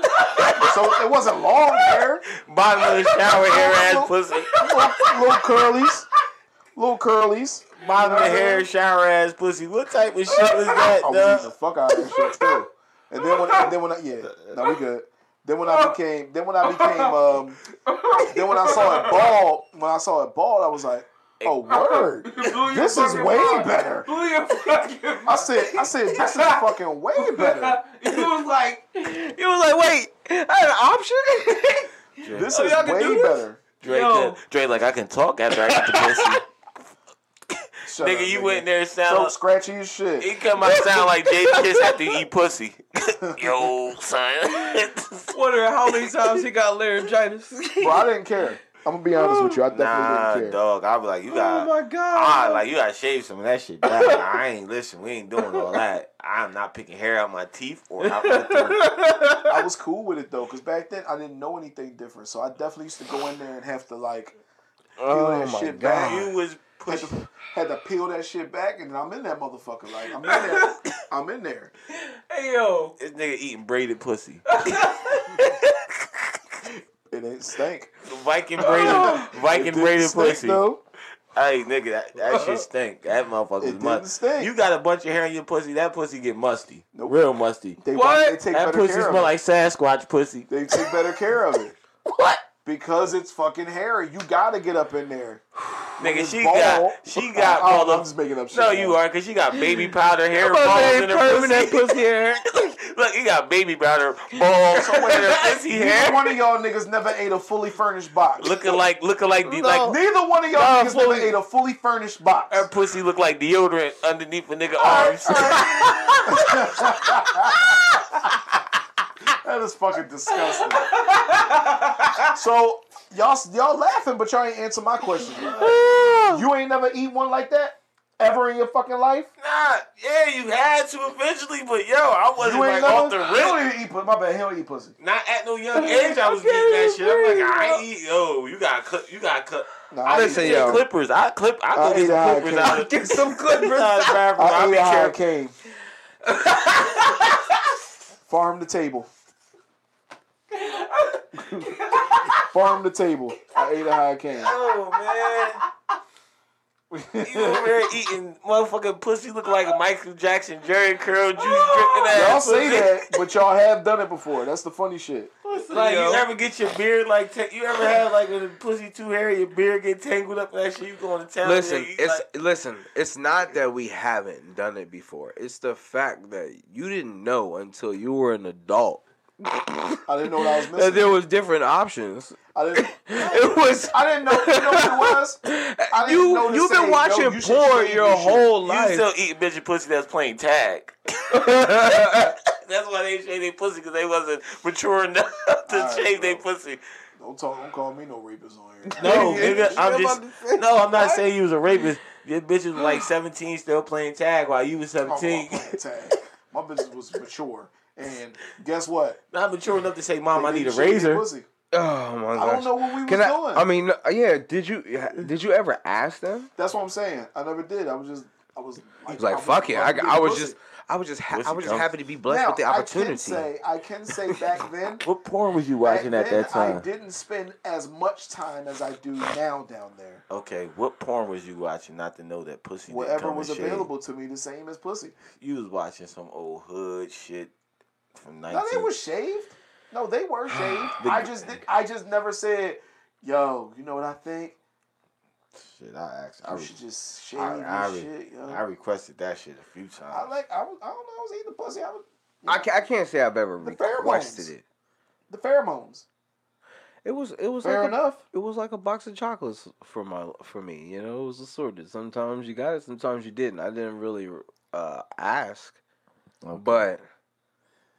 Speaker 4: *laughs*
Speaker 5: So it wasn't long hair,
Speaker 4: bottom of the shower hair ass pussy.
Speaker 5: little, little curlies, little curlies.
Speaker 4: Bottom of the hair shower ass pussy. What type of shit was that,
Speaker 5: I was eating
Speaker 4: dog?
Speaker 5: Oh, the fuck out of that shit too. And then when, and then when, I, yeah, no, we good. Then when I became, then when I became, um, then when I saw it bald, when I saw it bald, I was like, oh
Speaker 6: *laughs*
Speaker 5: word, this is way better.
Speaker 6: Blew your fucking
Speaker 5: I said, I said, this is fucking way
Speaker 6: *laughs*
Speaker 5: better.
Speaker 6: You was like, you was like, wait, I had an option?
Speaker 5: This *laughs*
Speaker 6: Oh,
Speaker 5: is
Speaker 6: y'all can
Speaker 5: way
Speaker 6: do this?
Speaker 5: better.
Speaker 4: Dre, *laughs*
Speaker 6: Yo.
Speaker 4: could, Dre, like I can talk after I got the pussy.
Speaker 5: Shut
Speaker 4: nigga,
Speaker 5: up,
Speaker 4: you went in there uh, and sound.
Speaker 5: so scratchy as shit.
Speaker 4: he come out sound like
Speaker 5: *laughs*
Speaker 4: Jay Kiss after he eat pussy. *laughs* Yo, son.
Speaker 6: Wondering how many times he got
Speaker 5: *laughs*
Speaker 6: laryngitis. *laughs*
Speaker 5: Bro, I didn't care. I'm gonna be honest with you. I definitely
Speaker 4: nah,
Speaker 5: didn't care.
Speaker 4: dog. I be like, you
Speaker 6: oh
Speaker 4: got.
Speaker 6: my god!
Speaker 4: Ah, like you gotta shave some of that shit down. I ain't listen. We ain't doing all that. I'm not picking hair out my teeth or out my throat.
Speaker 5: *laughs* I was cool with it though, because back then I didn't know anything different. So I definitely used to go in there and have to like peel
Speaker 6: oh
Speaker 5: that
Speaker 6: my
Speaker 5: shit
Speaker 6: god!
Speaker 5: back.
Speaker 4: You was
Speaker 5: Had
Speaker 4: pushing.
Speaker 5: to, had to peel that shit back, and I'm in that motherfucker. Like I'm in there.
Speaker 6: *laughs*
Speaker 5: I'm in there.
Speaker 6: Hey yo,
Speaker 4: This nigga eating braided pussy.
Speaker 5: It ain't stank. *laughs*
Speaker 4: Viking braided, Viking
Speaker 5: Didn't
Speaker 4: braided
Speaker 5: stink,
Speaker 4: pussy.
Speaker 5: though.
Speaker 4: Hey, nigga, that, that
Speaker 5: *laughs*
Speaker 4: shit stink. That
Speaker 5: It
Speaker 4: motherfucker was
Speaker 5: didn't
Speaker 4: musty.
Speaker 5: stink.
Speaker 4: You got a bunch of hair in your pussy. That pussy get musty.
Speaker 5: Nope.
Speaker 4: Real musty.
Speaker 5: They,
Speaker 6: What?
Speaker 5: they take
Speaker 4: That
Speaker 5: better
Speaker 4: pussy
Speaker 5: care of
Speaker 4: smell
Speaker 5: it.
Speaker 4: like Sasquatch pussy.
Speaker 5: They take better care of it
Speaker 4: What?
Speaker 5: because it's fucking hairy. You gotta get up in there.
Speaker 4: Nigga,
Speaker 5: It's
Speaker 4: she
Speaker 5: bald.
Speaker 4: got, she got
Speaker 5: I,
Speaker 4: all
Speaker 5: I, I'm
Speaker 4: of.
Speaker 5: just making up shit.
Speaker 4: No, you
Speaker 5: now.
Speaker 4: are, cause she got baby powder hair balls in
Speaker 6: I'm
Speaker 4: her pussy.
Speaker 6: permanent
Speaker 5: *laughs*
Speaker 6: pussy hair.
Speaker 4: *laughs* Look, you got baby powder balls in her pussy
Speaker 5: Neither
Speaker 4: hair,
Speaker 5: one of y'all niggas never ate a fully furnished box.
Speaker 4: looking like, looking like, the,
Speaker 6: No.
Speaker 4: like
Speaker 5: Neither one of y'all
Speaker 6: Nah,
Speaker 5: niggas
Speaker 6: fully-
Speaker 5: never ate a fully furnished box.
Speaker 4: her pussy look like deodorant underneath a nigga arms.
Speaker 5: That is fucking
Speaker 4: *laughs*
Speaker 5: disgusting. so y'all y'all laughing, but y'all ain't answer my question. You ain't never eat one like that ever in your fucking life.
Speaker 4: Nah, yeah, you had to eventually, but yo, I wasn't
Speaker 5: You ain't
Speaker 4: like off the
Speaker 5: never. He
Speaker 4: rip.
Speaker 5: don't even eat pussy. My bad. He don't eat pussy.
Speaker 4: Not at no young age, I was getting that shit. I'm like, I eat. Yo, you got cut. You got cut.
Speaker 5: Nah,
Speaker 4: I
Speaker 5: I
Speaker 6: Listen,
Speaker 4: eat
Speaker 5: eat,
Speaker 6: yo.
Speaker 4: clippers. I clip. I
Speaker 5: I
Speaker 4: go get
Speaker 5: ate how
Speaker 4: some
Speaker 5: I
Speaker 4: clippers
Speaker 5: came.
Speaker 4: out of the *laughs*
Speaker 6: Get some clippers.
Speaker 4: out of the bathroom.
Speaker 5: I uh,
Speaker 4: I'll
Speaker 5: ate
Speaker 4: be
Speaker 5: how I
Speaker 4: careful.
Speaker 5: came. Farm to table. Farm to table. I ate how I came.
Speaker 4: Oh
Speaker 5: *laughs*
Speaker 4: man. You over there eating motherfucking pussy look like Michael Jackson, Jerry Curl juice dripping ass.
Speaker 5: Y'all say
Speaker 4: pussy.
Speaker 5: that, but y'all have done it before. That's the funny shit.
Speaker 4: Like
Speaker 6: Yo.
Speaker 4: you ever get your beard like ta- you ever had like when the pussy too hairy, your beard get tangled up and that shit. You going to town.
Speaker 6: Listen,
Speaker 4: nigga, you
Speaker 6: it's
Speaker 4: like-
Speaker 6: listen. It's not that we haven't done it before. It's the fact that you didn't know until you were an adult
Speaker 5: I didn't know what I was
Speaker 6: that there
Speaker 5: missing.
Speaker 6: was different options.
Speaker 5: *laughs* I didn't.
Speaker 6: It was
Speaker 5: I didn't know. You know what it was? I didn't
Speaker 6: you.
Speaker 5: know to
Speaker 6: You've
Speaker 5: say,
Speaker 6: been
Speaker 5: yo,
Speaker 6: watching
Speaker 5: you should
Speaker 6: porn
Speaker 5: shave
Speaker 6: your
Speaker 5: this shit.
Speaker 6: whole
Speaker 4: you
Speaker 6: life.
Speaker 4: still eating bitch and pussy that's playing tag. *laughs* That's why they shaved their pussy because they wasn't mature enough *laughs* to
Speaker 5: Alright,
Speaker 4: shave their
Speaker 5: bro.
Speaker 4: pussy.
Speaker 5: Don't talk. Don't call me no rapist on here.
Speaker 4: No,
Speaker 6: Yeah,
Speaker 4: nigga,
Speaker 6: you
Speaker 4: Oh, I'm
Speaker 6: know
Speaker 4: just
Speaker 6: what I'm saying?
Speaker 4: no. I'm not saying you was a rapist. Your bitch was *gasps* like 17, still playing tag while you was
Speaker 5: I'm playing
Speaker 4: 17.
Speaker 5: tag. My business was mature, and guess what?
Speaker 4: not mature enough to say, "Mom, I
Speaker 5: They
Speaker 4: need a
Speaker 5: didn't shave their
Speaker 4: razor."
Speaker 5: pussy.
Speaker 6: oh my gosh.
Speaker 5: I don't know what we was
Speaker 6: Can I?
Speaker 5: doing.
Speaker 6: I mean, uh, yeah. Did you did you ever ask them?
Speaker 5: That's what I'm saying. I never did. I was just. I was. I
Speaker 6: He's like,
Speaker 5: was
Speaker 6: "Fuck it." I,
Speaker 5: fucking
Speaker 6: I was
Speaker 5: pussy.
Speaker 6: just, I was just, ha-
Speaker 4: Pussy
Speaker 6: I was just
Speaker 4: comes.
Speaker 6: happy to be blessed
Speaker 5: Now,
Speaker 6: with the
Speaker 5: I can
Speaker 6: opportunity.
Speaker 5: say. I can
Speaker 6: *laughs*
Speaker 5: say
Speaker 4: *laughs*
Speaker 5: back then.
Speaker 4: What porn was you
Speaker 5: back
Speaker 4: watching at
Speaker 5: then,
Speaker 4: that uh, time?
Speaker 5: I didn't spend as much time as I do now down there.
Speaker 4: Okay, what porn was you watching? Not to know that pussy. didn't
Speaker 5: Whatever
Speaker 4: come
Speaker 5: was
Speaker 4: in shade?
Speaker 5: available to me, the same as pussy.
Speaker 4: You was watching some old hood shit from 19.
Speaker 5: No, they were shaved. No, they
Speaker 4: *gasps*
Speaker 5: were shaved. I just did, I just never said, yo, you know what I think?
Speaker 4: shit. I asked. I,
Speaker 5: You
Speaker 4: re-
Speaker 5: should just shave
Speaker 4: I, I,
Speaker 5: your
Speaker 4: re-
Speaker 5: shit, yo.
Speaker 4: I
Speaker 5: I,
Speaker 4: requested that shit a few times.
Speaker 5: like I, was, I don't know, I was eating the pussy. I was
Speaker 6: I, ca- I can't say I've ever
Speaker 5: The pheromones.
Speaker 6: requested it.
Speaker 5: the pheromones.
Speaker 6: It was it was
Speaker 5: Fair
Speaker 6: like a,
Speaker 5: enough.
Speaker 6: it was like a box of chocolates for my for me. You know, it was assorted. Sometimes you got it, sometimes you didn't. I didn't really uh, ask,
Speaker 4: Okay.
Speaker 6: but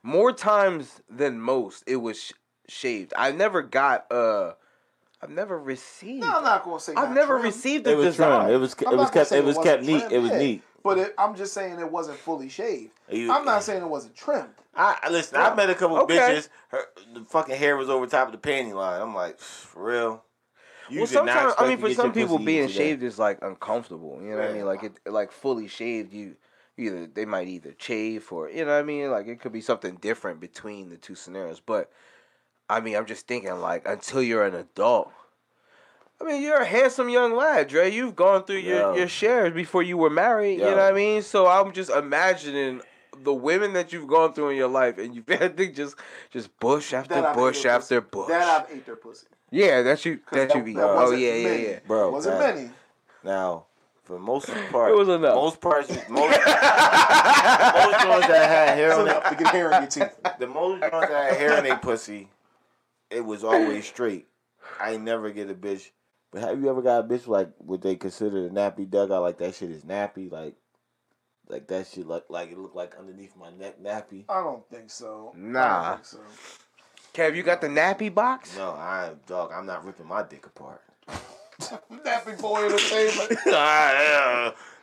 Speaker 6: more times than most, it was sh- shaved. I never got uh, I've never received.
Speaker 5: No, I'm not gonna say
Speaker 6: Hmm. I've
Speaker 5: not
Speaker 6: never
Speaker 5: trimmed,
Speaker 6: received
Speaker 4: it
Speaker 6: a
Speaker 4: was trimmed. It
Speaker 6: design.
Speaker 4: was.
Speaker 5: I'm
Speaker 4: it
Speaker 5: not
Speaker 4: was
Speaker 5: gonna
Speaker 4: kept.
Speaker 5: say
Speaker 4: It was
Speaker 5: wasn't
Speaker 4: kept neat.
Speaker 5: trimmed,
Speaker 4: It was
Speaker 5: yeah.
Speaker 4: neat.
Speaker 5: But it, I'm just saying it wasn't fully shaved.
Speaker 4: You-
Speaker 5: I'm not saying it wasn't trimmed.
Speaker 4: I I- listen. I met a couple
Speaker 6: Okay.
Speaker 4: bitches. Her the fucking hair was over top of the panty line. I'm like, for real. You
Speaker 6: well,
Speaker 4: did not
Speaker 6: sometimes
Speaker 4: expect
Speaker 6: I mean,
Speaker 4: to
Speaker 6: for
Speaker 4: get
Speaker 6: some
Speaker 4: your
Speaker 6: people,
Speaker 4: pussy
Speaker 6: being
Speaker 4: today.
Speaker 6: shaved is like uncomfortable. You know what I mean?
Speaker 5: Yeah.
Speaker 6: Like it, like fully shaved, you either they might either chafe or you know what I mean. Like it could be something different between the two scenarios. But I mean, I'm just thinking like until you're an adult. I mean, you're a handsome young lad, Dre. You've gone through
Speaker 4: Yo.
Speaker 6: your, your shares before you were married. You
Speaker 4: Yo.
Speaker 6: know what I mean? So I'm just imagining the women that you've gone through in your life, and you've *laughs* I think just just bush after
Speaker 5: That I've
Speaker 6: bush
Speaker 5: ate their
Speaker 6: after
Speaker 5: pussy.
Speaker 6: bush.
Speaker 5: That I've ate their pussy.
Speaker 6: yeah, that you
Speaker 5: 'Cause
Speaker 6: that, you eat. oh
Speaker 5: wasn't
Speaker 6: yeah, yeah,
Speaker 5: many.
Speaker 6: yeah.
Speaker 4: Bro,
Speaker 5: wasn't
Speaker 6: *laughs*
Speaker 4: that-
Speaker 5: many.
Speaker 4: Now, for
Speaker 6: *clears throat*
Speaker 4: most of the part,
Speaker 6: It was enough.
Speaker 4: Most parts,
Speaker 6: *laughs*
Speaker 4: most, most joints that had hair
Speaker 5: That's
Speaker 4: on
Speaker 5: enough
Speaker 4: their,
Speaker 5: to get hair in your
Speaker 6: *laughs*
Speaker 5: teeth.
Speaker 4: the most joints that had hair on their pussy, it was always straight. I ain't never get a bitch But have you ever got a bitch like what they consider a nappy dugout? Like that shit is nappy. Like, like that shit like like it looked like underneath my neck nappy.
Speaker 5: I don't think so. I
Speaker 6: Nah.
Speaker 5: don't think so. *laughs*
Speaker 6: Kev, you got the nappy box?
Speaker 4: No, I am dog. I'm not ripping my dick
Speaker 6: *laughs*
Speaker 4: apart.
Speaker 5: Nappy boy entertainment.
Speaker 4: Ah,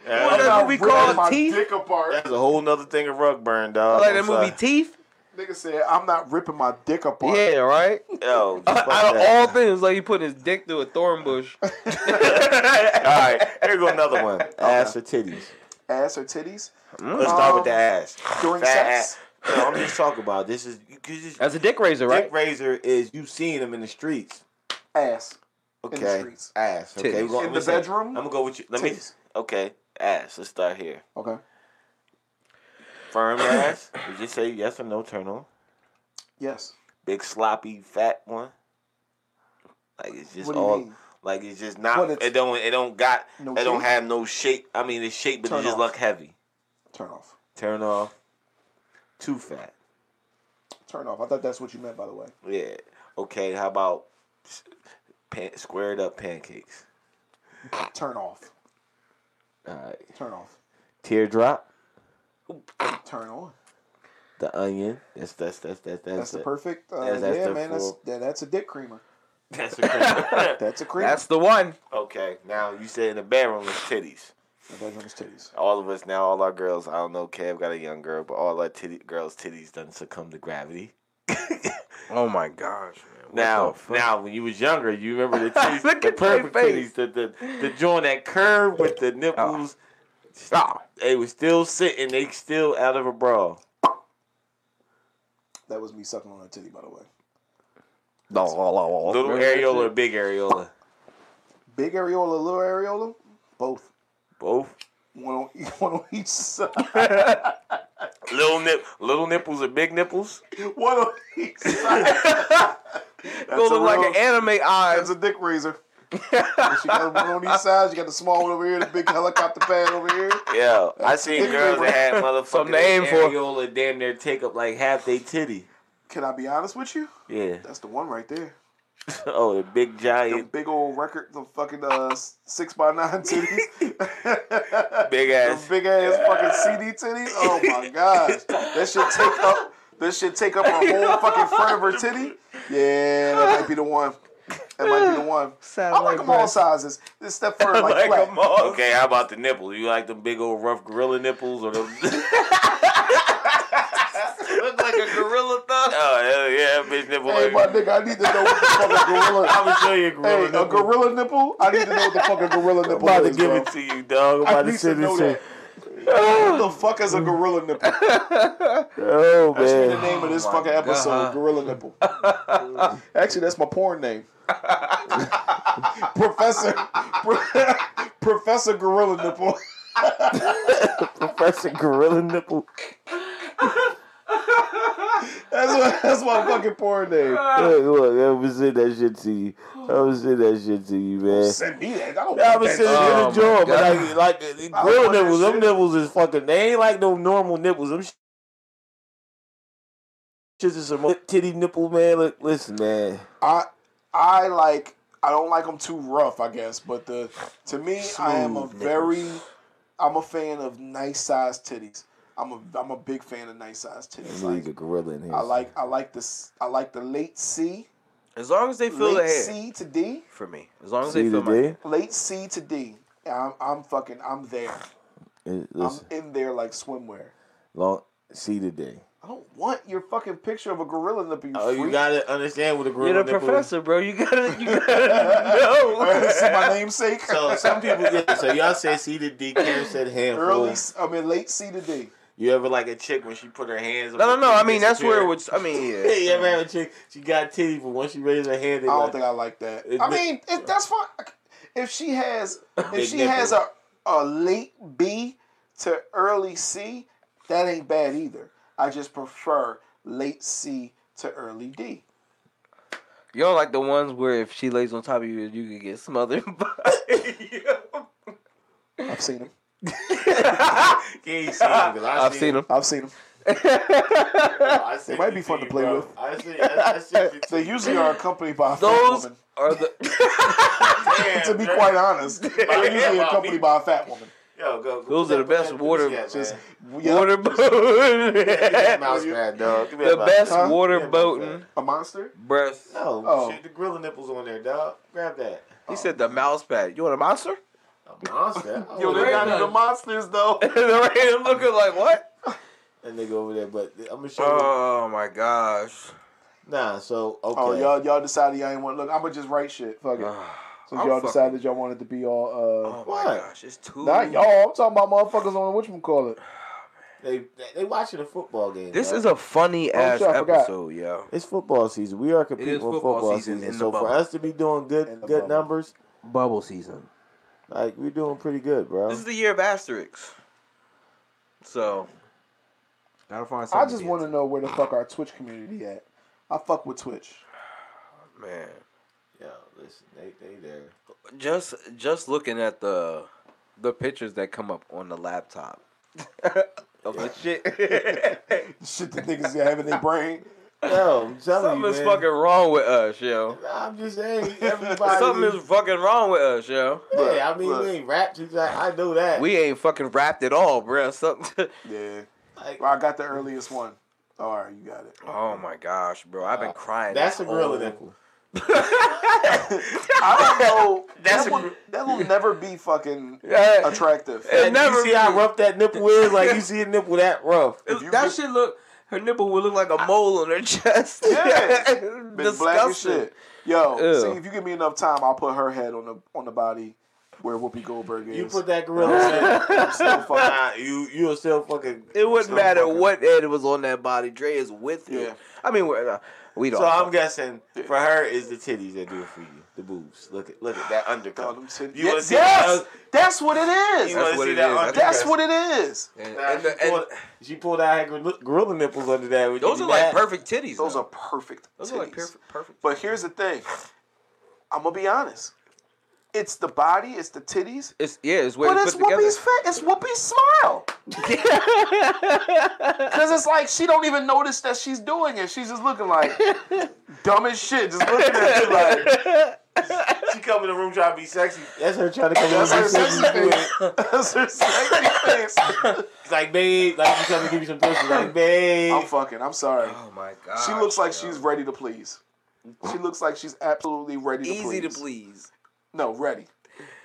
Speaker 4: yeah. Yeah,
Speaker 6: What
Speaker 5: I'm
Speaker 4: that's,
Speaker 6: the-
Speaker 5: not
Speaker 6: movie
Speaker 5: ripping
Speaker 6: called
Speaker 5: my
Speaker 6: Teeth?
Speaker 5: dick apart.
Speaker 4: that's a whole nother thing of rug burn, dog.
Speaker 6: like that
Speaker 4: I'm
Speaker 6: movie
Speaker 4: sorry.
Speaker 6: Teeth?
Speaker 5: Nigga said, I'm not ripping my dick apart.
Speaker 6: Yeah, *laughs* right?
Speaker 4: Yo, fuck
Speaker 6: Out of
Speaker 4: that.
Speaker 6: all things, like he put his dick through a thorn bush.
Speaker 4: all right, here go another one. Ass or titties?
Speaker 5: Ass or titties?
Speaker 4: Let's start with the
Speaker 5: Um,
Speaker 4: ass.
Speaker 5: During
Speaker 4: Fat
Speaker 5: sex?
Speaker 4: ass. No, I'm just talking about this is because this
Speaker 6: That's a dick raiser, right?
Speaker 4: dick razor is you seen them in the streets.
Speaker 5: Ass.
Speaker 4: Okay,
Speaker 5: In the streets.
Speaker 4: ass. Okay,
Speaker 6: Titties.
Speaker 4: we gonna-
Speaker 5: In the
Speaker 4: listen,
Speaker 5: bedroom?
Speaker 4: I'm gonna go with you. Let
Speaker 5: Titties.
Speaker 4: me. Okay, ass. Let's start here.
Speaker 5: Okay.
Speaker 4: Firm
Speaker 5: *coughs*
Speaker 4: ass. You just say yes or no. Turn on.
Speaker 5: Yes.
Speaker 4: Big sloppy fat one. Like it's just
Speaker 5: What do you
Speaker 4: all.
Speaker 5: mean?
Speaker 4: Like it's just not.
Speaker 5: What it's-
Speaker 4: it don't. It don't got.
Speaker 5: No
Speaker 4: it don't
Speaker 5: shape?
Speaker 4: have no shape. I mean, it's shape, but
Speaker 5: Turn
Speaker 4: it just
Speaker 5: off.
Speaker 4: look heavy.
Speaker 5: Turn off.
Speaker 4: Turn off. Too fat.
Speaker 5: Turn off. I thought that's what you meant, by the way.
Speaker 4: Yeah. Okay. How about s- pan- squared up pancakes?
Speaker 5: Turn off.
Speaker 4: All right.
Speaker 5: Turn off.
Speaker 4: Teardrop.
Speaker 5: Turn on.
Speaker 4: The onion. That's that's that's that's that's,
Speaker 5: That's the
Speaker 4: it.
Speaker 5: perfect. Uh,
Speaker 4: That's- that's
Speaker 5: yeah,
Speaker 4: the
Speaker 5: man. That's
Speaker 4: full-
Speaker 5: that, that's a dick creamer. *laughs*
Speaker 4: That's the
Speaker 5: That's a creamer.
Speaker 6: That's the one.
Speaker 4: *laughs* Okay, now you said in the bedroom is titties.
Speaker 5: The bedroom's titties.
Speaker 4: All of us now, all our girls. I don't know. Kev got a young girl, but all our titty girls' titties done succumb to gravity. *laughs*
Speaker 6: Oh my gosh, man. What the
Speaker 4: Now,
Speaker 6: fuck?
Speaker 4: now, when you was younger, you remember the
Speaker 6: *laughs*
Speaker 4: titties,
Speaker 6: Look
Speaker 4: the
Speaker 6: at their
Speaker 4: perfect
Speaker 6: face. Oh.
Speaker 4: titties, the the the joint that curved with the nipples.
Speaker 6: Stop.
Speaker 4: They was still sitting. They still out of a bra.
Speaker 5: That was me sucking on a titty, by the way.
Speaker 6: No, no, no, no.
Speaker 4: Little
Speaker 6: Remember that
Speaker 4: areola,
Speaker 6: shit?
Speaker 4: big areola,
Speaker 5: Big areola, little areola, both.
Speaker 4: both.
Speaker 5: One on, e, *laughs* one on each side.
Speaker 4: Little nip, little nipples or big nipples.
Speaker 5: one on each side. that's
Speaker 6: Go look like
Speaker 5: real-
Speaker 6: an anime
Speaker 5: That's
Speaker 6: eyes.
Speaker 5: a dick razor. you got one on each side. You got the small one over here, the big helicopter pad over here.
Speaker 4: Yeah, I seen girls that *laughs* had motherfucking
Speaker 6: Something to aim for.
Speaker 4: areola damn near take up like half they titty.
Speaker 5: Can I be honest with you?
Speaker 4: Yeah.
Speaker 5: That's the one right there.
Speaker 4: *laughs* Oh, the big
Speaker 5: The
Speaker 4: giant,
Speaker 5: big old record, the fucking uh six by nine titties, *laughs*
Speaker 4: big
Speaker 5: the
Speaker 4: ass.
Speaker 5: big ass fucking CD titties. Oh my gosh, that should take up. That should take up a whole fucking front of her titty. Yeah, that might be the one. That might be the one. I like
Speaker 6: Satellite
Speaker 5: them all
Speaker 6: breast.
Speaker 5: sizes. This step further, like,
Speaker 6: Like
Speaker 5: flat.
Speaker 6: them all. *laughs*
Speaker 4: Okay, how about the nipples? You like them big old rough gorilla nipples or *laughs* them? Look like a gorilla thumb. Oh hell yeah, bitch nipple.
Speaker 5: Hey,
Speaker 4: like-
Speaker 5: my nigga, I need to know what the fuck a
Speaker 4: *laughs*
Speaker 5: gorilla.
Speaker 4: I'm gonna show you a gorilla.
Speaker 5: Hey,
Speaker 4: nipple.
Speaker 5: a gorilla nipple? I need to know what the fuck a gorilla
Speaker 4: I'm
Speaker 5: nipple
Speaker 4: about to
Speaker 5: is,
Speaker 4: give
Speaker 5: bro.
Speaker 4: it to you, dog. I'm
Speaker 5: I
Speaker 4: about to
Speaker 5: need to
Speaker 4: send
Speaker 5: know
Speaker 4: this
Speaker 5: that.
Speaker 4: shit.
Speaker 5: what
Speaker 6: *laughs*
Speaker 5: the fuck is a gorilla nipple?
Speaker 4: Oh
Speaker 5: That should be
Speaker 4: man.
Speaker 5: the name of this
Speaker 6: Oh, my
Speaker 5: fucking episode,
Speaker 6: God.
Speaker 5: Gorilla Nipple.
Speaker 6: *laughs*
Speaker 5: Actually, that's my porn name. Professor *laughs* Professor Gorilla Nipple. *laughs*
Speaker 4: Professor Gorilla Nipple.
Speaker 5: That's my, that's my fucking porn name.
Speaker 6: Ah.
Speaker 4: Look, look, I'm gonna send that shit to you. I'm gonna send that shit to you, man.
Speaker 5: Send me that. I don't
Speaker 4: I
Speaker 5: want
Speaker 4: was
Speaker 5: that.
Speaker 4: sitting
Speaker 5: shit.
Speaker 6: Oh
Speaker 4: in
Speaker 6: my
Speaker 4: the jaw, but
Speaker 6: God.
Speaker 4: like, like the
Speaker 5: I
Speaker 4: grill
Speaker 5: want that
Speaker 4: nipples, them
Speaker 5: shit.
Speaker 4: nipples is fucking. They ain't like no normal nipples. Them shits is some titty nipple, man. Look, listen, man.
Speaker 5: I I like I don't like them too rough, I guess. But the to me, I am a
Speaker 4: Smooth
Speaker 5: very I'm a fan of nice sized titties. I'm a I'm a big fan of nice sized titties.
Speaker 4: League
Speaker 5: Like,
Speaker 4: a gorilla in here.
Speaker 5: I like I like this I like the late C
Speaker 6: As long as they feel the
Speaker 5: late
Speaker 6: head
Speaker 5: C to D
Speaker 6: for me. As long as
Speaker 4: see
Speaker 6: they feel my
Speaker 4: today.
Speaker 5: late C to D. I'm I'm fucking I'm there. I'm
Speaker 4: Listen,
Speaker 5: in there like swimwear.
Speaker 4: long see today.
Speaker 5: I don't want your fucking picture of a gorilla nipple. You
Speaker 4: Oh, you *laughs*
Speaker 5: freak.
Speaker 4: gotta understand what a gorilla
Speaker 6: You're the
Speaker 4: nipple.
Speaker 6: professor, bro. You gotta *laughs* you gotta know.
Speaker 5: *laughs* See my namesake.
Speaker 4: So some people get. So y'all said see to D. Karen
Speaker 6: *laughs*
Speaker 4: said hand.
Speaker 5: *laughs* Early,
Speaker 4: full.
Speaker 5: I mean late C to D.
Speaker 4: You ever like a chick when she put her hands? up
Speaker 6: *laughs* No no
Speaker 4: her
Speaker 6: no,
Speaker 4: titty
Speaker 6: I mean that's where it
Speaker 4: disappear?
Speaker 6: would I mean *laughs*
Speaker 4: *laughs*
Speaker 6: yeah.
Speaker 4: Hey, you ever have a chick? She got titty, but once she raised her hand, they
Speaker 5: I don't
Speaker 4: like,
Speaker 5: think I like that.
Speaker 4: It-
Speaker 5: I mean, it, that's fine. If she has, if
Speaker 4: Big
Speaker 5: she has a
Speaker 4: nipple.
Speaker 5: a late B to early C, that ain't bad either. I just prefer late C to early D.
Speaker 6: You don't like the ones where if she lays on top of you you could get smothered
Speaker 4: *laughs*
Speaker 6: *laughs* by
Speaker 5: I've seen them.
Speaker 4: I've seen
Speaker 6: I've seen them.
Speaker 5: I've seen them.
Speaker 4: I
Speaker 5: They might be fun to play with.
Speaker 4: I see. I, I see
Speaker 5: *laughs* They usually are accompanied by a fat
Speaker 6: Those
Speaker 5: woman.
Speaker 6: are the. *laughs*
Speaker 5: to be quite honest, they're usually
Speaker 4: Yeah,
Speaker 5: accompanied by a fat woman.
Speaker 4: Yo, go,
Speaker 6: Those are the best water-
Speaker 4: Just
Speaker 6: *laughs*
Speaker 5: Yeah,
Speaker 6: Water boating.
Speaker 4: mouse
Speaker 6: *laughs*
Speaker 4: pad, dog. Give me
Speaker 6: the
Speaker 4: that mouse
Speaker 6: best
Speaker 4: pad.
Speaker 6: water
Speaker 4: Yeah, mouse
Speaker 6: boating
Speaker 5: a monster.
Speaker 6: breath.
Speaker 4: No,
Speaker 5: Oh.
Speaker 4: shit, the gorilla nipples on there, dog. Grab that.
Speaker 6: He said the mouse pad. You want a monster?
Speaker 4: A
Speaker 5: *laughs*
Speaker 4: monster.
Speaker 7: Yo, they got me the monsters though.
Speaker 6: *laughs* the random looking like what?
Speaker 4: that nigga over there, but I'm gonna show
Speaker 6: Oh my gosh.
Speaker 4: you. Nah, so okay.
Speaker 5: Oh, y'all y'all decided y'all ain't want. Look, I'm gonna just write shit. Fuck it. Since
Speaker 6: Ah, I'm
Speaker 5: y'all
Speaker 6: fucking-
Speaker 5: decided y'all wanted to be all. uh
Speaker 6: Oh
Speaker 4: What?
Speaker 6: my gosh, it's too.
Speaker 5: Not y'all. I'm talking about motherfuckers on which call it.
Speaker 4: They they watching a football game.
Speaker 6: This
Speaker 4: dog.
Speaker 6: is a funny ass
Speaker 5: shit, I forgot.
Speaker 6: episode, yo.
Speaker 4: It's football season. We are competing
Speaker 6: It is
Speaker 4: with
Speaker 6: football
Speaker 4: football,
Speaker 6: season
Speaker 4: season.
Speaker 6: in the
Speaker 4: so
Speaker 6: bubble.
Speaker 4: for us to be doing
Speaker 5: In
Speaker 4: good
Speaker 5: the
Speaker 4: good
Speaker 5: bubble.
Speaker 4: numbers,
Speaker 6: Bubble season.
Speaker 4: like we're doing pretty good, bro.
Speaker 6: This is the year of asterisks. So. Gotta find
Speaker 5: I just want to know where the fuck our Twitch community at. I fuck with Twitch. *laughs*
Speaker 6: to. Man.
Speaker 4: Yo, listen, they they
Speaker 6: *laughs*
Speaker 4: there.
Speaker 6: Just just looking at the the pictures that come up on the laptop of the *laughs* shit.
Speaker 5: The shit that niggas have in their brain.
Speaker 4: Yo, I'm telling
Speaker 6: Something's
Speaker 4: you, man.
Speaker 6: fucking wrong with us, yo.
Speaker 4: Nah, I'm just
Speaker 6: *laughs*
Speaker 4: saying, everybody.
Speaker 6: Something is fucking wrong with us, yo.
Speaker 4: *laughs* Yeah,
Speaker 6: *laughs*
Speaker 4: I mean,
Speaker 7: Look.
Speaker 4: we ain't rapped. it's Like, I know that.
Speaker 6: We ain't fucking rapped at all, bruh. *laughs* Something.
Speaker 5: Yeah.
Speaker 4: like,
Speaker 5: Well, I got the earliest one. All right, you got it.
Speaker 6: Oh my gosh, bro! I've been crying.
Speaker 4: that's a
Speaker 6: this
Speaker 4: gorilla
Speaker 6: whole-
Speaker 4: *laughs* nipple.
Speaker 5: I don't know. *laughs*
Speaker 6: That's
Speaker 5: that,
Speaker 6: a
Speaker 5: will, that will never be fucking
Speaker 6: *laughs* Yeah.
Speaker 5: attractive.
Speaker 6: It
Speaker 4: Like,
Speaker 6: never
Speaker 4: you see how
Speaker 6: be.
Speaker 4: rough that nipple is? Like you see a nipple that rough?
Speaker 6: It- that shit look. Her nipple would look like a mole on her *laughs* chest. *laughs*
Speaker 5: Yeah. Been
Speaker 6: disgusting.
Speaker 5: black as shit. Yo,
Speaker 6: Ew.
Speaker 5: see if you give me enough time, I'll put her head on the on the body where Whoopi Goldberg is.
Speaker 6: *laughs*
Speaker 4: You put that gorilla. in,
Speaker 5: I'm still fucking.
Speaker 4: nah, you you'll still fucking.
Speaker 6: It wouldn't
Speaker 4: still
Speaker 6: matter
Speaker 4: fucking-
Speaker 6: what Ed was on that body. Dre is with you.
Speaker 5: Yeah.
Speaker 6: I mean, we're, uh, we don't.
Speaker 4: So I'm guessing for her is the titties that do it for you, the boobs. Look at look at that
Speaker 5: Oh,
Speaker 4: undercut.
Speaker 5: them titties.
Speaker 4: You wanna
Speaker 5: Yes,
Speaker 4: see that?
Speaker 5: yes! that's what it
Speaker 4: You
Speaker 5: is.
Speaker 6: That's
Speaker 4: want to
Speaker 6: what
Speaker 4: see
Speaker 6: it
Speaker 4: that
Speaker 6: is. I think
Speaker 4: undercut?
Speaker 5: That's what it is.
Speaker 6: and,
Speaker 4: Nah,
Speaker 6: and the-
Speaker 4: she,
Speaker 6: and
Speaker 4: pulled, she pulled out her gor- gorilla nipples under that. Would you
Speaker 6: those
Speaker 4: do
Speaker 6: are like
Speaker 4: that?
Speaker 6: perfect titties.
Speaker 5: Those
Speaker 6: though.
Speaker 5: are perfect.
Speaker 6: those are like
Speaker 5: titties.
Speaker 6: perfect. Perfect.
Speaker 5: But here's the thing. I'm gonna be honest. It's the body. It's the titties.
Speaker 6: It's yeah. It's where
Speaker 5: But
Speaker 6: you
Speaker 5: it's
Speaker 6: put together.
Speaker 5: Whoopi's fa It's Whoopi's
Speaker 6: *laughs*
Speaker 5: smile. Cause it's like she don't even notice that she's doing it. She's just looking
Speaker 6: *laughs*
Speaker 5: like dumb as shit. Just looking at you like
Speaker 6: *laughs*
Speaker 4: She come in the room trying to be sexy. That's her trying to come in
Speaker 5: that's
Speaker 4: the room.
Speaker 5: her
Speaker 4: be sexy.
Speaker 5: sexy face. *laughs* That's her sexy face.
Speaker 4: It's like babe, like you come to give me some pussy. Like babe,
Speaker 5: I'm fucking. I'm sorry.
Speaker 6: oh my god.
Speaker 5: She looks like she's ready to please. She looks like she's absolutely ready to please.
Speaker 6: easy to please.
Speaker 5: No, ready.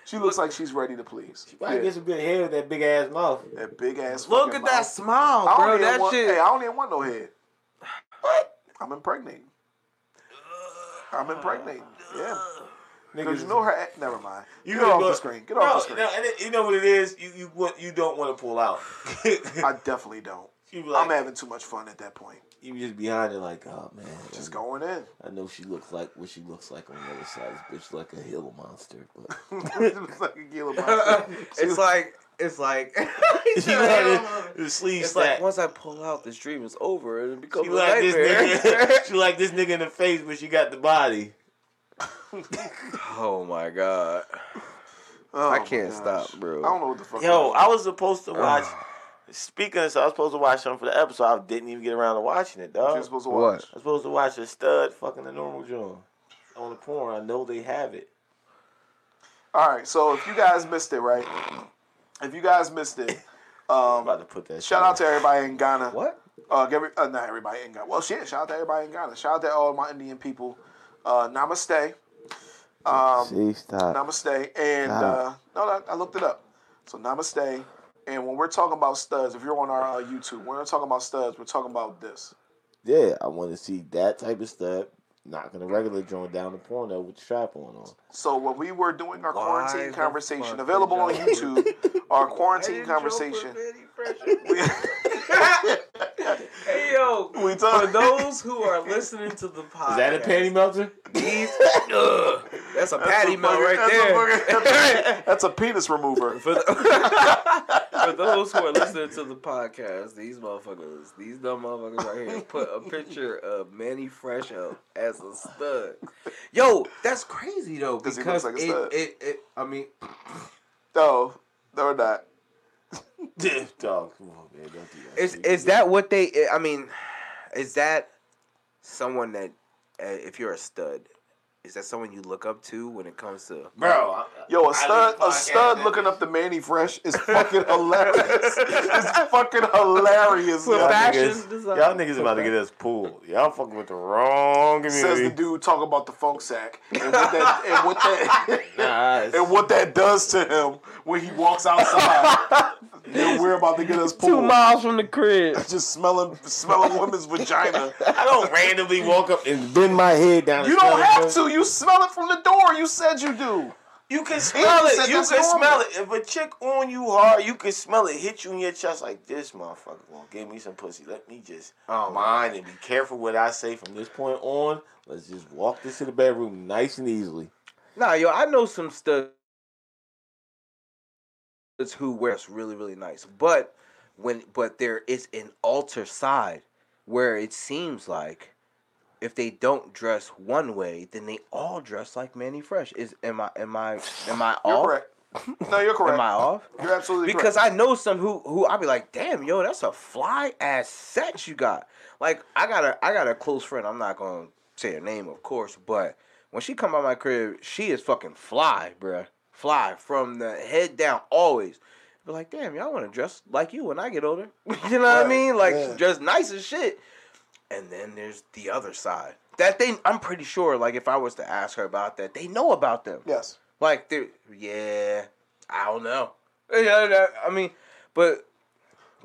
Speaker 5: She looks like she's ready to please.
Speaker 4: why you
Speaker 5: Yeah.
Speaker 4: get some good hair with that big ass mouth?
Speaker 5: That big ass.
Speaker 6: Look
Speaker 5: fucking
Speaker 6: at
Speaker 5: mouth.
Speaker 6: that smile,
Speaker 5: I don't
Speaker 6: bro.
Speaker 5: even
Speaker 6: That
Speaker 5: want,
Speaker 6: shit.
Speaker 5: Hey, I don't even want no head. What? I'm impregnating. I'm impregnating. Yeah. Because you know her. act- Never mind. You get
Speaker 4: can
Speaker 5: off
Speaker 4: go-
Speaker 5: the screen. Get
Speaker 4: Bro,
Speaker 5: off the screen.
Speaker 4: no, and it- you know what it is? You you want you don't want to pull out. *laughs*
Speaker 5: I definitely don't.
Speaker 4: you be like,
Speaker 5: I'm having too much fun at that point.
Speaker 4: you just behind it like, oh man,
Speaker 5: Just going in. *laughs*
Speaker 4: I know she looks like what she looks like on the other side. This bitch like a hill monster, *laughs* but
Speaker 5: It's like a Gila
Speaker 6: *laughs*
Speaker 5: monster.
Speaker 6: it's like
Speaker 5: *laughs*
Speaker 6: it's like *laughs*
Speaker 4: she like the sleeve
Speaker 6: it's
Speaker 4: slack.
Speaker 6: like once I pull out, this dream is over and it becomes
Speaker 4: she
Speaker 6: a
Speaker 4: like this
Speaker 6: nightmare.
Speaker 4: nigga. *laughs* she like this nigga in the face, but she got the body.
Speaker 6: *laughs* oh my god,
Speaker 5: Oh,
Speaker 6: I
Speaker 5: my
Speaker 6: can't
Speaker 5: gosh.
Speaker 6: stop, bro.
Speaker 5: I don't know what the fuck.
Speaker 4: Yo, I was supposed to watch. Speaking of, so I was supposed to watch something for the episode. I didn't even get around to watching it, dog.
Speaker 5: You're supposed to
Speaker 6: What?
Speaker 5: watch.
Speaker 4: I'm supposed to watch a stud fucking a normal John on the porn. I know they have it.
Speaker 5: All right. So if you guys missed it, right? If you guys missed it, um,
Speaker 4: I'm about to put that.
Speaker 5: shout out to everybody in Ghana.
Speaker 6: what?
Speaker 5: Uh, every, uh, not everybody in Ghana. Well, shit. Shout out to everybody in Ghana. Shout out to all my Indian people. Uh, namaste. Um,
Speaker 4: She stop.
Speaker 5: namaste. And uh, no, I, I looked it up. So namaste. And when we're talking about studs, if you're on our uh, YouTube, when we're talking about studs, we're talking about this.
Speaker 4: Yeah, I want to see that type of stud knocking a regular joint down the porno with the strap on on.
Speaker 5: So when we were doing our
Speaker 6: Why
Speaker 5: quarantine
Speaker 6: the
Speaker 5: conversation,
Speaker 6: fuck
Speaker 5: available on
Speaker 6: did y'all
Speaker 5: YouTube, our quarantine conversation. *laughs* We, *laughs*
Speaker 4: *laughs*
Speaker 6: hey yo,
Speaker 5: we
Speaker 6: for
Speaker 5: talk,
Speaker 6: those who are listening to the
Speaker 4: *laughs*
Speaker 6: podcast,
Speaker 4: Is that a panty melter?
Speaker 6: These, ugh, *laughs* that's a patty melt right
Speaker 5: that's
Speaker 6: there. *laughs*
Speaker 5: A, fucking- that's a penis remover.
Speaker 6: For, the- *laughs* for those who are listening to the podcast, these motherfuckers, these dumb motherfuckers right here, put a picture of Manny Fresh up as a stud. Yo, that's crazy though
Speaker 5: 'Cause he
Speaker 6: because
Speaker 5: looks like a
Speaker 6: it,
Speaker 5: stud.
Speaker 6: it, it, I mean,
Speaker 5: No, no, we're not.
Speaker 4: *laughs* Dog, come on, man, don't do that.
Speaker 6: Is is that what they? I mean, is that someone that, uh, if you're a stud, is that someone you look up to when it comes to?
Speaker 4: *laughs* bro? I-
Speaker 8: Yo, a
Speaker 4: I
Speaker 8: stud,
Speaker 4: leave
Speaker 8: a
Speaker 4: podcast
Speaker 8: stud
Speaker 4: at
Speaker 8: looking
Speaker 4: this.
Speaker 8: up to Manny Fresh is fucking hilarious. it's fucking hilarious.
Speaker 6: For
Speaker 8: yo.
Speaker 6: fact-
Speaker 4: Y'all
Speaker 6: Fashion
Speaker 4: niggas,
Speaker 6: design.
Speaker 4: y'all niggas about to get us pulled. Y'all fucking with the wrong
Speaker 5: Says the
Speaker 4: community.
Speaker 5: dude talking about the funk sack and what that and what that *laughs* and what that does to him when he walks outside. and we're about to get us
Speaker 6: Two
Speaker 5: pulled.
Speaker 6: miles from the crib.
Speaker 5: Just smelling smelling women's vagina.
Speaker 4: I don't randomly walk up and bend my head down.
Speaker 5: You don't have to. You smell it from the door. You said you do.
Speaker 4: You can smell it.
Speaker 5: said
Speaker 4: You can
Speaker 5: that's
Speaker 4: smell
Speaker 5: normal.
Speaker 4: it. If a chick on you hard, you can smell it. Hit you in your chest like this, motherfucker. Gonna give me some pussy. Let me just mind and be careful what I say from this point on. Let's just walk this to the bedroom nice and easily.
Speaker 6: Nah, yo, I know some studs who wear it's really, really nice. But when but there is an alter side where it seems like if they don't dress one way, then they all dress like Manny Fresh. Is am I am I am I
Speaker 5: You're
Speaker 6: off?
Speaker 5: correct. No, you're correct.
Speaker 6: Am I off?
Speaker 5: You're absolutely
Speaker 6: Because I know some who who I'll be like, damn, yo, that's a fly ass sex you got. Like I got a I got a close friend. I'm not gonna say her name, of course, but when she come by my crib, she is fucking fly, bruh. Fly from the head down always. Be like, damn, y'all want to dress like you when I get older. *laughs* you know what I mean? Like dress nice as shit. And then there's the other side that they. I'm pretty sure. Like if I was to ask her about that, they know about them.
Speaker 5: Yes.
Speaker 6: Like, they yeah, I don't know. Yeah, that- I mean, but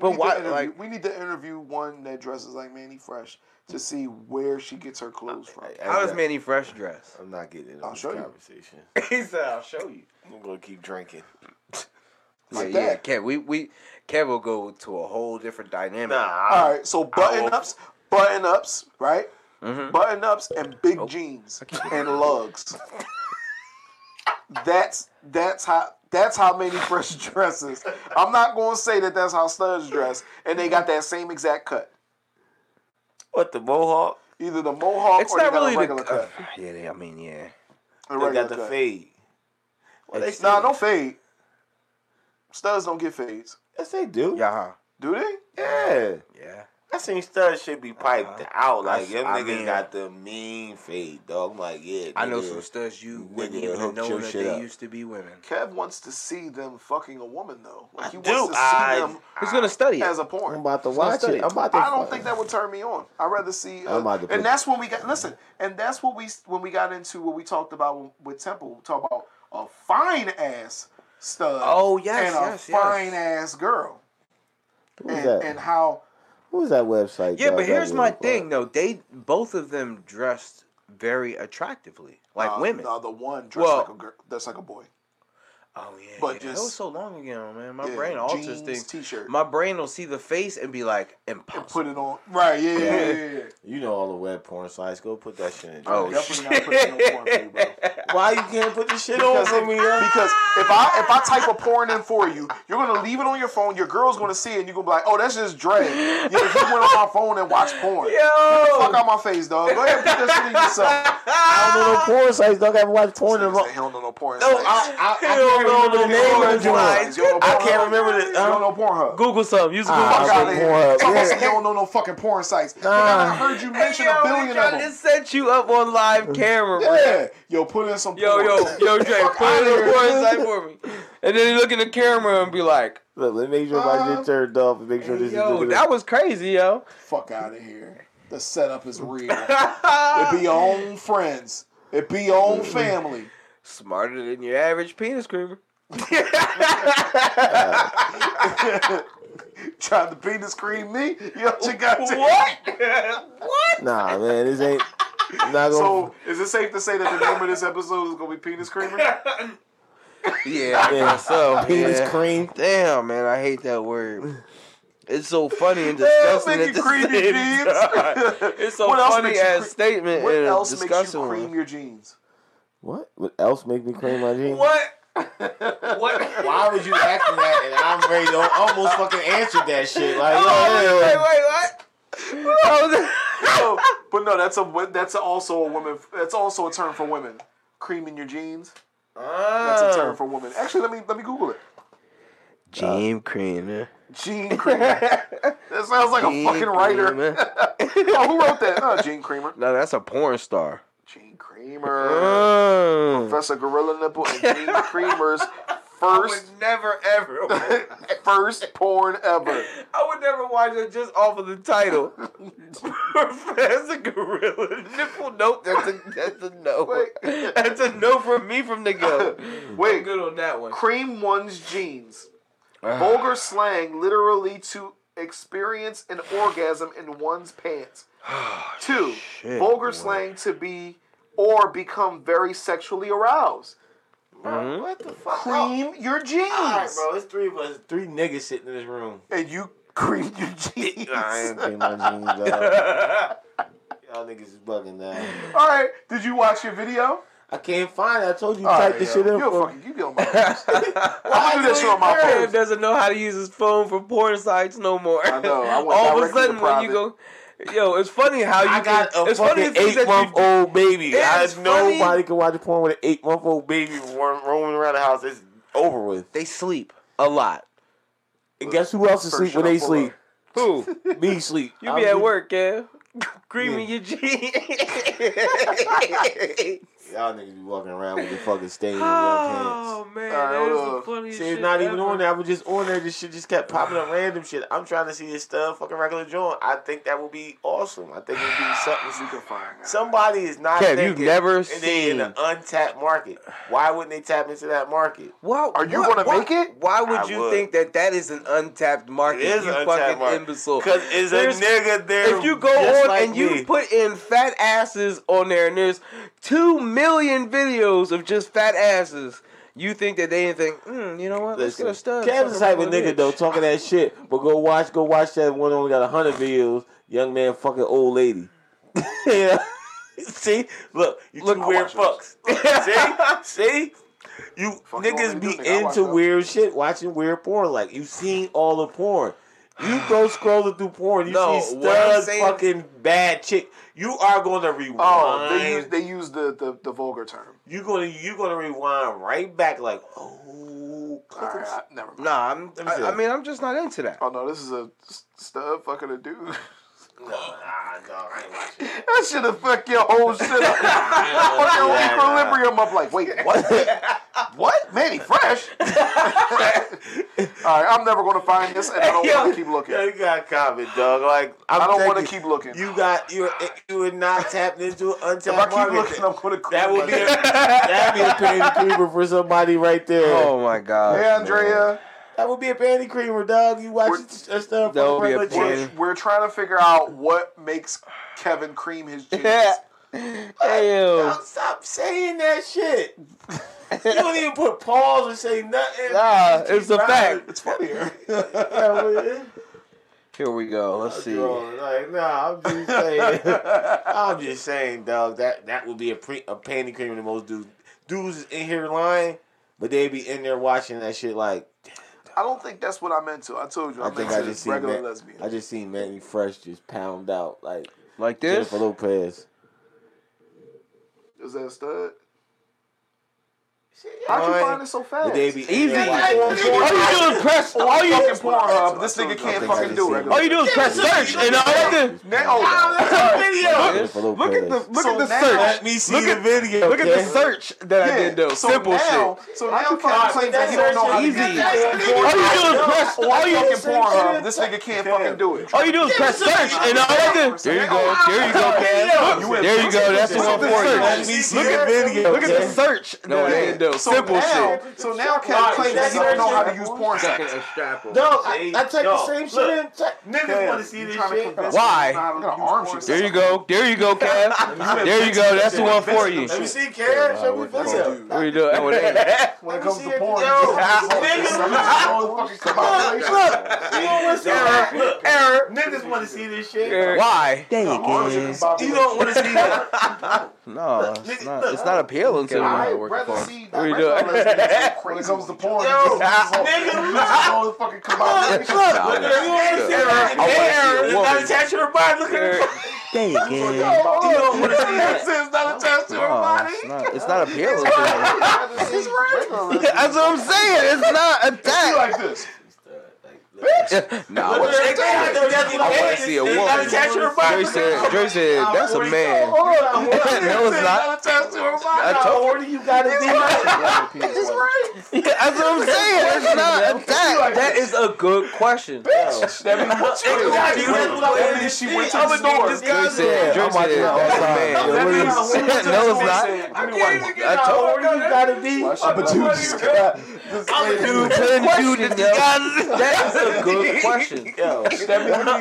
Speaker 5: We
Speaker 6: but
Speaker 5: need to
Speaker 6: why?
Speaker 5: interview-
Speaker 6: Like,
Speaker 5: we need to interview one that dresses like Manny Fresh to see where she gets her clothes from.
Speaker 6: how does Manny Fresh dress?
Speaker 4: I'm not getting into
Speaker 5: I'll
Speaker 4: this
Speaker 5: show you.
Speaker 4: conversation.
Speaker 6: *laughs* he said, "I'll show you."
Speaker 4: I'm gonna keep drinking.
Speaker 6: Yeah,
Speaker 5: Like
Speaker 6: yeah,
Speaker 5: that.
Speaker 6: Kev. We we Kev will go to a whole different dynamic.
Speaker 4: Nah,
Speaker 5: All
Speaker 4: I,
Speaker 5: right, so button ups, button ups, right? Button ups and big jeans and lugs. that's that's how that's how many fresh *laughs* dresses. I'm not going to say that that's how studs dress, and they got that same exact cut,
Speaker 4: what the mohawk?
Speaker 5: either the mohawk
Speaker 6: It's
Speaker 5: or they
Speaker 6: not
Speaker 5: got
Speaker 6: really
Speaker 5: a regular
Speaker 6: the.
Speaker 5: cut.
Speaker 6: yeah, they, I mean, yeah.
Speaker 5: A
Speaker 4: They
Speaker 5: regular
Speaker 4: got the
Speaker 5: cut.
Speaker 4: fade. Well, they
Speaker 6: It's
Speaker 5: Nah,
Speaker 4: still-
Speaker 5: no fade. Studs don't get fades,
Speaker 4: Yes, they do.
Speaker 6: Yeah, huh?
Speaker 5: do they?
Speaker 4: Yeah.
Speaker 6: yeah.
Speaker 4: I seen studs should be piped out. Like, them
Speaker 6: I
Speaker 4: niggas
Speaker 6: mean-
Speaker 4: got the mean fade, dog. I'm like, yeah.
Speaker 6: I know
Speaker 4: nigga.
Speaker 6: some studs you wouldn't
Speaker 4: Nigga,
Speaker 6: even
Speaker 4: hooked
Speaker 6: know
Speaker 4: your
Speaker 6: that
Speaker 4: shit
Speaker 6: they
Speaker 4: up.
Speaker 6: used to be women.
Speaker 5: Kev wants to see them fucking a woman though. Like he
Speaker 4: I do.
Speaker 5: wants to see
Speaker 4: I-
Speaker 5: them
Speaker 6: He's gonna study it.
Speaker 5: as a porn.
Speaker 4: I'm about to
Speaker 6: not
Speaker 4: watch
Speaker 6: studied.
Speaker 4: it. I'm about to
Speaker 5: I don't think that would turn me on. I'd rather see. uh,
Speaker 4: I'm about to put-
Speaker 5: and that's when we got. Listen, and that's what we when we got into what we talked about with Temple. We talk about a fine ass stud.
Speaker 6: Oh, yes,
Speaker 5: and
Speaker 6: yes,
Speaker 5: a
Speaker 6: yes.
Speaker 5: fine ass girl.
Speaker 4: Who's
Speaker 5: And, and how
Speaker 4: Who's that website?
Speaker 6: Yeah, but here's my thing though. They both of them dressed very attractively, like
Speaker 5: uh,
Speaker 6: women.
Speaker 5: uh, the one dressed
Speaker 6: Well-
Speaker 5: like a girl, that's like a boy.
Speaker 6: Oh yeah,
Speaker 5: But
Speaker 6: yeah. that
Speaker 5: just-
Speaker 6: was so long ago, man. My
Speaker 5: Yeah,
Speaker 6: brain alters
Speaker 5: jeans,
Speaker 6: things.
Speaker 5: t-shirt.
Speaker 6: My brain will see the face and be like, impossible.
Speaker 5: Put it on. Right. Yeah. Yeah.
Speaker 4: Yeah.
Speaker 5: yeah,
Speaker 6: *laughs*
Speaker 5: yeah, yeah.
Speaker 4: You know all the web porn sites. Go put that shit in.
Speaker 6: Oh,
Speaker 4: trash.
Speaker 5: Definitely not putting it on for you, bro.
Speaker 4: why you can't put this shit on
Speaker 5: Because
Speaker 4: for
Speaker 5: if,
Speaker 4: me? yo?
Speaker 5: because if I if I type a porn in for you, you're gonna leave it on your phone. Your girl's gonna see it, and you're gonna be like, "Oh, that's just Dre. Yeah, he went on my phone and watched porn. Get the fuck
Speaker 6: *laughs* Yo,
Speaker 5: out my face, dog. Go ahead and put that shit in
Speaker 6: *laughs*
Speaker 5: yourself.
Speaker 4: I don't know no porn sites. Dog, I haven't watched porn in a long.
Speaker 5: Hell no, no porn.
Speaker 4: No, I, I, I can't remember the name of the joint. I can't remember the.
Speaker 5: You
Speaker 4: Um,
Speaker 5: don't know Pornhub.
Speaker 6: Google something. Use Google.
Speaker 4: Ah,
Speaker 5: fuck
Speaker 4: I
Speaker 5: out
Speaker 4: said
Speaker 5: of here.
Speaker 4: Pornhub.
Speaker 5: Talk about some,
Speaker 4: Yeah.
Speaker 5: you don't know no fucking porn sites. Nigga, I heard you
Speaker 6: Hey,
Speaker 5: mention
Speaker 6: yo,
Speaker 5: a
Speaker 6: we
Speaker 5: billion of
Speaker 6: trying
Speaker 5: them.
Speaker 6: to set you up on live camera, bro.
Speaker 5: Yeah, yo, put in some.
Speaker 6: Yo,
Speaker 5: porn.
Speaker 6: yo,
Speaker 5: *laughs*
Speaker 6: yo, Dre, put it in the porn site for me, and then look in the camera and be like,
Speaker 4: Look, let me make sure my shit turned off and make sure this
Speaker 6: "Yo,
Speaker 4: is.
Speaker 6: that was crazy, yo."
Speaker 5: fuck out of here. The setup is
Speaker 4: *laughs*
Speaker 5: real. it be your
Speaker 6: Uh,
Speaker 5: own friends. It be your
Speaker 6: Mm-hmm.
Speaker 5: own family.
Speaker 6: *laughs*
Speaker 5: *laughs*
Speaker 6: Smarter than your average penis *laughs* creamer.
Speaker 5: Trying to penis cream me? Yo, you got to-
Speaker 4: Nah, man, this ain't. I'm not gonna.
Speaker 5: *laughs* So, is it safe to say that the name of this episode is gonna be penis
Speaker 6: *laughs*
Speaker 5: creamer?
Speaker 6: Yeah, I guess so.
Speaker 4: penis
Speaker 6: *laughs* yeah.
Speaker 4: cream.
Speaker 6: Damn, man, I hate that word. It's so funny
Speaker 5: *laughs*
Speaker 6: and
Speaker 5: Yeah,
Speaker 6: disgusting.
Speaker 5: make
Speaker 6: at
Speaker 5: you
Speaker 6: the *laughs*
Speaker 5: creamy
Speaker 6: same time.
Speaker 5: *laughs* jeans.
Speaker 6: It's so
Speaker 5: What else
Speaker 6: funny
Speaker 5: makes you
Speaker 6: as
Speaker 5: cre-
Speaker 6: statement
Speaker 5: what
Speaker 6: and
Speaker 5: else
Speaker 6: a
Speaker 5: makes
Speaker 6: disgusting
Speaker 5: you cream
Speaker 6: one.
Speaker 5: your jeans?
Speaker 4: What? What else make me cream my jeans? *laughs*
Speaker 6: What?
Speaker 4: Why was you asking that? And I'm ready to almost fucking answer that shit. Like,
Speaker 6: Oh, wait, wait, what?
Speaker 5: *laughs*
Speaker 6: What was it?
Speaker 5: No, but no, that's a wo- that's also a woman. That's also a term for women. Ah.
Speaker 6: Oh.
Speaker 5: *laughs* Creaming your jeans. That's a term for women. Actually, let me let me Google it.
Speaker 6: Jim Cramer. *laughs*
Speaker 5: Gene Kramer. that sounds like a
Speaker 6: Gene
Speaker 5: fucking writer.
Speaker 6: Cramer.
Speaker 5: *laughs* oh, who wrote that? No, Gene Kramer.
Speaker 6: No, that's a porn
Speaker 5: *laughs*
Speaker 6: star.
Speaker 5: Gene Kramer.
Speaker 6: Oh.
Speaker 5: Professor Gorilla Nipple and
Speaker 6: *laughs*
Speaker 5: Gene Kramer's first
Speaker 6: never ever.
Speaker 5: *laughs* first porn ever.
Speaker 6: *laughs* I would never watch it just off of the *laughs* title. Professor Gorilla Nipple. Nope, that's a that's a no.
Speaker 5: Wait.
Speaker 6: That's a no from me from the go.
Speaker 5: Wait.
Speaker 6: I'm *laughs* good on that one.
Speaker 5: Cream one's jeans. Vulgar slang literally to experience an orgasm in one's pants.
Speaker 6: *sighs*
Speaker 5: Two,
Speaker 6: shit,
Speaker 5: vulgar
Speaker 6: boy.
Speaker 5: slang to be or become very sexually aroused.
Speaker 4: What the
Speaker 6: Oh.
Speaker 4: fuck?
Speaker 5: Cream your jeans.
Speaker 4: All right, bro. It's three of us, three niggas sitting in this room.
Speaker 5: And you *laughs* cream
Speaker 6: *laughs*
Speaker 5: your jeans.
Speaker 4: I ain't clean my jeans out. Y'all niggas is bugging now.
Speaker 5: All right. Did you watch your video?
Speaker 4: I can't find it. I told you
Speaker 6: Oh,
Speaker 5: All
Speaker 4: type
Speaker 5: right,
Speaker 4: the
Speaker 5: yo.
Speaker 4: shit in
Speaker 5: You're
Speaker 4: for
Speaker 5: fucking. You get *laughs* on my. nerves. I'm gonna do this shit on my
Speaker 6: Fred
Speaker 5: phone.
Speaker 6: doesn't know how to use his phone for porn sites no more.
Speaker 5: I know, I went
Speaker 6: All of a
Speaker 5: directly to
Speaker 6: sudden, when you go, yo, it's funny how you
Speaker 4: I got
Speaker 6: can,
Speaker 4: a
Speaker 6: it's funny
Speaker 4: fucking
Speaker 6: the things that
Speaker 4: eight
Speaker 6: you
Speaker 4: month
Speaker 6: do.
Speaker 4: old baby.
Speaker 6: It
Speaker 4: I,
Speaker 6: is funny.
Speaker 4: nobody can watch porn with an eight month old baby ro- roaming around the house. It's over with.
Speaker 6: They sleep a lot.
Speaker 4: And guess who else is
Speaker 5: First
Speaker 4: sleep when
Speaker 5: shit I
Speaker 4: they
Speaker 5: pull
Speaker 4: sleep?
Speaker 6: Who?
Speaker 4: *laughs* Me sleep.
Speaker 6: You
Speaker 4: I'm
Speaker 6: be at
Speaker 4: just-
Speaker 6: work, *laughs* yeah. Creaming your *laughs* jeans.
Speaker 4: Y'all niggas be walking around with the fucking stain in your pants.
Speaker 6: oh man,
Speaker 5: All right,
Speaker 6: that is
Speaker 5: hold
Speaker 6: the
Speaker 5: up.
Speaker 6: funniest
Speaker 4: Shit,
Speaker 6: shit.
Speaker 4: not even
Speaker 6: ever.
Speaker 4: on there. I was just on there. This shit just kept popping up random shit. I'm trying to see this stuff, fucking regular joint. I think that would be awesome. I think it
Speaker 6: *sighs*
Speaker 4: would be something.
Speaker 5: You can find out.
Speaker 4: Somebody is not.
Speaker 6: Kev, you've
Speaker 4: thinking,
Speaker 6: never
Speaker 4: and uh, they in an untapped market. Why wouldn't they tap into that market?
Speaker 6: Wow,
Speaker 5: Are you
Speaker 6: why-
Speaker 5: gonna
Speaker 6: why-
Speaker 5: make it?
Speaker 6: Why would
Speaker 4: I
Speaker 6: you
Speaker 4: would.
Speaker 6: think that that is an untapped market?
Speaker 4: It is
Speaker 6: you
Speaker 4: an
Speaker 6: fucking
Speaker 4: untapped market
Speaker 6: imbecile.
Speaker 4: Because it's a
Speaker 6: There's-
Speaker 4: nigga there.
Speaker 6: If you go
Speaker 4: just
Speaker 6: on
Speaker 4: like
Speaker 6: and you
Speaker 4: me.
Speaker 6: put in fat asses on there, and there's two million videos of just fat asses, you think that they didn't think, mm, you know what? Let's
Speaker 4: Listen,
Speaker 6: get a stud.
Speaker 4: Kev's the
Speaker 6: fucking
Speaker 4: type of
Speaker 6: pull it
Speaker 4: nigga
Speaker 6: in.
Speaker 4: though talking that shit, but go watch, go watch that one only got hundred videos. Young man, fucking old lady. *laughs* yeah. See, look, you
Speaker 6: Look,
Speaker 4: two
Speaker 6: I
Speaker 4: weird
Speaker 5: watch
Speaker 4: fucks. *laughs* See, see, you
Speaker 5: Fucking old
Speaker 4: niggas
Speaker 5: lady
Speaker 4: be
Speaker 5: do, nigga, I watch
Speaker 4: into
Speaker 5: those.
Speaker 4: weird shit, watching weird porn. Like you've seen all the porn. You
Speaker 5: *sighs*
Speaker 4: go scrolling through porn, you
Speaker 6: No,
Speaker 4: see
Speaker 6: what I'm
Speaker 4: stud
Speaker 6: saying-
Speaker 4: fucking bad chick. You are gonna rewind.
Speaker 5: Oh, they use they use the the, the vulgar term.
Speaker 4: you gonna you gonna rewind right back like oh.
Speaker 5: All right, I, never mind.
Speaker 6: Nah, I'm,
Speaker 4: Let me see.
Speaker 6: I, I mean, I'm just not into that.
Speaker 5: Oh no, this is a s- stud fucking a dude. *laughs*
Speaker 4: No, nah, no, I ain't watching.
Speaker 5: that should have fucked your whole
Speaker 4: *laughs*
Speaker 5: shit up. fucking
Speaker 4: Yeah.
Speaker 5: equilibrium up. Like, wait,
Speaker 4: *laughs*
Speaker 5: what? what? Manny Fresh? All right, I'm never gonna find this, and I don't want to keep looking.
Speaker 4: Yeah, you got comment, dog. Like I'm
Speaker 5: I don't want to
Speaker 4: thinking,
Speaker 5: keep looking.
Speaker 4: You got you. You are not tapped into an
Speaker 5: if
Speaker 4: untapped
Speaker 5: I keep
Speaker 4: market.
Speaker 5: looking, I'm gonna. quit.
Speaker 4: that would be a, that
Speaker 5: *laughs*
Speaker 4: would be a panty creamer for somebody right there.
Speaker 6: Oh my god.
Speaker 5: Hey, Andrea.
Speaker 4: That would be a panty creamer, dog. You watch
Speaker 5: We're-
Speaker 4: that stuff.
Speaker 6: That would be a
Speaker 4: regular
Speaker 5: We're,
Speaker 4: shit.
Speaker 5: we're trying to figure out what makes Kevin
Speaker 4: *laughs*
Speaker 5: cream his jeans.
Speaker 6: *laughs* Ew.
Speaker 4: Dog, Stop saying that shit. you don't even put pause and say
Speaker 5: *laughs*
Speaker 4: nothing. *laughs*
Speaker 6: Nah, it's a fact.
Speaker 5: It's funnier.
Speaker 4: Yeah, well,
Speaker 6: Here we go. Let's see.
Speaker 4: Dog, Like, nah, I'm just saying.
Speaker 5: *laughs*
Speaker 4: I'm just saying, dog. That that would be a pre a panty creamer to most dudes. Dudes is in here lying, but they be in there watching that shit. Like,
Speaker 5: I don't think that's what I'm into. I told you,
Speaker 4: I
Speaker 5: I'm
Speaker 4: think
Speaker 5: into
Speaker 4: I just seen
Speaker 5: regular
Speaker 4: Ma-
Speaker 5: lesbian.
Speaker 4: I just seen Manny Fresh just pound out like
Speaker 6: Like this?
Speaker 4: Jennifer Lopez.
Speaker 5: Is that a stud?
Speaker 4: All
Speaker 5: How'd you
Speaker 4: right.
Speaker 5: find it so fast? Oh,
Speaker 4: But they be in
Speaker 6: Easy.
Speaker 4: there watching
Speaker 6: All
Speaker 4: that shit.
Speaker 6: you do is press. All
Speaker 5: Fucking
Speaker 6: you,
Speaker 5: Pornhub. This
Speaker 4: I
Speaker 5: nigga can't
Speaker 4: think I just
Speaker 5: fucking do
Speaker 4: seen
Speaker 5: it.
Speaker 4: Manny
Speaker 6: all Oh, you do is press search, and all that.
Speaker 4: Fresh
Speaker 5: Now-
Speaker 4: pound out
Speaker 5: oh,
Speaker 4: Jennifer
Speaker 6: Yo,
Speaker 4: Lopez.
Speaker 6: look at the look
Speaker 5: So
Speaker 6: at the
Speaker 5: now-
Speaker 6: search.
Speaker 4: Let me see
Speaker 6: Look
Speaker 4: the
Speaker 6: at-
Speaker 4: video.
Speaker 6: Look at the
Speaker 4: okay?
Speaker 6: search that I
Speaker 5: Yeah,
Speaker 6: did though.
Speaker 5: so
Speaker 6: Simple
Speaker 5: now,
Speaker 6: shit.
Speaker 5: So now you fucking claim that you don't know how to
Speaker 4: Easy.
Speaker 5: get
Speaker 6: All you do is press. All you
Speaker 5: fucking Pornhub. This nigga can't fucking do it.
Speaker 6: all you do is press search, and all that. did- There you go. There you go, Cass. Look, There you go. That's the one for
Speaker 4: Let
Speaker 6: you.
Speaker 4: me see the video.
Speaker 6: Look at the
Speaker 4: okay?
Speaker 6: search that I did though.
Speaker 5: So
Speaker 6: Simple
Speaker 5: now,
Speaker 6: shit.
Speaker 5: so now Kev claims that he don't know how to use porn sites.
Speaker 4: Dog, I, I take the same shit in.
Speaker 5: Kev,
Speaker 4: Niggas want to see
Speaker 5: you
Speaker 4: this
Speaker 5: trying to
Speaker 4: shit.
Speaker 5: convince
Speaker 6: Why?
Speaker 5: me you don't know how to use porn
Speaker 6: There you
Speaker 5: sites.
Speaker 6: go. There you go, Cass. There you go. That's the one for you.
Speaker 4: Let me see, Karen. Show me video.
Speaker 6: What are you doing? Oh, it ain't.
Speaker 5: When it comes
Speaker 4: Yo,
Speaker 5: to porn,
Speaker 4: niggas,
Speaker 5: fucking come out
Speaker 4: look, look. You don't want to see that. Look,
Speaker 6: Error.
Speaker 4: niggas want to see this shit.
Speaker 6: Why?
Speaker 4: You don't want to see that.
Speaker 6: No, it's not. It's not appealing to me.
Speaker 5: I'd
Speaker 6: What
Speaker 5: rather see that
Speaker 6: are you
Speaker 5: regular
Speaker 6: doing?
Speaker 5: lesbian when it comes to porn.
Speaker 4: Yo,
Speaker 5: just-
Speaker 4: nigga,
Speaker 5: all fucking come out.
Speaker 4: look, look. You want to see that.
Speaker 6: I wanna see a
Speaker 4: Error. It's not
Speaker 6: woman.
Speaker 4: attached to her body. Look at her. You don't want to see that.
Speaker 5: It's not attached to her
Speaker 6: No,
Speaker 5: body.
Speaker 6: it's not. It's not appealing to me.
Speaker 5: It's right.
Speaker 6: That's what I'm saying. It's not a
Speaker 5: You
Speaker 6: that.
Speaker 5: like this.
Speaker 6: Bitch! nah, I wasn't. I want to see a woman. Dre said, Dre said, that's a man. no, it's not. I told
Speaker 4: What do you got to be?
Speaker 6: Yeah, that's what I'm saying. That's not that. That is a good question.
Speaker 4: Exactly. That's what I wanted to see. I'm a dog. This
Speaker 6: Dre said, Dre said, that's a man. No, it's not. I told
Speaker 4: What do you got to be?
Speaker 5: I'm a dude. just got-
Speaker 6: you, couldn't do this, yo. *laughs* That is a good question.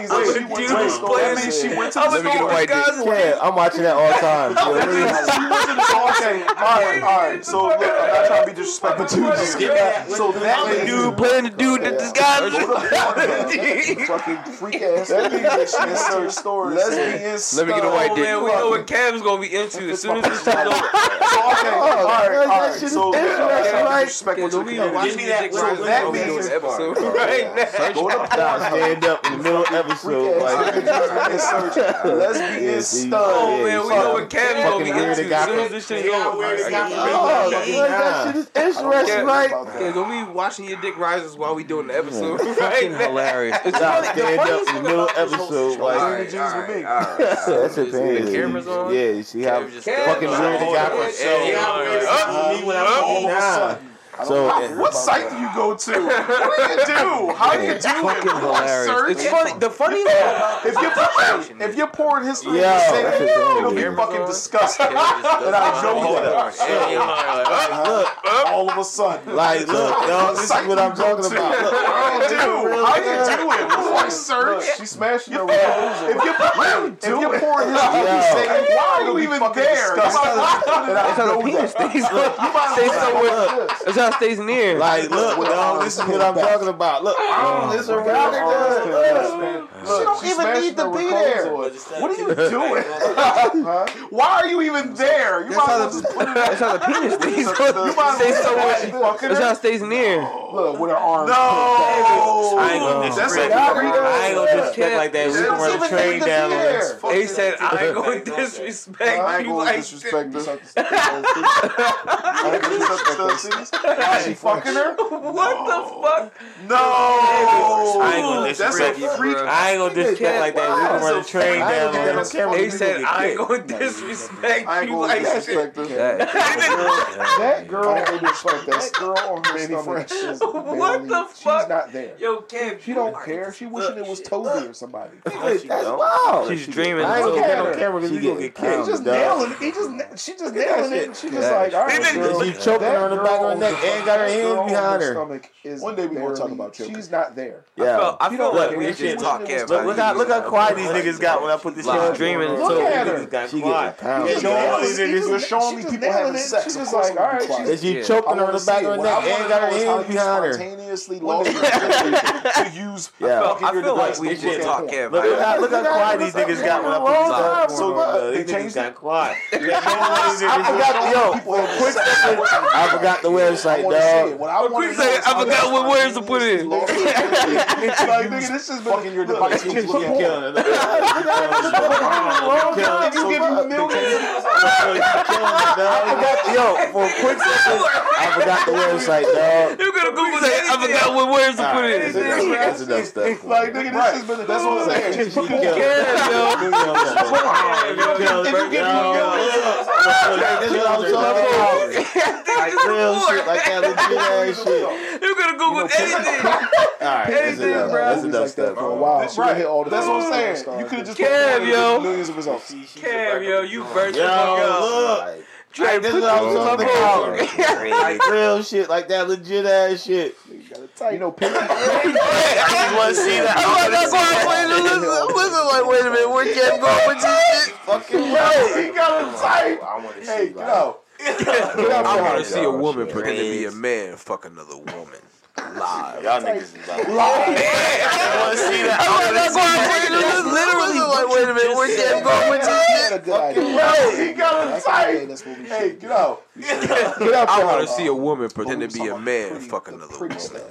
Speaker 5: That means she went to the
Speaker 6: Let me get a white dick.
Speaker 4: Yeah, I'm watching that all the *laughs* time.
Speaker 5: Okay, all right, all right. So look, I'm not trying to be disrespectful to you. just get that. So that
Speaker 6: The
Speaker 5: means
Speaker 6: dude playing the dude that disguised.
Speaker 5: fucking freak ass. That means that she inserted stories. Lesbian
Speaker 6: Let me get a white
Speaker 5: stuff.
Speaker 6: dick. Oh, we know what Cam's gonna be into as soon as this shit's over.
Speaker 5: So, okay, all right, all right. So that means disrespectful to the
Speaker 6: Give
Speaker 5: community.
Speaker 6: me that.
Speaker 5: So that means
Speaker 6: episode right now.
Speaker 5: go to porn.
Speaker 4: Stand up in the middle of episode. Like,
Speaker 5: Insert lesbian
Speaker 6: Oh
Speaker 5: stud.
Speaker 6: man, we know what Cam's gonna be
Speaker 4: Fucking weird,
Speaker 6: into
Speaker 4: it
Speaker 6: as
Speaker 4: got
Speaker 6: soon
Speaker 4: me.
Speaker 6: as this shit's over.
Speaker 4: oh, that shit is interesting, right?
Speaker 6: Okay, gonna be watching your dick rises while we doing the episode. *laughs* Right now.
Speaker 4: hilarious. It's stand up in the middle of episode.
Speaker 6: All
Speaker 4: Like,
Speaker 6: right, all right, all right.
Speaker 4: Yeah, *laughs* that's the thing.
Speaker 6: The camera's on.
Speaker 4: Yeah, you see how
Speaker 6: Camera just-
Speaker 4: fucking
Speaker 6: Camera
Speaker 4: weird it got
Speaker 6: on.
Speaker 4: for so.
Speaker 6: Yeah,
Speaker 4: Up, up, nah. So
Speaker 5: What site do you go to? What do you do? How do you do
Speaker 4: fucking
Speaker 5: it?
Speaker 4: hilarious.
Speaker 6: It's funny. The funny thing about
Speaker 5: If your porn, if your porn history
Speaker 4: Yeah,
Speaker 5: is the same,
Speaker 4: that's a good
Speaker 5: it'll be
Speaker 4: idea.
Speaker 5: fucking disgusting. and I know that.
Speaker 4: Look,
Speaker 5: All of a sudden,
Speaker 4: like, look, dog, this is what I'm talking about. Look,
Speaker 5: how do you do? How do you do it? What
Speaker 9: Look,
Speaker 5: search?
Speaker 9: She's smashing her with
Speaker 5: If your porn, if your porn history is the
Speaker 4: yo,
Speaker 5: same, why are you even there?
Speaker 6: that's how the penis stays, *laughs* stays somewhere. That's how it stays near.
Speaker 4: like, look, dog, this is what I'm talking about. Look, oh, this around it. Look,
Speaker 5: She don't even need to be there. What *laughs* are you doing? Why are you even there? You might as well *laughs* just put it
Speaker 6: *laughs* That's how the penis *laughs* stays. stays somewhere.
Speaker 5: fucking
Speaker 6: That's how it stays near.
Speaker 5: look with her arms.
Speaker 4: No, I ain't gonna disrespect.
Speaker 5: not real.
Speaker 4: I ain't gonna disrespect like that. We can run a train down on this.
Speaker 6: He said, "I ain't going to
Speaker 5: I
Speaker 6: disrespect
Speaker 5: ain't
Speaker 6: you
Speaker 5: gonna
Speaker 6: like
Speaker 5: disrespect *laughs* this. Why she fucking her?
Speaker 6: *laughs* what the fuck."
Speaker 5: No.
Speaker 4: I ain't gonna
Speaker 5: That's
Speaker 4: disrespect you.
Speaker 5: a freak.
Speaker 4: I ain't gonna disrespect like that. We can run a train down on this.
Speaker 6: He said, "I ain't going to disrespect
Speaker 5: I ain't
Speaker 6: you
Speaker 5: gonna
Speaker 6: like
Speaker 5: disrespect this.
Speaker 6: that."
Speaker 5: That girl, I ain't gonna disrespect that girl on her stomach. Is
Speaker 6: What the
Speaker 5: She's
Speaker 6: fuck?
Speaker 5: not there.
Speaker 6: Yo, Cam,
Speaker 5: She don't care. She wishing it was Toby or somebody.
Speaker 4: That's wild.
Speaker 6: She's dreaming.
Speaker 4: I ain't
Speaker 6: so
Speaker 4: gonna
Speaker 6: bad.
Speaker 4: get on camera because you gonna get kicked.
Speaker 5: He just nailing it. He just, na- she just nailing it. She just
Speaker 6: Yeah.
Speaker 5: like, all right, girl.
Speaker 4: She choking her on the back of her neck and got her hands behind her.
Speaker 5: One day we gonna talk about you. She's not there.
Speaker 6: I
Speaker 4: Yeah.
Speaker 6: felt, I felt
Speaker 4: look,
Speaker 6: like we
Speaker 4: look,
Speaker 6: should talk, Cam.
Speaker 4: Look, look how look how quiet these niggas got when I put this shit
Speaker 6: She's
Speaker 4: on.
Speaker 6: dreaming.
Speaker 4: Look
Speaker 6: So
Speaker 4: at
Speaker 5: at
Speaker 4: her.
Speaker 5: her.
Speaker 4: She getting pounded.
Speaker 5: She nailing
Speaker 4: And
Speaker 5: it. She
Speaker 9: You're
Speaker 5: just-
Speaker 9: showing
Speaker 5: she
Speaker 9: me
Speaker 5: just
Speaker 9: people
Speaker 5: nailing it.
Speaker 9: having sex.
Speaker 5: She
Speaker 9: Of
Speaker 5: just
Speaker 9: course
Speaker 5: like,
Speaker 9: I'm
Speaker 5: all right,
Speaker 9: quiet.
Speaker 5: she's-
Speaker 4: she
Speaker 5: I
Speaker 6: Yeah.
Speaker 4: choking her on
Speaker 5: wanna
Speaker 4: the
Speaker 5: see
Speaker 4: back
Speaker 5: it.
Speaker 4: of her
Speaker 5: What I
Speaker 4: neck and
Speaker 5: wanna
Speaker 4: got her
Speaker 5: know is how
Speaker 4: hands
Speaker 5: you
Speaker 4: behind her.
Speaker 5: Spontaneously lost your *laughs* ability to use.
Speaker 4: Yeah.
Speaker 5: fucking
Speaker 6: I
Speaker 5: your
Speaker 6: feel
Speaker 5: device
Speaker 6: like we
Speaker 5: to
Speaker 6: should
Speaker 5: look at
Speaker 6: talk,
Speaker 5: porn.
Speaker 6: Cam.
Speaker 4: Look, look, how, look how quiet these niggas got when I put this on.
Speaker 5: So what? They
Speaker 4: These niggas
Speaker 5: changed it.
Speaker 4: got quiet. I
Speaker 5: I forgot, yo, quick second.
Speaker 4: forgot the website, dog.
Speaker 5: What I wanna
Speaker 6: quick
Speaker 5: know
Speaker 6: second,
Speaker 5: is
Speaker 6: I
Speaker 5: how
Speaker 6: forgot
Speaker 5: you
Speaker 6: what words to put in.
Speaker 5: spontaneously lost your ability
Speaker 9: like, nigga, this has been
Speaker 5: Fucking your device
Speaker 4: She
Speaker 5: to
Speaker 4: getting
Speaker 5: look at porn.
Speaker 4: *laughs* killed. Killing
Speaker 9: You give me millions.
Speaker 4: forgot, yo, for a quick second, I forgot the website, dog.
Speaker 6: You're gonna Google that. I forgot what words to put
Speaker 4: That's
Speaker 6: in.
Speaker 4: enough, that's enough stuff. for
Speaker 9: Like,
Speaker 4: me.
Speaker 9: nigga, this
Speaker 5: Right.
Speaker 9: has been.
Speaker 5: That's what I'm saying.
Speaker 4: She killed. Killed.
Speaker 9: If you give me millions,
Speaker 4: That's what I was talking about. Like real shit, like that legit ass shit. All right,
Speaker 6: You're gonna Google anything.
Speaker 4: that's
Speaker 6: Anything,
Speaker 4: enough.
Speaker 6: bro.
Speaker 4: That's enough
Speaker 5: Movies like that
Speaker 4: stuff,
Speaker 5: for a
Speaker 4: bro.
Speaker 5: while.
Speaker 9: This
Speaker 5: She would've
Speaker 9: right.
Speaker 5: hit all the
Speaker 9: That's what I'm
Speaker 5: porn
Speaker 9: saying.
Speaker 5: stars.
Speaker 9: You could have just
Speaker 6: Cam,
Speaker 9: put
Speaker 6: yo.
Speaker 9: millions of results.
Speaker 6: Cam, yo, you burnt your fuck
Speaker 4: Yo,
Speaker 6: up.
Speaker 4: look.
Speaker 6: Dre,
Speaker 4: Like, this
Speaker 6: put
Speaker 4: is what I
Speaker 6: your
Speaker 4: was talking
Speaker 6: fuck up.
Speaker 4: about. *laughs*
Speaker 6: *laughs*
Speaker 4: Like real shit, like that legit ass shit.
Speaker 5: You know, pimp.
Speaker 4: I just want to see that.
Speaker 6: I'm not going
Speaker 4: *laughs*
Speaker 6: to listen. I'm listening like, wait a minute, where Cam going with this shit?
Speaker 4: Fucking right.
Speaker 5: got him tight.
Speaker 4: I want to see.
Speaker 5: Hey,
Speaker 4: like,
Speaker 5: get out. Get out
Speaker 6: I
Speaker 5: from her.
Speaker 6: want to see a woman
Speaker 4: shit.
Speaker 6: pretend to be a man fuck another woman live.
Speaker 4: Y'all niggas is like, I want to see that. I wanna see that.
Speaker 6: Literally, like, wait a minute, where's Cam going with this
Speaker 5: That's
Speaker 6: shit?
Speaker 5: a good idea.
Speaker 4: Bro,
Speaker 5: He got him tight. Hey, get out. Get out
Speaker 6: I
Speaker 5: from
Speaker 6: want
Speaker 5: her.
Speaker 6: to see a woman pretend to be a
Speaker 5: Someone
Speaker 6: man
Speaker 5: pretty-
Speaker 6: fuck
Speaker 5: the
Speaker 6: another woman
Speaker 5: prettiest man.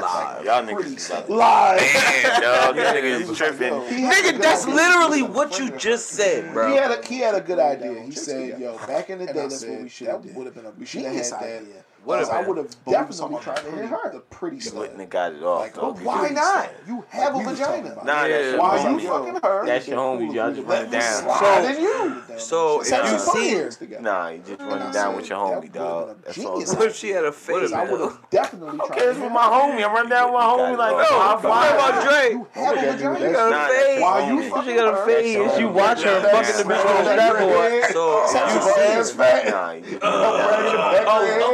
Speaker 6: live.
Speaker 4: y'all niggas is like,
Speaker 5: Live.
Speaker 4: damn, dog, that nigga is tripping.
Speaker 5: He had a
Speaker 6: Nigga,
Speaker 5: good
Speaker 6: that's
Speaker 5: idea.
Speaker 6: literally what you just said,
Speaker 5: He
Speaker 6: bro.
Speaker 5: had a he had a good idea. He said, "Yo, back in the day, that's what we should have done. We should have had that.
Speaker 6: What
Speaker 5: Because
Speaker 6: a
Speaker 5: I
Speaker 6: man.
Speaker 5: would have
Speaker 9: But we was
Speaker 5: definitely
Speaker 9: talking about
Speaker 5: tried to hit her.
Speaker 9: The pretty
Speaker 4: You
Speaker 9: stuff.
Speaker 4: wouldn't have got it off.
Speaker 9: Like,
Speaker 4: though.
Speaker 9: okay.
Speaker 5: oh, Why not? You have
Speaker 9: Like,
Speaker 5: a
Speaker 9: we was talking
Speaker 5: vagina.
Speaker 9: about
Speaker 4: Nah,
Speaker 6: Yeah.
Speaker 4: that's your
Speaker 5: Why
Speaker 4: homie.
Speaker 5: you fucking her?
Speaker 4: That's your homie. Y'all just run it down.
Speaker 6: So-
Speaker 5: Why did you?
Speaker 6: so
Speaker 9: Just
Speaker 6: if
Speaker 9: have
Speaker 6: you
Speaker 9: some
Speaker 6: see-
Speaker 9: fingers together.
Speaker 4: Nah, you just run
Speaker 9: I
Speaker 4: it down
Speaker 9: said,
Speaker 4: with your
Speaker 9: that
Speaker 4: homie,
Speaker 9: would've been
Speaker 4: dog.
Speaker 9: a
Speaker 4: That's all.
Speaker 9: genius
Speaker 4: I'm
Speaker 6: What
Speaker 4: saying.
Speaker 6: if she had a face?
Speaker 5: I would have definitely tried.
Speaker 4: It's with my homie. I'm running down with my homie like,
Speaker 6: No,
Speaker 4: nah, I'm
Speaker 6: but what
Speaker 4: fine.
Speaker 6: about Dre?
Speaker 5: You have a
Speaker 6: She
Speaker 5: vagina.
Speaker 6: got
Speaker 4: Nah,
Speaker 6: a
Speaker 4: that's
Speaker 6: face.
Speaker 4: your
Speaker 5: Why you
Speaker 4: homie.
Speaker 6: She
Speaker 5: fucking
Speaker 6: got a
Speaker 5: her?
Speaker 6: face, and she watch her
Speaker 4: That's
Speaker 6: fucking the
Speaker 4: your
Speaker 6: bitch on the backboard. So
Speaker 4: You
Speaker 5: That's your
Speaker 4: said
Speaker 5: homie.
Speaker 4: fat. Nah, you just
Speaker 5: Oh,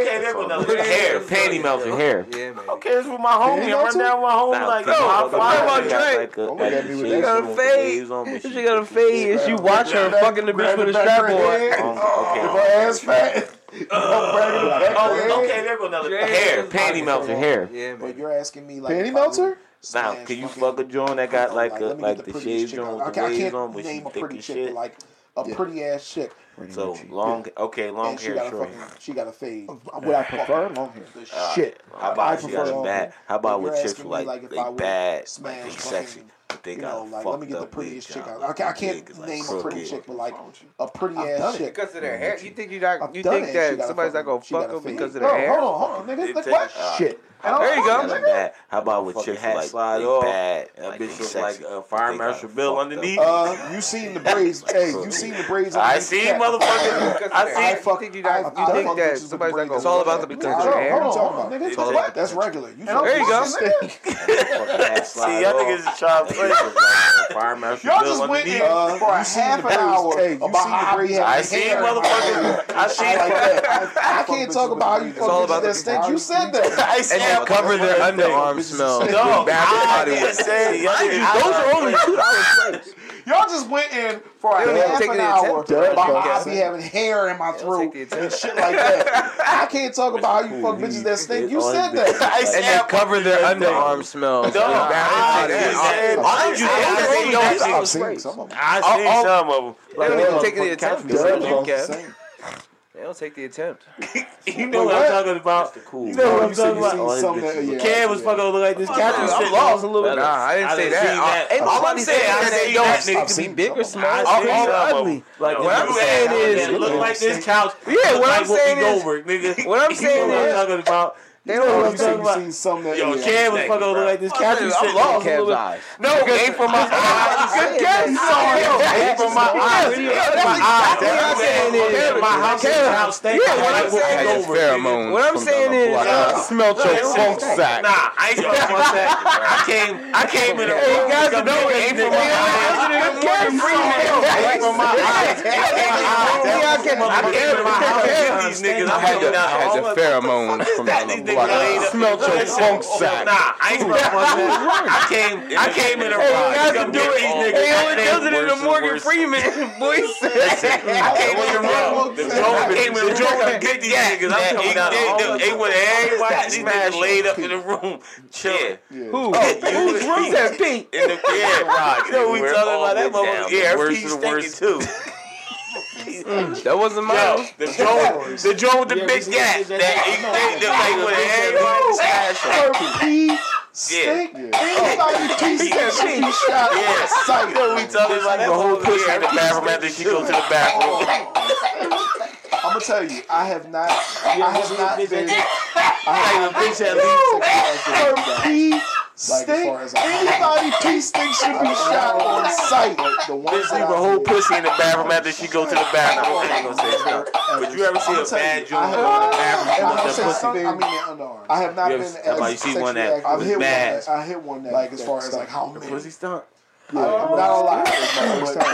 Speaker 4: okay, there go another hair. Panty melting hair.
Speaker 6: yeah, man.
Speaker 4: Okay, it's with my homie. I run
Speaker 5: melting?
Speaker 4: down with my
Speaker 6: Oh
Speaker 4: homie like, yo, I'm
Speaker 6: What about
Speaker 4: fine.
Speaker 6: Drake?
Speaker 9: Oh my God, dude,
Speaker 6: She
Speaker 9: She
Speaker 6: got a fade. She got a fade, and she watch her fucking the bitch with a strap on.
Speaker 4: Okay.
Speaker 5: ass fat.
Speaker 4: Oh, okay, there go another
Speaker 6: Drake
Speaker 4: hair.
Speaker 6: is
Speaker 4: Panty
Speaker 6: like-
Speaker 4: melting hair.
Speaker 6: Yeah, man.
Speaker 9: But you're asking me like
Speaker 5: Panty
Speaker 9: if I
Speaker 5: melter?
Speaker 9: would
Speaker 4: Now,
Speaker 9: smash
Speaker 4: can you
Speaker 9: fucking-
Speaker 4: fuck a joint that got like
Speaker 9: let
Speaker 4: a,
Speaker 9: me get
Speaker 4: like
Speaker 9: the
Speaker 4: the
Speaker 9: prettiest
Speaker 4: shades
Speaker 9: chick
Speaker 4: on
Speaker 9: out.
Speaker 4: with the
Speaker 9: I, I
Speaker 4: waves
Speaker 9: can't
Speaker 4: on, but she
Speaker 9: name a
Speaker 4: thick
Speaker 9: pretty
Speaker 4: as
Speaker 9: chick,
Speaker 4: shit.
Speaker 9: but like a pretty ass chick.
Speaker 4: So long, okay, long
Speaker 9: and she
Speaker 4: hair,
Speaker 9: got a
Speaker 4: short
Speaker 9: fucking,
Speaker 4: hair.
Speaker 9: she got a fade.
Speaker 5: Would I prefer long hair?
Speaker 9: The shit.
Speaker 4: How
Speaker 9: I
Speaker 4: about she got
Speaker 9: prefer
Speaker 4: a
Speaker 9: long
Speaker 4: bad?
Speaker 9: hair.
Speaker 4: How about
Speaker 9: But you're
Speaker 4: with chicks
Speaker 9: asking me,
Speaker 4: like,
Speaker 9: like, if
Speaker 4: they
Speaker 9: I would
Speaker 4: bad, like
Speaker 9: smash
Speaker 4: they
Speaker 9: fucking,
Speaker 4: sexy, but they
Speaker 9: You
Speaker 4: got
Speaker 9: know, like let me get the
Speaker 4: up
Speaker 9: prettiest
Speaker 4: wig
Speaker 9: chick
Speaker 4: job,
Speaker 9: out.
Speaker 4: like,
Speaker 9: I, ca- I
Speaker 4: the
Speaker 9: can't
Speaker 4: wig is,
Speaker 9: name a
Speaker 4: crooked.
Speaker 9: pretty chick, but like a pretty
Speaker 5: I've
Speaker 9: ass
Speaker 5: done it.
Speaker 9: chick.
Speaker 6: Because of their hair, you think you not?
Speaker 9: I've
Speaker 6: You
Speaker 9: done
Speaker 6: think
Speaker 9: it. She
Speaker 6: that
Speaker 9: got a
Speaker 6: somebody's not
Speaker 9: fucking-
Speaker 6: gonna
Speaker 9: she got
Speaker 6: fuck
Speaker 9: a
Speaker 6: her
Speaker 9: fade.
Speaker 6: because of
Speaker 5: Bro,
Speaker 6: their hair?
Speaker 5: hold on, hold on, nigga.
Speaker 4: It
Speaker 5: Like,
Speaker 4: take-
Speaker 5: what?
Speaker 4: uh,
Speaker 5: Shit. And I'm
Speaker 6: There you
Speaker 5: like,
Speaker 6: go.
Speaker 4: Got a
Speaker 5: nigga,
Speaker 4: bad. How about with
Speaker 10: fucking
Speaker 4: chicks who
Speaker 10: hat
Speaker 4: like
Speaker 10: slide
Speaker 4: they
Speaker 10: off.
Speaker 4: bad?
Speaker 10: they
Speaker 4: That bitch look like
Speaker 10: sexy,
Speaker 4: a
Speaker 10: but
Speaker 4: fire
Speaker 10: they
Speaker 4: marshal
Speaker 10: got
Speaker 4: bill
Speaker 10: fucked
Speaker 4: underneath.
Speaker 10: up.
Speaker 5: Uh, you seen the braids? hey, you seen the braids?
Speaker 4: I
Speaker 5: underneath
Speaker 4: see,
Speaker 5: the cat?
Speaker 4: motherfucker. I see.
Speaker 5: I
Speaker 6: You
Speaker 5: fuck.
Speaker 6: think you
Speaker 5: I-
Speaker 6: not?
Speaker 5: I
Speaker 6: You think
Speaker 5: fuck bitches
Speaker 6: that
Speaker 5: with
Speaker 6: somebody's not
Speaker 5: braids
Speaker 6: gonna?
Speaker 5: on
Speaker 6: fuck
Speaker 5: the
Speaker 6: her
Speaker 5: back.
Speaker 6: because of
Speaker 5: Hold
Speaker 6: their
Speaker 5: on,
Speaker 6: hair.
Speaker 5: Hold on, nigga.
Speaker 4: It
Speaker 5: What?
Speaker 4: take-
Speaker 5: What?
Speaker 9: That's regular. You
Speaker 5: I'm
Speaker 6: There you go.
Speaker 5: fucking sick.
Speaker 4: Fucking hat
Speaker 10: See,
Speaker 4: slide
Speaker 10: y'all
Speaker 4: off.
Speaker 10: niggas trying to
Speaker 4: That
Speaker 10: play.
Speaker 4: bitch look like a fire marshal
Speaker 5: Y'all
Speaker 4: bill
Speaker 5: just went in
Speaker 4: underneath.
Speaker 5: uh, for a
Speaker 9: you seen
Speaker 5: half
Speaker 9: the
Speaker 5: an
Speaker 9: braids.
Speaker 5: hour
Speaker 9: Hey, you
Speaker 5: about
Speaker 9: seen the
Speaker 5: how
Speaker 9: braids.
Speaker 5: we
Speaker 4: I
Speaker 5: had
Speaker 4: see,
Speaker 5: hair.
Speaker 4: motherfucker. I see.
Speaker 5: I can't talk about how you
Speaker 9: It's
Speaker 5: fuck
Speaker 6: all
Speaker 5: bitches
Speaker 6: about
Speaker 5: that
Speaker 6: the-
Speaker 5: stink. You said that.
Speaker 4: I see.
Speaker 6: And they cover their underarm smell. with
Speaker 4: No, I
Speaker 6: bath body
Speaker 4: didn't
Speaker 6: works.
Speaker 4: say. Y'all
Speaker 6: Mind you,
Speaker 4: niggas-
Speaker 6: those are only two dollars plates.
Speaker 5: Y'all just went in for
Speaker 6: They
Speaker 5: a
Speaker 6: don't even
Speaker 5: half
Speaker 6: take
Speaker 5: an
Speaker 6: the
Speaker 5: hour about
Speaker 6: attempt. They'll
Speaker 5: how I
Speaker 6: take
Speaker 5: be
Speaker 6: the
Speaker 5: having hair in my throat
Speaker 6: take the
Speaker 5: and
Speaker 6: attempt.
Speaker 5: shit like that. I can't talk about how you fuck bitches that stink. You said
Speaker 4: I
Speaker 5: that.
Speaker 4: see.
Speaker 6: And they cover their underarm smell. with
Speaker 4: No, I
Speaker 6: bath body
Speaker 4: just
Speaker 6: works.
Speaker 4: said.
Speaker 6: Mind you, they
Speaker 4: I
Speaker 6: only
Speaker 4: seen
Speaker 6: don't-
Speaker 4: those-
Speaker 9: I've seen some of them.
Speaker 4: I
Speaker 6: Oh,
Speaker 4: seen
Speaker 6: oh.
Speaker 4: some of them.
Speaker 6: They don't even
Speaker 4: Like,
Speaker 6: take the attempt.
Speaker 4: Catfish
Speaker 6: because of
Speaker 4: Girl.
Speaker 6: their
Speaker 9: It's
Speaker 6: hair.
Speaker 9: insane.
Speaker 6: They don't take the attempt.
Speaker 4: you know what I'm talking about. You know what I'm
Speaker 9: You said
Speaker 4: talking
Speaker 9: you
Speaker 4: about.
Speaker 9: seen
Speaker 10: these
Speaker 9: some that
Speaker 10: bitches
Speaker 9: yeah.
Speaker 4: Cam was fucking look like this cat.
Speaker 6: I'm lost a little bit. Nah, I didn't say
Speaker 4: done seen
Speaker 6: that. Uh,
Speaker 4: that.
Speaker 6: I- ain't
Speaker 4: All I'm
Speaker 6: nobody
Speaker 4: saying,
Speaker 6: saying
Speaker 4: I
Speaker 6: that
Speaker 4: seen
Speaker 6: they don't
Speaker 4: that
Speaker 6: need to
Speaker 9: nigga.
Speaker 6: be big or
Speaker 9: I've
Speaker 6: small.
Speaker 4: I
Speaker 6: All
Speaker 4: seen
Speaker 6: all
Speaker 4: some of
Speaker 6: ugly.
Speaker 4: them. Like
Speaker 6: what I'm saying is-
Speaker 4: look like this couch.
Speaker 6: Yeah, what
Speaker 4: Look
Speaker 6: I'm
Speaker 4: like Whoopi
Speaker 6: saying is-
Speaker 4: Goldberg, nigga.
Speaker 6: *laughs* what I'm
Speaker 4: *laughs* You know
Speaker 6: saying
Speaker 4: what
Speaker 6: is-
Speaker 4: I'm talking about.
Speaker 6: They
Speaker 9: You know,
Speaker 6: don't
Speaker 9: Oh, you
Speaker 6: look
Speaker 9: said
Speaker 6: big.
Speaker 9: you seen some that
Speaker 4: Yo,
Speaker 9: yeah.
Speaker 4: Cam was fucking look like this couch. You
Speaker 6: I'm
Speaker 4: said
Speaker 6: lost a little bit.
Speaker 9: eyes.
Speaker 4: No, ain't from my eyes.
Speaker 6: Good guess.
Speaker 4: Ain't from my eyes.
Speaker 6: Yeah, that's
Speaker 4: My
Speaker 6: exactly what I'm
Speaker 4: eyes.
Speaker 6: saying is-
Speaker 4: My house is
Speaker 6: Cam.
Speaker 4: house.
Speaker 6: Yeah, what I'm saying is- What I'm saying is, I smelt your funk sack.
Speaker 4: Nah, I ain't gonna fuck
Speaker 6: *laughs*
Speaker 4: that. I came, I came in a
Speaker 6: Hey, you guys
Speaker 4: I'm
Speaker 6: know
Speaker 4: nigga,
Speaker 6: it.
Speaker 4: ain't from my eyes. Ain't from my eyes. Ain't from my eyes. I came in my house. Kill these niggas. I'm coming out. All up.
Speaker 6: pheromones
Speaker 4: Is that these niggas laid up? Listen, Nah, I ain't from my eyes. I came, I came in a
Speaker 6: Hey, you
Speaker 4: ride.
Speaker 6: guys
Speaker 4: Come
Speaker 6: do
Speaker 4: get
Speaker 6: it.
Speaker 4: these niggas.
Speaker 6: Hey,
Speaker 4: I
Speaker 6: only
Speaker 4: came
Speaker 6: does it in the
Speaker 4: worse and
Speaker 6: Morgan
Speaker 4: worse.
Speaker 6: Freeman voice.
Speaker 4: *laughs* I came in the room. The Joe I came in the room to get these niggas. I'm coming out. They went everybody. These niggas laid up in the room, chilling.
Speaker 6: Who? Who's room? He said Pete.
Speaker 4: In the yeah, Rod. You know we talking about that motherfucker. Yeah, her
Speaker 10: Worse
Speaker 4: feet
Speaker 10: and
Speaker 4: stinking
Speaker 10: worse.
Speaker 4: *laughs* too.
Speaker 6: That wasn't
Speaker 4: Yo,
Speaker 6: mine.
Speaker 4: the Joe, the Joe with the big gap. That he think that like with everybody smash on.
Speaker 5: Her pee Oh, stink.
Speaker 4: *laughs*
Speaker 5: Everybody pee stink. She shot
Speaker 4: Oh. Yeah, so you know we talking about that whole pussy in the bathroom after she go to the bathroom.
Speaker 5: I'm gonna tell you, I have not, I have not been,
Speaker 4: Like a bitch at least.
Speaker 5: her pee
Speaker 9: Like, as
Speaker 5: stink.
Speaker 9: far as I-
Speaker 5: Anybody pee stink should be shot on sight.
Speaker 9: The ones
Speaker 4: Bitch leave
Speaker 9: that
Speaker 4: a
Speaker 9: I
Speaker 4: whole
Speaker 9: did-
Speaker 4: pussy in the bathroom after she go to the bathroom. I ain't gonna say stuff. But you ever see a bad joint in the
Speaker 5: And
Speaker 4: bathroom
Speaker 5: I'm
Speaker 4: with
Speaker 5: say
Speaker 4: the pussy?
Speaker 5: something, I mean,
Speaker 9: underarm.
Speaker 5: I have not
Speaker 4: You
Speaker 5: been
Speaker 4: ever-
Speaker 5: as
Speaker 4: somebody see one that
Speaker 5: sexually active.
Speaker 4: was
Speaker 5: I've hit one
Speaker 4: bad?
Speaker 5: that- I hit one that
Speaker 9: like as far as like how many.
Speaker 4: Pussy stunk.
Speaker 5: yeah, not a lot. But the ones that I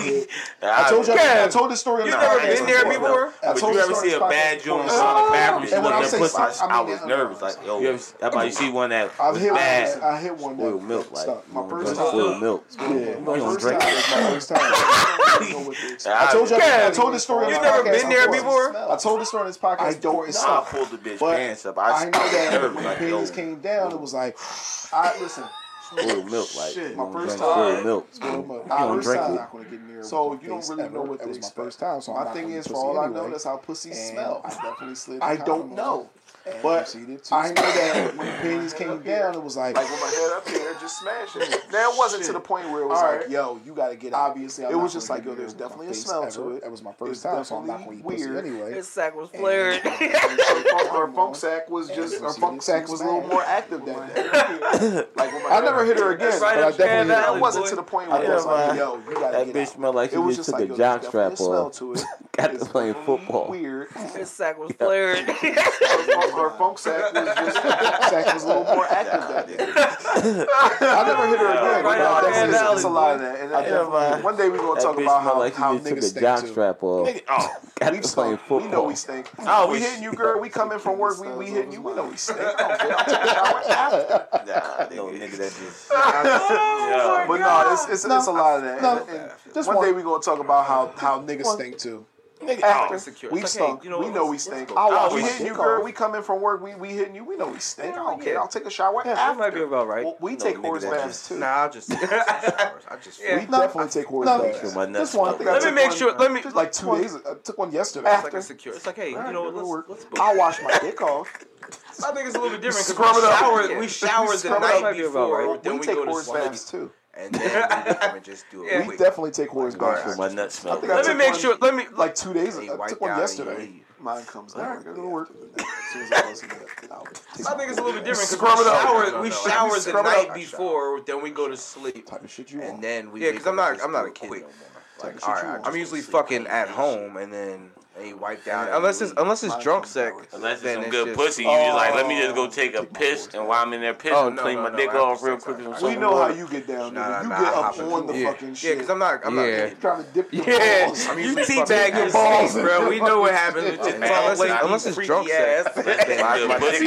Speaker 5: did- I told you, I told this story. on
Speaker 4: You
Speaker 5: the
Speaker 4: never
Speaker 5: podcast
Speaker 4: been there before?
Speaker 5: I
Speaker 4: But
Speaker 5: told
Speaker 4: you
Speaker 5: this
Speaker 4: ever
Speaker 5: story
Speaker 4: see a
Speaker 5: on the
Speaker 4: bad
Speaker 5: podcast
Speaker 4: joint in
Speaker 5: before.
Speaker 4: the bathroom? She
Speaker 5: And when
Speaker 4: looked
Speaker 5: I
Speaker 4: at
Speaker 5: say
Speaker 4: pussy.
Speaker 5: something, I
Speaker 4: I
Speaker 5: mean
Speaker 4: was
Speaker 5: that-
Speaker 4: nervous. Like, yo, you ever see- how about you see one that
Speaker 5: I've
Speaker 4: was
Speaker 5: hit one.
Speaker 4: bad?
Speaker 5: that- I hit one. that-
Speaker 4: Spoiled milk, like
Speaker 5: Stop. My
Speaker 4: you
Speaker 5: first
Speaker 4: drink
Speaker 5: time.
Speaker 4: spoiled milk.
Speaker 5: Yeah, my
Speaker 4: don't
Speaker 5: first
Speaker 4: drink.
Speaker 5: time. was My first time. I don't know what to
Speaker 4: *laughs*
Speaker 5: expect. I told you. I told this story. on
Speaker 6: You
Speaker 5: the
Speaker 6: never
Speaker 5: podcast
Speaker 6: been there before?
Speaker 5: I told this story on this podcast. I don't. It's
Speaker 4: I pulled the bitch
Speaker 5: But
Speaker 4: pants up.
Speaker 5: I
Speaker 4: I
Speaker 5: know
Speaker 4: was
Speaker 5: that
Speaker 4: nervous.
Speaker 5: when the
Speaker 4: Like,
Speaker 5: pins
Speaker 4: yo,
Speaker 5: came down, it was like, I listen.
Speaker 1: spoiled milk. Like
Speaker 9: Shit,
Speaker 1: you
Speaker 9: my
Speaker 1: know,
Speaker 9: first
Speaker 1: drink spoiled
Speaker 9: time.
Speaker 1: milk.
Speaker 9: Spoiled milk.
Speaker 1: You
Speaker 9: My
Speaker 1: don't
Speaker 9: first
Speaker 1: drink
Speaker 9: time.
Speaker 1: it.
Speaker 9: not gonna get near.
Speaker 5: So
Speaker 9: a
Speaker 5: you don't
Speaker 9: place
Speaker 5: really
Speaker 9: ever.
Speaker 5: know what
Speaker 9: That
Speaker 5: to
Speaker 9: was my
Speaker 5: expect.
Speaker 9: first time. So I'm
Speaker 5: My
Speaker 9: not
Speaker 5: thing
Speaker 9: gonna
Speaker 5: is,
Speaker 9: pussy
Speaker 5: for all
Speaker 9: anyway.
Speaker 5: I know, that's how pussy
Speaker 9: And
Speaker 5: smells. *laughs*
Speaker 9: I definitely slid. the
Speaker 5: I don't
Speaker 9: condom
Speaker 5: know,
Speaker 9: off and
Speaker 5: but
Speaker 9: proceeded to
Speaker 5: I know
Speaker 9: smash
Speaker 5: that
Speaker 9: it.
Speaker 5: when
Speaker 9: when the *laughs* panties
Speaker 5: came
Speaker 9: came
Speaker 5: up here,
Speaker 9: down, it was like,
Speaker 5: like with my head up here, just smash *laughs* it. Now it wasn't to the point where it was
Speaker 9: All
Speaker 5: like,
Speaker 9: right.
Speaker 5: yo, you got to get out.
Speaker 9: obviously,
Speaker 5: it
Speaker 9: I'm not
Speaker 5: was just
Speaker 9: gonna
Speaker 5: like,
Speaker 9: get
Speaker 5: yo,
Speaker 9: near
Speaker 5: there's
Speaker 9: with my
Speaker 5: definitely a
Speaker 9: face
Speaker 5: smell to
Speaker 9: ever. *laughs*
Speaker 5: it.
Speaker 9: That was my
Speaker 5: It's
Speaker 9: first time, so I'm not gonna eat
Speaker 5: definitely
Speaker 9: pussy
Speaker 5: weird.
Speaker 9: anyway.
Speaker 11: His sack was
Speaker 9: And-
Speaker 11: flared.
Speaker 5: Her funk, her
Speaker 9: Come on.
Speaker 5: funk sack was
Speaker 9: And
Speaker 5: just, her
Speaker 9: proceeded
Speaker 5: funk
Speaker 9: to
Speaker 5: sack was a little
Speaker 9: smash.
Speaker 5: more active that day. like when my
Speaker 9: I
Speaker 5: head
Speaker 9: never
Speaker 5: up
Speaker 9: hit her
Speaker 5: here,
Speaker 9: again,
Speaker 5: that's
Speaker 9: but I
Speaker 11: up Grand
Speaker 9: definitely.
Speaker 5: Now,
Speaker 11: Valley,
Speaker 5: it wasn't
Speaker 11: boy.
Speaker 5: to the point where it
Speaker 1: Yeah,
Speaker 5: was like,
Speaker 1: man.
Speaker 5: yo, you gotta
Speaker 1: That
Speaker 5: get
Speaker 1: bitch
Speaker 5: out.
Speaker 1: smelled like she
Speaker 5: It was
Speaker 1: just
Speaker 5: just
Speaker 1: took
Speaker 5: like
Speaker 1: a
Speaker 5: yo, there's
Speaker 1: jock
Speaker 5: definitely
Speaker 1: strap
Speaker 5: a smell
Speaker 1: off.
Speaker 5: to it.
Speaker 1: Got to
Speaker 5: It's
Speaker 1: playing football.
Speaker 5: weird.
Speaker 11: His sack was flared.
Speaker 5: Her funk, her funk sack was just her *laughs*
Speaker 9: *laughs*
Speaker 5: funk sack was a little more active that day. I never hit her again.
Speaker 11: Right
Speaker 5: but I
Speaker 11: on
Speaker 5: definitely-
Speaker 11: Grand
Speaker 5: it's,
Speaker 11: Valley,
Speaker 5: it's a lot of that. And I
Speaker 1: Yeah,
Speaker 5: definitely-
Speaker 1: man.
Speaker 5: one day we're gonna
Speaker 1: That
Speaker 5: talk
Speaker 1: bitch
Speaker 5: about
Speaker 1: smelled
Speaker 5: how,
Speaker 1: like
Speaker 5: how
Speaker 1: she
Speaker 5: niggas
Speaker 1: just took a
Speaker 5: stink
Speaker 1: jock
Speaker 5: too.
Speaker 1: strap off.
Speaker 5: Oh,
Speaker 1: Got
Speaker 5: we
Speaker 1: to playing
Speaker 5: stink. We know we
Speaker 1: football.
Speaker 5: stink.
Speaker 1: I
Speaker 5: we
Speaker 1: wish-
Speaker 5: hitting you, girl. We coming from work. We, we hitting you. We know we stink. I don't care.
Speaker 1: Nah, no nigga, that bitch.
Speaker 11: oh,
Speaker 5: But
Speaker 11: my
Speaker 5: no,
Speaker 11: God.
Speaker 5: it's, it's, it's a lot of that.
Speaker 9: No,
Speaker 5: And- and
Speaker 9: just
Speaker 5: one
Speaker 9: one.
Speaker 5: day we're gonna talk about how how niggas
Speaker 9: One.
Speaker 5: stink too.
Speaker 11: We're
Speaker 5: After
Speaker 11: secure.
Speaker 5: we've
Speaker 11: It's okay.
Speaker 5: stunk,
Speaker 11: You know
Speaker 5: we
Speaker 11: what?
Speaker 5: know we
Speaker 11: Let's-
Speaker 5: stink.
Speaker 11: let's go.
Speaker 5: Oh,
Speaker 9: wash
Speaker 5: we
Speaker 9: my
Speaker 5: hitting you,
Speaker 9: dick
Speaker 5: girl.
Speaker 9: off.
Speaker 5: We coming from work. We we hitting you. We know we stink. I don't
Speaker 11: Yeah.
Speaker 5: care. I'll take a shower
Speaker 11: That might be
Speaker 5: after.
Speaker 11: about right.
Speaker 5: Well, we
Speaker 1: No
Speaker 5: take
Speaker 1: nigga
Speaker 5: horse
Speaker 1: that
Speaker 5: baths too.
Speaker 1: just-
Speaker 6: Nah, I'll just. I just.
Speaker 11: Yeah.
Speaker 5: We definitely take horse
Speaker 9: no.
Speaker 1: Make sure
Speaker 5: baths.
Speaker 1: my nuts
Speaker 9: Just one
Speaker 1: smell
Speaker 9: thing
Speaker 1: good.
Speaker 11: Let me
Speaker 9: took
Speaker 11: make
Speaker 9: one-
Speaker 11: sure. Let me.
Speaker 9: Just like two days. I took one yesterday.
Speaker 5: After.
Speaker 11: It's like a secure. It's like, hey, you know,
Speaker 5: Alright, it'll
Speaker 11: what,
Speaker 5: work.
Speaker 11: let's let's.
Speaker 5: I'll wash my dick off.
Speaker 11: I think it's a little bit different
Speaker 5: Scrub
Speaker 11: because we
Speaker 5: it up.
Speaker 11: shower,
Speaker 5: Yeah.
Speaker 11: we shower the
Speaker 5: Scrub it
Speaker 6: up.
Speaker 11: night
Speaker 6: Might be about
Speaker 11: before,
Speaker 6: right.
Speaker 11: then
Speaker 5: We
Speaker 11: we
Speaker 5: take
Speaker 11: go to
Speaker 5: horse
Speaker 11: sleep.
Speaker 5: baths too.
Speaker 6: And then we come and just do it.
Speaker 11: Yeah.
Speaker 5: We
Speaker 6: quick.
Speaker 5: definitely take horse
Speaker 1: Make
Speaker 5: baths.
Speaker 1: sure my nuts smell
Speaker 5: think
Speaker 1: good.
Speaker 11: Let me
Speaker 5: took
Speaker 11: make
Speaker 5: one-
Speaker 11: sure. Let me.
Speaker 5: Like two days.
Speaker 6: They
Speaker 5: I
Speaker 6: wiped
Speaker 5: took one
Speaker 6: out and
Speaker 5: yesterday.
Speaker 6: you leave.
Speaker 5: Mine comes. All right, it'll work. As soon as I wasn't there, I'll take
Speaker 11: I
Speaker 5: my
Speaker 11: think it's a little bit different
Speaker 5: Scrub
Speaker 11: because we
Speaker 5: it up.
Speaker 11: shower,
Speaker 6: No, no,
Speaker 11: we
Speaker 6: no.
Speaker 11: shower the
Speaker 5: Scrub it
Speaker 11: night
Speaker 5: up.
Speaker 11: before, then we go to sleep.
Speaker 9: type of shit you
Speaker 6: And
Speaker 9: want.
Speaker 6: then we.
Speaker 11: Yeah, because I'm not, I'm not a kid
Speaker 6: quick.
Speaker 11: no more.
Speaker 6: Like,
Speaker 9: shit
Speaker 6: all
Speaker 9: you
Speaker 6: right,
Speaker 9: want.
Speaker 6: I'm usually fucking at home, and then they wipe down. Unless it's unless it's drunk sex.
Speaker 1: Unless it's
Speaker 6: then
Speaker 1: some good
Speaker 6: just-
Speaker 1: pussy, you just like, let me just go take a piss, and while I'm in there pissing,
Speaker 6: Oh, no,
Speaker 1: clean
Speaker 6: no,
Speaker 1: my
Speaker 6: no,
Speaker 1: dick
Speaker 6: after
Speaker 1: off real
Speaker 6: sex,
Speaker 1: quick.
Speaker 6: I-
Speaker 1: and
Speaker 6: I-
Speaker 5: We
Speaker 1: so
Speaker 5: know how
Speaker 1: on.
Speaker 5: you get down,
Speaker 6: Nah,
Speaker 5: nigga. You
Speaker 6: nah,
Speaker 5: get
Speaker 6: I
Speaker 5: up
Speaker 6: hop in
Speaker 5: on
Speaker 6: the-
Speaker 5: the
Speaker 6: yeah.
Speaker 5: fucking shit.
Speaker 6: Yeah, because I'm not, I'm
Speaker 9: Yeah.
Speaker 6: not.
Speaker 5: trying to dip your
Speaker 11: *laughs* Yeah,
Speaker 5: balls.
Speaker 6: I'm
Speaker 11: you
Speaker 6: usually
Speaker 11: teabag
Speaker 6: fucking-
Speaker 11: your balls, bro. We know what happens with your
Speaker 1: Man,
Speaker 6: Unless,
Speaker 11: balls.
Speaker 1: listen,
Speaker 6: it's-
Speaker 1: I
Speaker 6: unless
Speaker 1: be
Speaker 6: it's drunk sex.
Speaker 1: That's good
Speaker 6: Nah,
Speaker 1: pussy. I'm like, Let me just go take a piss,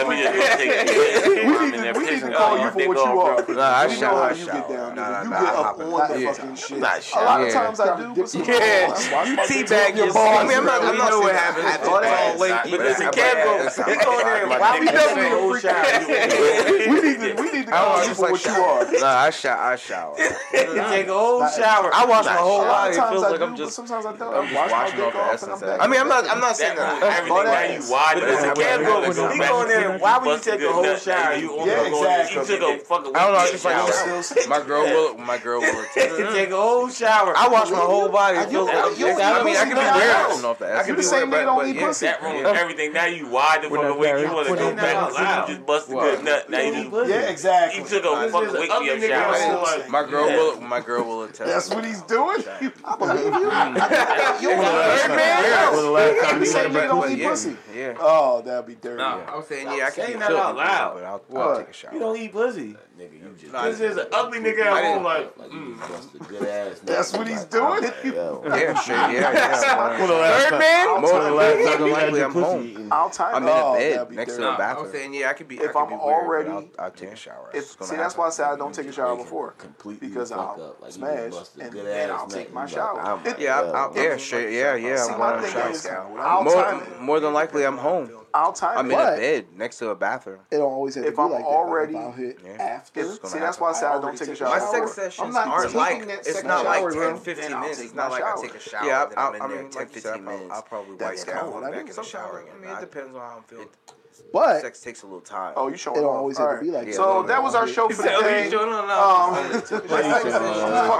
Speaker 1: and while I'm in there
Speaker 5: We need
Speaker 1: pissing,
Speaker 5: to
Speaker 1: clean
Speaker 5: call
Speaker 1: my
Speaker 5: you for
Speaker 1: dick
Speaker 5: what you
Speaker 1: off real
Speaker 5: are.
Speaker 1: quick.
Speaker 6: I
Speaker 5: we know how
Speaker 6: shower.
Speaker 5: you get down, nigga.
Speaker 6: Nah,
Speaker 5: you
Speaker 6: nah,
Speaker 5: get
Speaker 6: I
Speaker 5: up
Speaker 6: hop in
Speaker 5: on the
Speaker 6: the- yeah.
Speaker 5: fucking shit.
Speaker 1: I'm not
Speaker 5: A lot of
Speaker 1: showering.
Speaker 6: Yeah.
Speaker 5: times I do, but sometimes
Speaker 11: Yeah, you teabag your balls. I mean, I'm not, I'm not saying what happens.
Speaker 1: That's all
Speaker 11: It's all
Speaker 1: that-
Speaker 11: late, but
Speaker 1: But
Speaker 11: it's a
Speaker 1: that's-
Speaker 11: gamble. We go in there and
Speaker 1: My
Speaker 11: wow, we
Speaker 1: dick
Speaker 11: double
Speaker 1: in the whole shower.
Speaker 5: we need to we need to
Speaker 6: I
Speaker 5: call
Speaker 6: was
Speaker 5: you
Speaker 6: just
Speaker 5: for
Speaker 6: like
Speaker 5: what you are.
Speaker 6: Nah, I shower. I shower.
Speaker 1: Take a whole shower.
Speaker 6: *laughs* I wash my
Speaker 1: Nah,
Speaker 6: whole
Speaker 5: A lot
Speaker 6: body.
Speaker 5: of
Speaker 6: It
Speaker 5: times
Speaker 6: feels
Speaker 5: I
Speaker 6: like
Speaker 5: do,
Speaker 6: I'm
Speaker 5: but
Speaker 6: just.
Speaker 5: sometimes I don't.
Speaker 6: I'm
Speaker 5: I'm
Speaker 6: just
Speaker 5: washing my
Speaker 6: washing
Speaker 5: dick
Speaker 6: off the
Speaker 5: off and I'm
Speaker 6: essence
Speaker 5: back.
Speaker 6: out.
Speaker 11: I mean, I'm not, I'm not saying
Speaker 1: That
Speaker 11: that.
Speaker 1: ruins everything. Why you watch?
Speaker 11: But
Speaker 1: It's a gamble.
Speaker 11: When
Speaker 1: When
Speaker 11: we
Speaker 1: you
Speaker 11: go in there, why would you take a whole
Speaker 1: shower? You only
Speaker 5: Yeah,
Speaker 1: go in there. You
Speaker 5: exactly.
Speaker 1: took a fucking.
Speaker 6: I don't know. I
Speaker 1: big
Speaker 6: just
Speaker 1: shower.
Speaker 6: like my girl will. My girl will.
Speaker 1: Take a whole shower.
Speaker 6: I wash my whole body. It
Speaker 5: you-
Speaker 6: feels like I'm
Speaker 5: you-
Speaker 6: just. I mean, I
Speaker 5: you-
Speaker 6: can be
Speaker 5: you-
Speaker 6: wearing it off the
Speaker 5: I
Speaker 6: ass.
Speaker 5: can be the same nigga don't eat pussy.
Speaker 1: That ruins everything. Now you wide the fuck
Speaker 12: not
Speaker 1: awake.
Speaker 12: married.
Speaker 1: You want to
Speaker 12: We're
Speaker 1: go
Speaker 12: not
Speaker 1: back out
Speaker 12: married.
Speaker 1: loud. You just bust a good nut. Now you
Speaker 4: *laughs*
Speaker 1: just
Speaker 5: Yeah, exactly.
Speaker 1: You took a fucking wake me up shower.
Speaker 6: My girl will. My girl will attest.
Speaker 5: That's what he's doing. I believe you.
Speaker 12: When the last time
Speaker 5: I'm the
Speaker 12: you went
Speaker 5: same nigga
Speaker 12: back?
Speaker 5: don't eat
Speaker 6: yeah,
Speaker 5: pussy.
Speaker 6: Yeah.
Speaker 5: Oh, that'd be dirty.
Speaker 1: Nah,
Speaker 6: I'm saying yeah. I can
Speaker 1: saying
Speaker 6: be
Speaker 1: that
Speaker 6: filthy,
Speaker 1: out loud.
Speaker 6: but I'll, I'll
Speaker 5: What?
Speaker 6: take a shower.
Speaker 1: You don't eat pussy. Nigga, you just. This is an ugly nigga
Speaker 6: I
Speaker 1: at
Speaker 6: didn't-
Speaker 1: home. Like,
Speaker 4: you
Speaker 1: mm.
Speaker 4: bust a good ass. *laughs*
Speaker 5: That's what he's doing.
Speaker 6: Yeah, shit, yeah, yeah.
Speaker 12: When the last time?
Speaker 6: man, more
Speaker 12: When
Speaker 6: than
Speaker 12: the last time
Speaker 6: likely,
Speaker 12: you had
Speaker 6: likely
Speaker 12: your
Speaker 6: I'm
Speaker 12: pussy
Speaker 6: home.
Speaker 12: eaten?
Speaker 5: I'll time
Speaker 6: I'm in
Speaker 5: oh,
Speaker 6: a
Speaker 5: that'd
Speaker 6: bed
Speaker 5: be
Speaker 6: next to
Speaker 5: dirty.
Speaker 6: the bathroom. I'm saying, yeah, I could be. I
Speaker 5: If
Speaker 6: could
Speaker 5: I'm
Speaker 6: be weird,
Speaker 5: already-
Speaker 6: but I'll, I'll take a shower.
Speaker 5: If,
Speaker 6: It's gonna
Speaker 5: see, that's why I
Speaker 6: happen.
Speaker 5: say I don't take a shower before
Speaker 4: Completely
Speaker 5: because
Speaker 4: fuck
Speaker 5: I'll
Speaker 4: up. Like you
Speaker 5: smash
Speaker 4: bust a
Speaker 5: and
Speaker 4: good
Speaker 5: then
Speaker 4: ass
Speaker 5: I'll
Speaker 4: nut,
Speaker 5: take
Speaker 4: you
Speaker 5: my
Speaker 4: like, *laughs*
Speaker 5: shower.
Speaker 4: I'm
Speaker 5: It-
Speaker 6: Yeah,
Speaker 4: out.
Speaker 6: I'll, yeah, shit, yeah, yeah.
Speaker 5: See,
Speaker 6: I'm
Speaker 5: my
Speaker 6: going to
Speaker 5: thing
Speaker 6: shower.
Speaker 5: is, I'll
Speaker 6: More,
Speaker 5: time it.
Speaker 6: more than likely, I'm home.
Speaker 5: I'll time
Speaker 6: I'm
Speaker 5: it.
Speaker 6: in a
Speaker 5: But
Speaker 6: bed next to a bathroom.
Speaker 9: It don't always have to
Speaker 5: If
Speaker 9: be
Speaker 5: I'm
Speaker 9: like
Speaker 5: already-
Speaker 9: that. Like, if I'll hit
Speaker 6: Yeah.
Speaker 9: after.
Speaker 5: it's-
Speaker 6: It's gonna
Speaker 5: see, that's
Speaker 6: happen.
Speaker 5: why I say I don't
Speaker 9: already
Speaker 5: take a
Speaker 9: took a
Speaker 5: shower.
Speaker 9: shower.
Speaker 11: My sex
Speaker 5: I'm
Speaker 11: sessions
Speaker 5: not
Speaker 11: aren't
Speaker 5: taking
Speaker 11: like
Speaker 5: that
Speaker 11: it's
Speaker 5: second
Speaker 11: not
Speaker 5: shower,
Speaker 11: like
Speaker 5: bro.
Speaker 11: 10, 15
Speaker 5: Then I'll
Speaker 11: minutes.
Speaker 5: take
Speaker 11: It's
Speaker 5: my
Speaker 11: not like I
Speaker 5: shower.
Speaker 11: take a shower
Speaker 6: Yeah,
Speaker 11: then
Speaker 6: I,
Speaker 11: I'm
Speaker 6: I,
Speaker 11: in there
Speaker 6: I mean,
Speaker 11: 10,
Speaker 6: like you
Speaker 11: 15
Speaker 6: said, I'll probably,
Speaker 11: minutes.
Speaker 6: I'll probably
Speaker 5: That's
Speaker 6: wipe down,
Speaker 5: cold.
Speaker 6: go
Speaker 5: I
Speaker 6: back
Speaker 5: mean,
Speaker 6: in the shower
Speaker 11: I
Speaker 6: again.
Speaker 11: mean, it depends on how I'm feeling.
Speaker 9: But it
Speaker 6: sex takes a little time.
Speaker 5: Oh, you showing
Speaker 9: don't
Speaker 5: off.
Speaker 9: always
Speaker 5: All
Speaker 9: have to
Speaker 5: right.
Speaker 9: be like that.
Speaker 5: So that was our show for the
Speaker 11: Oh, you
Speaker 5: day.
Speaker 11: sure? No,
Speaker 5: Um,
Speaker 11: no, no.
Speaker 5: fuck *laughs*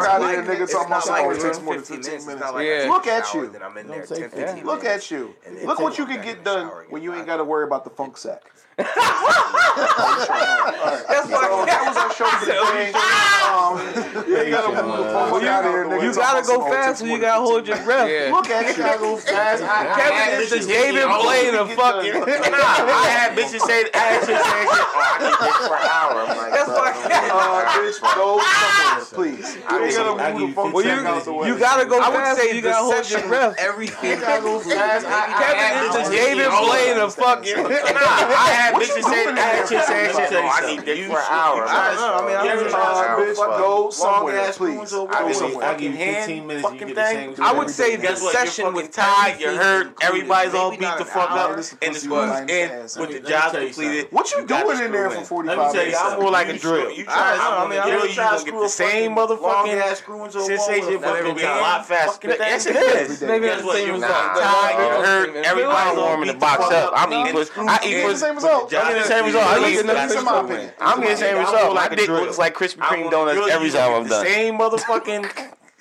Speaker 5: out of here, nigga.
Speaker 6: It's
Speaker 5: Talking about
Speaker 6: not like
Speaker 5: shower
Speaker 6: it's
Speaker 5: takes more than
Speaker 11: 15
Speaker 5: 15
Speaker 11: minutes.
Speaker 5: minutes.
Speaker 11: It's not like
Speaker 6: Yeah.
Speaker 11: I
Speaker 5: Look
Speaker 11: take a
Speaker 5: at
Speaker 11: shower,
Speaker 5: you.
Speaker 11: then I'm in there
Speaker 4: say
Speaker 11: 10, 15 minutes.
Speaker 5: Look at you.
Speaker 11: And then
Speaker 5: Look what
Speaker 11: take
Speaker 5: you
Speaker 11: it
Speaker 5: can
Speaker 11: back in
Speaker 5: get
Speaker 11: the
Speaker 5: done
Speaker 11: shower again.
Speaker 5: when you ain't
Speaker 11: I-
Speaker 5: got to worry about the funk sack.
Speaker 11: That's
Speaker 5: So
Speaker 11: why.
Speaker 5: that was our show *laughs* for the day. Um, *laughs* you ain't got to move the funk out of here, nigga.
Speaker 6: You
Speaker 5: Talking
Speaker 6: gotta
Speaker 5: about some
Speaker 6: go
Speaker 5: old
Speaker 6: fast,
Speaker 5: text
Speaker 6: or you
Speaker 5: more
Speaker 6: gotta
Speaker 5: than
Speaker 6: hold
Speaker 5: 15
Speaker 6: your breath.
Speaker 5: minutes. Look at you. gotta go fast. I- I
Speaker 6: Kevin
Speaker 5: had
Speaker 6: is the
Speaker 5: you.
Speaker 6: David
Speaker 1: Yeah,
Speaker 6: Blaine
Speaker 5: you
Speaker 6: of
Speaker 5: get
Speaker 6: fucking.
Speaker 5: done.
Speaker 1: I had bitches say, I had bitches say, oh, I can dick for an hour. I'm like,
Speaker 6: That's why.
Speaker 5: Uh, bitch, go somewhere, please. You ain't
Speaker 1: I
Speaker 5: gotta
Speaker 1: give
Speaker 5: move
Speaker 1: you
Speaker 5: the funk
Speaker 1: 15
Speaker 5: sack out the
Speaker 1: minutes.
Speaker 5: way.
Speaker 6: You gotta go
Speaker 11: I would
Speaker 6: fast, or
Speaker 11: say
Speaker 6: you
Speaker 11: the
Speaker 6: gotta hold your
Speaker 11: session
Speaker 6: breath.
Speaker 11: with everything.
Speaker 5: You gotta go fast. I- I
Speaker 6: Kevin
Speaker 5: had
Speaker 6: is
Speaker 5: bitches hit
Speaker 6: the
Speaker 5: me
Speaker 6: David
Speaker 5: all
Speaker 6: Blaine
Speaker 5: over.
Speaker 6: of fucking.
Speaker 1: I had had
Speaker 5: What you
Speaker 1: bitches
Speaker 5: doing
Speaker 1: saying,
Speaker 5: in
Speaker 1: I had
Speaker 5: there?
Speaker 1: chicks saying shit.
Speaker 4: Tell
Speaker 1: Oh,
Speaker 4: you
Speaker 1: I
Speaker 4: something.
Speaker 1: need dick
Speaker 4: You
Speaker 1: for an
Speaker 4: should-
Speaker 1: hour. I
Speaker 4: you should-
Speaker 1: don't know. I mean, I
Speaker 4: Every
Speaker 1: was
Speaker 4: time,
Speaker 1: just-
Speaker 5: bitch, I go somewhere,
Speaker 4: ass
Speaker 5: please.
Speaker 4: over
Speaker 1: I
Speaker 4: with.
Speaker 1: was
Speaker 4: I give you
Speaker 1: fucking
Speaker 4: 15 minutes, you
Speaker 1: fucking
Speaker 4: get the
Speaker 1: thing.
Speaker 4: sandwich.
Speaker 1: I would say the
Speaker 4: Guess what? You're
Speaker 1: session was
Speaker 4: fucking
Speaker 1: tired. You
Speaker 4: everything
Speaker 1: heard
Speaker 4: included.
Speaker 1: everybody's all
Speaker 4: Maybe
Speaker 1: beat
Speaker 4: not
Speaker 1: the
Speaker 4: an
Speaker 1: fuck
Speaker 4: hour.
Speaker 1: up,
Speaker 5: This is
Speaker 1: and
Speaker 5: pussy
Speaker 1: the school's
Speaker 5: line
Speaker 1: in
Speaker 5: ass.
Speaker 1: with the
Speaker 4: Let
Speaker 1: job
Speaker 4: me tell you
Speaker 1: completed.
Speaker 4: something.
Speaker 5: What you
Speaker 1: got
Speaker 5: doing
Speaker 1: to
Speaker 5: in there
Speaker 1: screw
Speaker 5: for
Speaker 1: in.
Speaker 5: 45
Speaker 4: Let me tell you,
Speaker 5: minutes?
Speaker 4: I'm more like a drill.
Speaker 1: You
Speaker 4: You
Speaker 1: try-
Speaker 4: try,
Speaker 1: I
Speaker 4: I
Speaker 1: mean,
Speaker 4: mean,
Speaker 1: I
Speaker 4: you
Speaker 1: really
Speaker 4: really
Speaker 1: try
Speaker 4: try
Speaker 1: to
Speaker 4: to
Speaker 1: screw
Speaker 4: screw
Speaker 1: a
Speaker 4: the same
Speaker 1: fucking
Speaker 4: motherfucking
Speaker 1: long-ass
Speaker 4: ass screw into a
Speaker 1: Sensation
Speaker 4: wall.
Speaker 1: fucking be a
Speaker 4: time.
Speaker 1: lot faster.
Speaker 4: Fucking
Speaker 1: Yes, it
Speaker 4: thing.
Speaker 1: is.
Speaker 5: Maybe
Speaker 4: Guess what? You're
Speaker 1: Nah,
Speaker 4: fucking
Speaker 1: tired. You
Speaker 4: tired.
Speaker 1: heard everybody warming the box up. I'm eating. I eat
Speaker 5: Get the
Speaker 1: pussy.
Speaker 5: same result.
Speaker 4: I'm getting
Speaker 1: the same result. I
Speaker 5: At
Speaker 1: eat
Speaker 5: least- at least in my
Speaker 1: pussy.
Speaker 5: opinion.
Speaker 1: I'm getting the same result. My
Speaker 4: Like a
Speaker 1: dick
Speaker 4: drill.
Speaker 1: looks like Krispy
Speaker 4: I
Speaker 1: Kreme
Speaker 4: want
Speaker 1: donuts
Speaker 4: really
Speaker 1: every
Speaker 4: to
Speaker 1: time
Speaker 4: get
Speaker 1: I'm
Speaker 4: the
Speaker 1: done.
Speaker 4: same motherfucking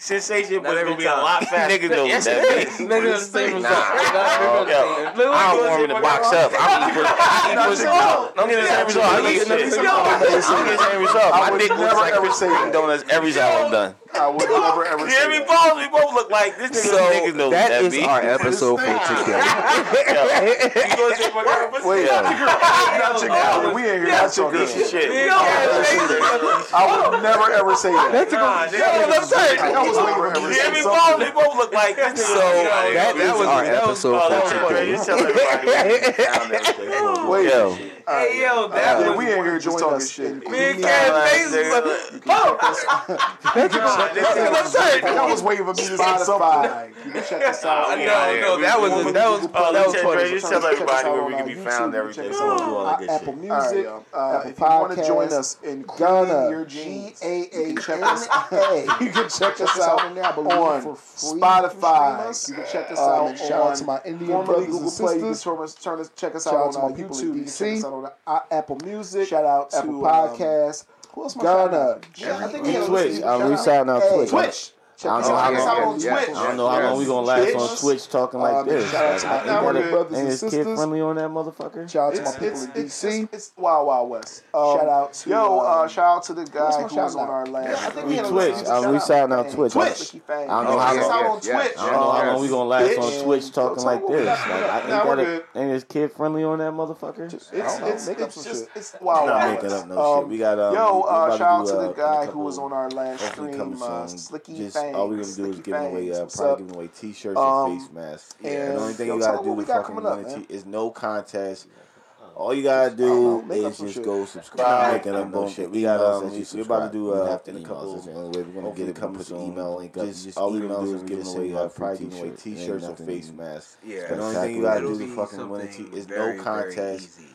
Speaker 4: sensation, but it's gonna
Speaker 1: every
Speaker 4: be a
Speaker 1: time.
Speaker 4: lot *laughs* faster.
Speaker 1: Niggas don't
Speaker 4: yes,
Speaker 1: do that.
Speaker 4: it is.
Speaker 13: Niggas the same result.
Speaker 1: Nah.
Speaker 13: Not everybody-
Speaker 1: Yo, I don't warm in the box up. I'm eating pussy. I eat pussy. I'm getting the same result. I eat
Speaker 4: Yo,
Speaker 1: pussy. I'm getting the same result. My
Speaker 5: would
Speaker 1: dick looks
Speaker 5: never
Speaker 1: like
Speaker 5: ever
Speaker 1: Krispy
Speaker 5: say
Speaker 1: Kreme
Speaker 5: that.
Speaker 1: donuts every time I'm done.
Speaker 5: I would never ever
Speaker 4: Yeah,
Speaker 5: say
Speaker 4: we
Speaker 5: that.
Speaker 4: both we both look like this nigga.
Speaker 1: So
Speaker 4: niggas know
Speaker 1: that
Speaker 4: that
Speaker 1: is
Speaker 4: be.
Speaker 13: Our episode for today.
Speaker 4: You gonna say whatever?
Speaker 5: Wait, not your girl. We ain't here. Not your girl.
Speaker 4: Oh, This shit.
Speaker 5: I would never ever say that.
Speaker 4: Nah, nigga.
Speaker 1: I'm saying.
Speaker 5: That was way more ever
Speaker 4: Yeah, we
Speaker 5: say
Speaker 4: both
Speaker 5: something.
Speaker 4: we both look like this nigga.
Speaker 1: So that
Speaker 13: That
Speaker 1: is
Speaker 13: was
Speaker 1: our
Speaker 13: our
Speaker 1: episode.
Speaker 13: episode for
Speaker 4: Oh,
Speaker 13: today.
Speaker 4: you tell everybody.
Speaker 5: Wait,
Speaker 1: Yo,
Speaker 13: Hey yo, that
Speaker 5: yeah,
Speaker 13: was
Speaker 5: we ain't here just talking shit.
Speaker 13: big ass Facebook.
Speaker 5: That was way for me to say something. You can check this
Speaker 6: Oh,
Speaker 5: out.
Speaker 13: No, no, that was a, that was
Speaker 4: Oh,
Speaker 13: that was funny.
Speaker 4: Just tell everybody where we can be
Speaker 5: YouTube,
Speaker 4: found.
Speaker 5: check
Speaker 4: Everything.
Speaker 5: us
Speaker 4: So we'll do all that
Speaker 5: out
Speaker 4: good shit.
Speaker 9: Apple
Speaker 5: All right,
Speaker 9: Music,
Speaker 5: y'all. Uh,
Speaker 9: Apple
Speaker 5: if you want to
Speaker 9: Podcast,
Speaker 5: join us in cleaning your
Speaker 9: Ghana,
Speaker 5: jeans,
Speaker 9: G A
Speaker 5: you
Speaker 9: A
Speaker 5: can check us out. You can check us out
Speaker 9: on there, I believe,
Speaker 5: on
Speaker 9: for free.
Speaker 5: Spotify. You can check us out
Speaker 9: Um, and shout out
Speaker 5: on
Speaker 9: to my Indian
Speaker 5: formerly
Speaker 9: brothers and
Speaker 5: Google Play. You can
Speaker 9: sisters.
Speaker 5: turn us, turn us, check us
Speaker 9: Shout
Speaker 5: out
Speaker 9: out to
Speaker 5: on
Speaker 9: my
Speaker 5: uh,
Speaker 9: people
Speaker 5: YouTube.
Speaker 9: in
Speaker 5: You can check
Speaker 9: DC.
Speaker 5: us out on uh, Apple Music.
Speaker 9: Shout out to um,
Speaker 5: Apple
Speaker 9: Podcast,
Speaker 5: Who else am I shouting
Speaker 9: Ghana,
Speaker 5: out?
Speaker 9: G- I think
Speaker 4: Every-
Speaker 9: it was
Speaker 4: Twitch.
Speaker 9: Steve.
Speaker 4: I'm
Speaker 9: Shout
Speaker 4: reshouting out
Speaker 9: Hey,
Speaker 4: Twitch.
Speaker 5: Twitch.
Speaker 9: Check
Speaker 4: I don't
Speaker 9: us
Speaker 4: know
Speaker 9: out.
Speaker 4: how
Speaker 9: Check us out
Speaker 4: long-
Speaker 9: on
Speaker 5: yeah,
Speaker 9: Twitch.
Speaker 4: I don't know how
Speaker 5: Yes.
Speaker 4: long we gonna last on
Speaker 9: Bitch.
Speaker 4: Twitch talking like
Speaker 9: Um,
Speaker 4: this.
Speaker 9: shout out to
Speaker 4: Like,
Speaker 9: my
Speaker 4: ain't
Speaker 9: Indian
Speaker 4: that-
Speaker 9: brothers
Speaker 4: ain't
Speaker 9: and
Speaker 4: this kid
Speaker 9: sisters.
Speaker 4: friendly on that motherfucker?
Speaker 9: Shout out to my
Speaker 5: It's,
Speaker 9: people
Speaker 5: it's,
Speaker 9: in
Speaker 5: it's,
Speaker 9: DC.
Speaker 5: it's, it's Wild Wild West. Um,
Speaker 9: Shout out to
Speaker 5: yo, uh,
Speaker 9: um,
Speaker 5: shout out to the guy
Speaker 9: else am I
Speaker 5: who was
Speaker 9: shouting
Speaker 5: on
Speaker 9: out?
Speaker 5: our last.
Speaker 9: Yeah, I think
Speaker 5: uh,
Speaker 9: we had a
Speaker 4: Twitch.
Speaker 9: list.
Speaker 4: I'm
Speaker 9: Shout out
Speaker 4: reshouting out
Speaker 9: Fang.
Speaker 4: Twitch.
Speaker 5: Twitch.
Speaker 4: I don't know
Speaker 5: Oh,
Speaker 4: how
Speaker 5: check us
Speaker 4: long.
Speaker 5: out
Speaker 14: yeah,
Speaker 5: on
Speaker 14: yeah,
Speaker 5: Twitch.
Speaker 4: I don't know how long we gonna last
Speaker 5: Bitch.
Speaker 4: on Twitch talking
Speaker 5: Don't
Speaker 4: like
Speaker 5: talk
Speaker 4: this.
Speaker 5: about
Speaker 4: Like, I, ain't
Speaker 5: Nah, we're
Speaker 4: that
Speaker 5: good.
Speaker 4: a, ain't this kid friendly on that motherfucker?
Speaker 5: It's
Speaker 9: know.
Speaker 5: it's
Speaker 9: Make up
Speaker 5: it's
Speaker 9: some
Speaker 5: just
Speaker 9: shit.
Speaker 5: it's wild.
Speaker 4: Nah,
Speaker 5: wild
Speaker 4: make it
Speaker 5: west.
Speaker 4: up no shit. We got, um,
Speaker 5: yo.
Speaker 4: we- we
Speaker 5: Uh,
Speaker 4: about to
Speaker 5: shout out
Speaker 4: do,
Speaker 5: to the
Speaker 4: uh,
Speaker 5: guy
Speaker 4: a
Speaker 5: who was
Speaker 4: couple-
Speaker 5: on our last
Speaker 4: hopefully coming
Speaker 5: stream, uh,
Speaker 4: soon.
Speaker 5: Slicky
Speaker 4: Just
Speaker 5: Fangs.
Speaker 4: all we're gonna do is
Speaker 5: Slicky
Speaker 4: give away
Speaker 5: Fangs,
Speaker 4: uh,
Speaker 5: what's
Speaker 4: probably
Speaker 5: up?
Speaker 4: giving away T-shirts
Speaker 5: Um,
Speaker 4: and face masks.
Speaker 5: and
Speaker 4: the only thing
Speaker 5: yo,
Speaker 4: you
Speaker 5: tell
Speaker 4: gotta
Speaker 5: them what
Speaker 4: do
Speaker 5: we
Speaker 4: to
Speaker 5: got
Speaker 4: fucking
Speaker 5: coming
Speaker 4: win
Speaker 5: up,
Speaker 4: a
Speaker 5: man.
Speaker 4: t- is no contest. All you gotta
Speaker 5: know.
Speaker 4: do
Speaker 5: Make up
Speaker 4: is
Speaker 5: some
Speaker 4: just
Speaker 5: shit.
Speaker 4: go subscribe.
Speaker 5: Making up
Speaker 4: no shit. We got um, we, we're about to do uh, in a couple. That's the only way we're gonna get it. Coming put your email link up. Just, all we're gonna do is giving away uh, probably giving away T-shirts or face masks.
Speaker 6: Yeah.
Speaker 4: the only thing you gotta
Speaker 6: It'll
Speaker 4: do to
Speaker 6: be
Speaker 4: fucking win a
Speaker 6: something
Speaker 4: t- is
Speaker 6: very,
Speaker 4: no
Speaker 6: very
Speaker 4: contest.
Speaker 6: easy.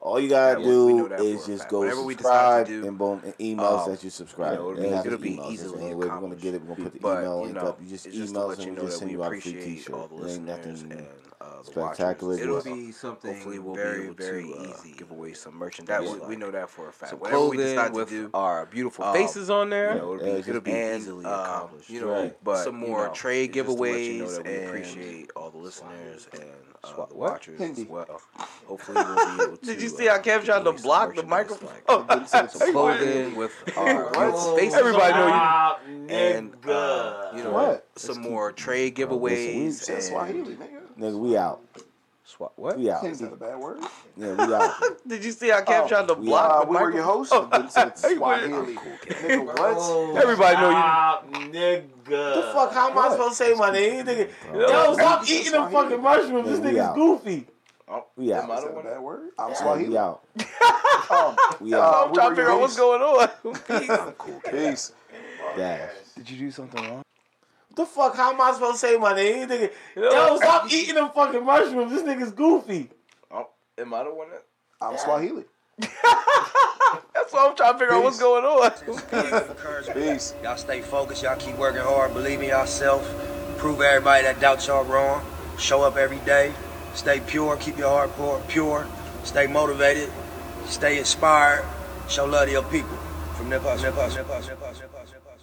Speaker 4: All you gotta
Speaker 6: Yeah, we know
Speaker 4: do
Speaker 6: that
Speaker 4: is
Speaker 6: for a
Speaker 4: just
Speaker 6: fact.
Speaker 4: go
Speaker 6: Whatever we decide
Speaker 4: subscribe
Speaker 6: to do,
Speaker 4: and boom and emails
Speaker 6: um,
Speaker 4: that you subscribe.
Speaker 6: you know, it'll
Speaker 4: It
Speaker 6: be-
Speaker 4: has
Speaker 6: it'll be
Speaker 4: emails. That's the
Speaker 6: easily
Speaker 4: only way we're gonna get it. We're gonna put the
Speaker 6: but
Speaker 4: email
Speaker 6: you
Speaker 4: link
Speaker 6: know,
Speaker 4: up. You just
Speaker 6: it's just to
Speaker 4: email us
Speaker 6: let
Speaker 4: and
Speaker 6: you
Speaker 4: we
Speaker 6: know
Speaker 4: just
Speaker 6: that
Speaker 4: send
Speaker 6: we
Speaker 4: you out a free
Speaker 6: appreciate all
Speaker 4: T-shirt.
Speaker 6: the
Speaker 4: It ain't
Speaker 6: listeners
Speaker 4: nothing
Speaker 6: and uh, the
Speaker 4: spectacular
Speaker 6: watchers.
Speaker 4: as
Speaker 6: It'll
Speaker 4: well.
Speaker 6: be something Hopefully we'll very, be very to, easy. give away some merchandise.
Speaker 13: Yeah.
Speaker 6: we, we know that for a fact.
Speaker 13: Some
Speaker 6: Whatever we
Speaker 13: clothing
Speaker 6: decide to
Speaker 13: with
Speaker 6: do,
Speaker 13: our beautiful
Speaker 6: Um,
Speaker 13: faces on
Speaker 6: you
Speaker 13: there.
Speaker 6: know, it'll
Speaker 4: Yeah,
Speaker 6: be,
Speaker 4: it's
Speaker 6: it'll
Speaker 4: just
Speaker 6: be
Speaker 4: been
Speaker 6: easily accomplished. uh, You know,
Speaker 4: Right.
Speaker 6: but
Speaker 13: Some
Speaker 6: you
Speaker 13: more
Speaker 6: know,
Speaker 13: trade
Speaker 6: it's just to let you know
Speaker 13: giveaways
Speaker 6: that we
Speaker 13: and-
Speaker 6: appreciate all the listeners and uh,
Speaker 13: Swa-
Speaker 6: the
Speaker 13: what?
Speaker 6: watchers
Speaker 9: Hindi.
Speaker 6: as well. Hopefully, we'll *laughs* be able to. uh,
Speaker 13: Did you see I kept trying to block the microphone?
Speaker 6: *laughs* Some
Speaker 13: Clothing
Speaker 6: clothing
Speaker 13: with
Speaker 6: with our
Speaker 13: beautiful faces.
Speaker 4: Everybody know you-
Speaker 13: on
Speaker 6: you and uh, you know
Speaker 9: What?
Speaker 6: some more trade
Speaker 4: Bro, listen, we-
Speaker 6: giveaways
Speaker 5: Said Swahili,
Speaker 6: and
Speaker 5: nigga.
Speaker 4: Nigga, we out.
Speaker 13: there. Swa- What?
Speaker 4: We out.
Speaker 5: Is that a bad word?
Speaker 4: Yeah, we
Speaker 6: *laughs*
Speaker 4: out.
Speaker 13: Did you see I kept trying to
Speaker 4: we
Speaker 13: block
Speaker 5: Uh,
Speaker 13: the
Speaker 5: we were your
Speaker 13: microphone?
Speaker 5: hosts. Swahili. Nigga, what?
Speaker 6: Oh.
Speaker 13: Everybody know you.
Speaker 4: The fuck? How am I supposed to say my name? Nigga, yo, stop eating the fucking mushrooms. This
Speaker 1: Yeah, we
Speaker 4: nigga's
Speaker 1: out.
Speaker 4: goofy.
Speaker 15: Oh,
Speaker 4: We
Speaker 5: Is
Speaker 4: out.
Speaker 5: that a bad word?
Speaker 4: Yeah,
Speaker 5: I'm
Speaker 4: We
Speaker 5: Swahili.
Speaker 6: *laughs*
Speaker 4: out.
Speaker 5: Um,
Speaker 4: We out.
Speaker 5: uh,
Speaker 13: I'm trying
Speaker 5: we
Speaker 13: to
Speaker 5: were
Speaker 13: figure
Speaker 5: your
Speaker 13: out what's
Speaker 5: hosts.
Speaker 13: going on.
Speaker 5: Peace.
Speaker 4: Dash.
Speaker 13: Did you do something wrong?
Speaker 4: The fuck? How am I supposed to say my name? Nigga, yo, stop eating them fucking mushrooms. This nigga's goofy.
Speaker 15: oh,
Speaker 13: Am I the one
Speaker 6: *laughs*
Speaker 13: that?
Speaker 5: I'm Swahili.
Speaker 13: *laughs* That's why I'm trying to figure out what's going on.
Speaker 5: Peace.
Speaker 15: Y'all stay focused. Y'all keep working hard. Believe in yourself. Prove everybody that doubts y'all wrong. Show up every day. Stay pure. Keep your heart pure. pure. Stay motivated. Stay inspired. Show love to your people. From Nip Hustle. Nip Hustle. Nip Hustle. Nip Hustle. Nip Hustle. Nip Hustle.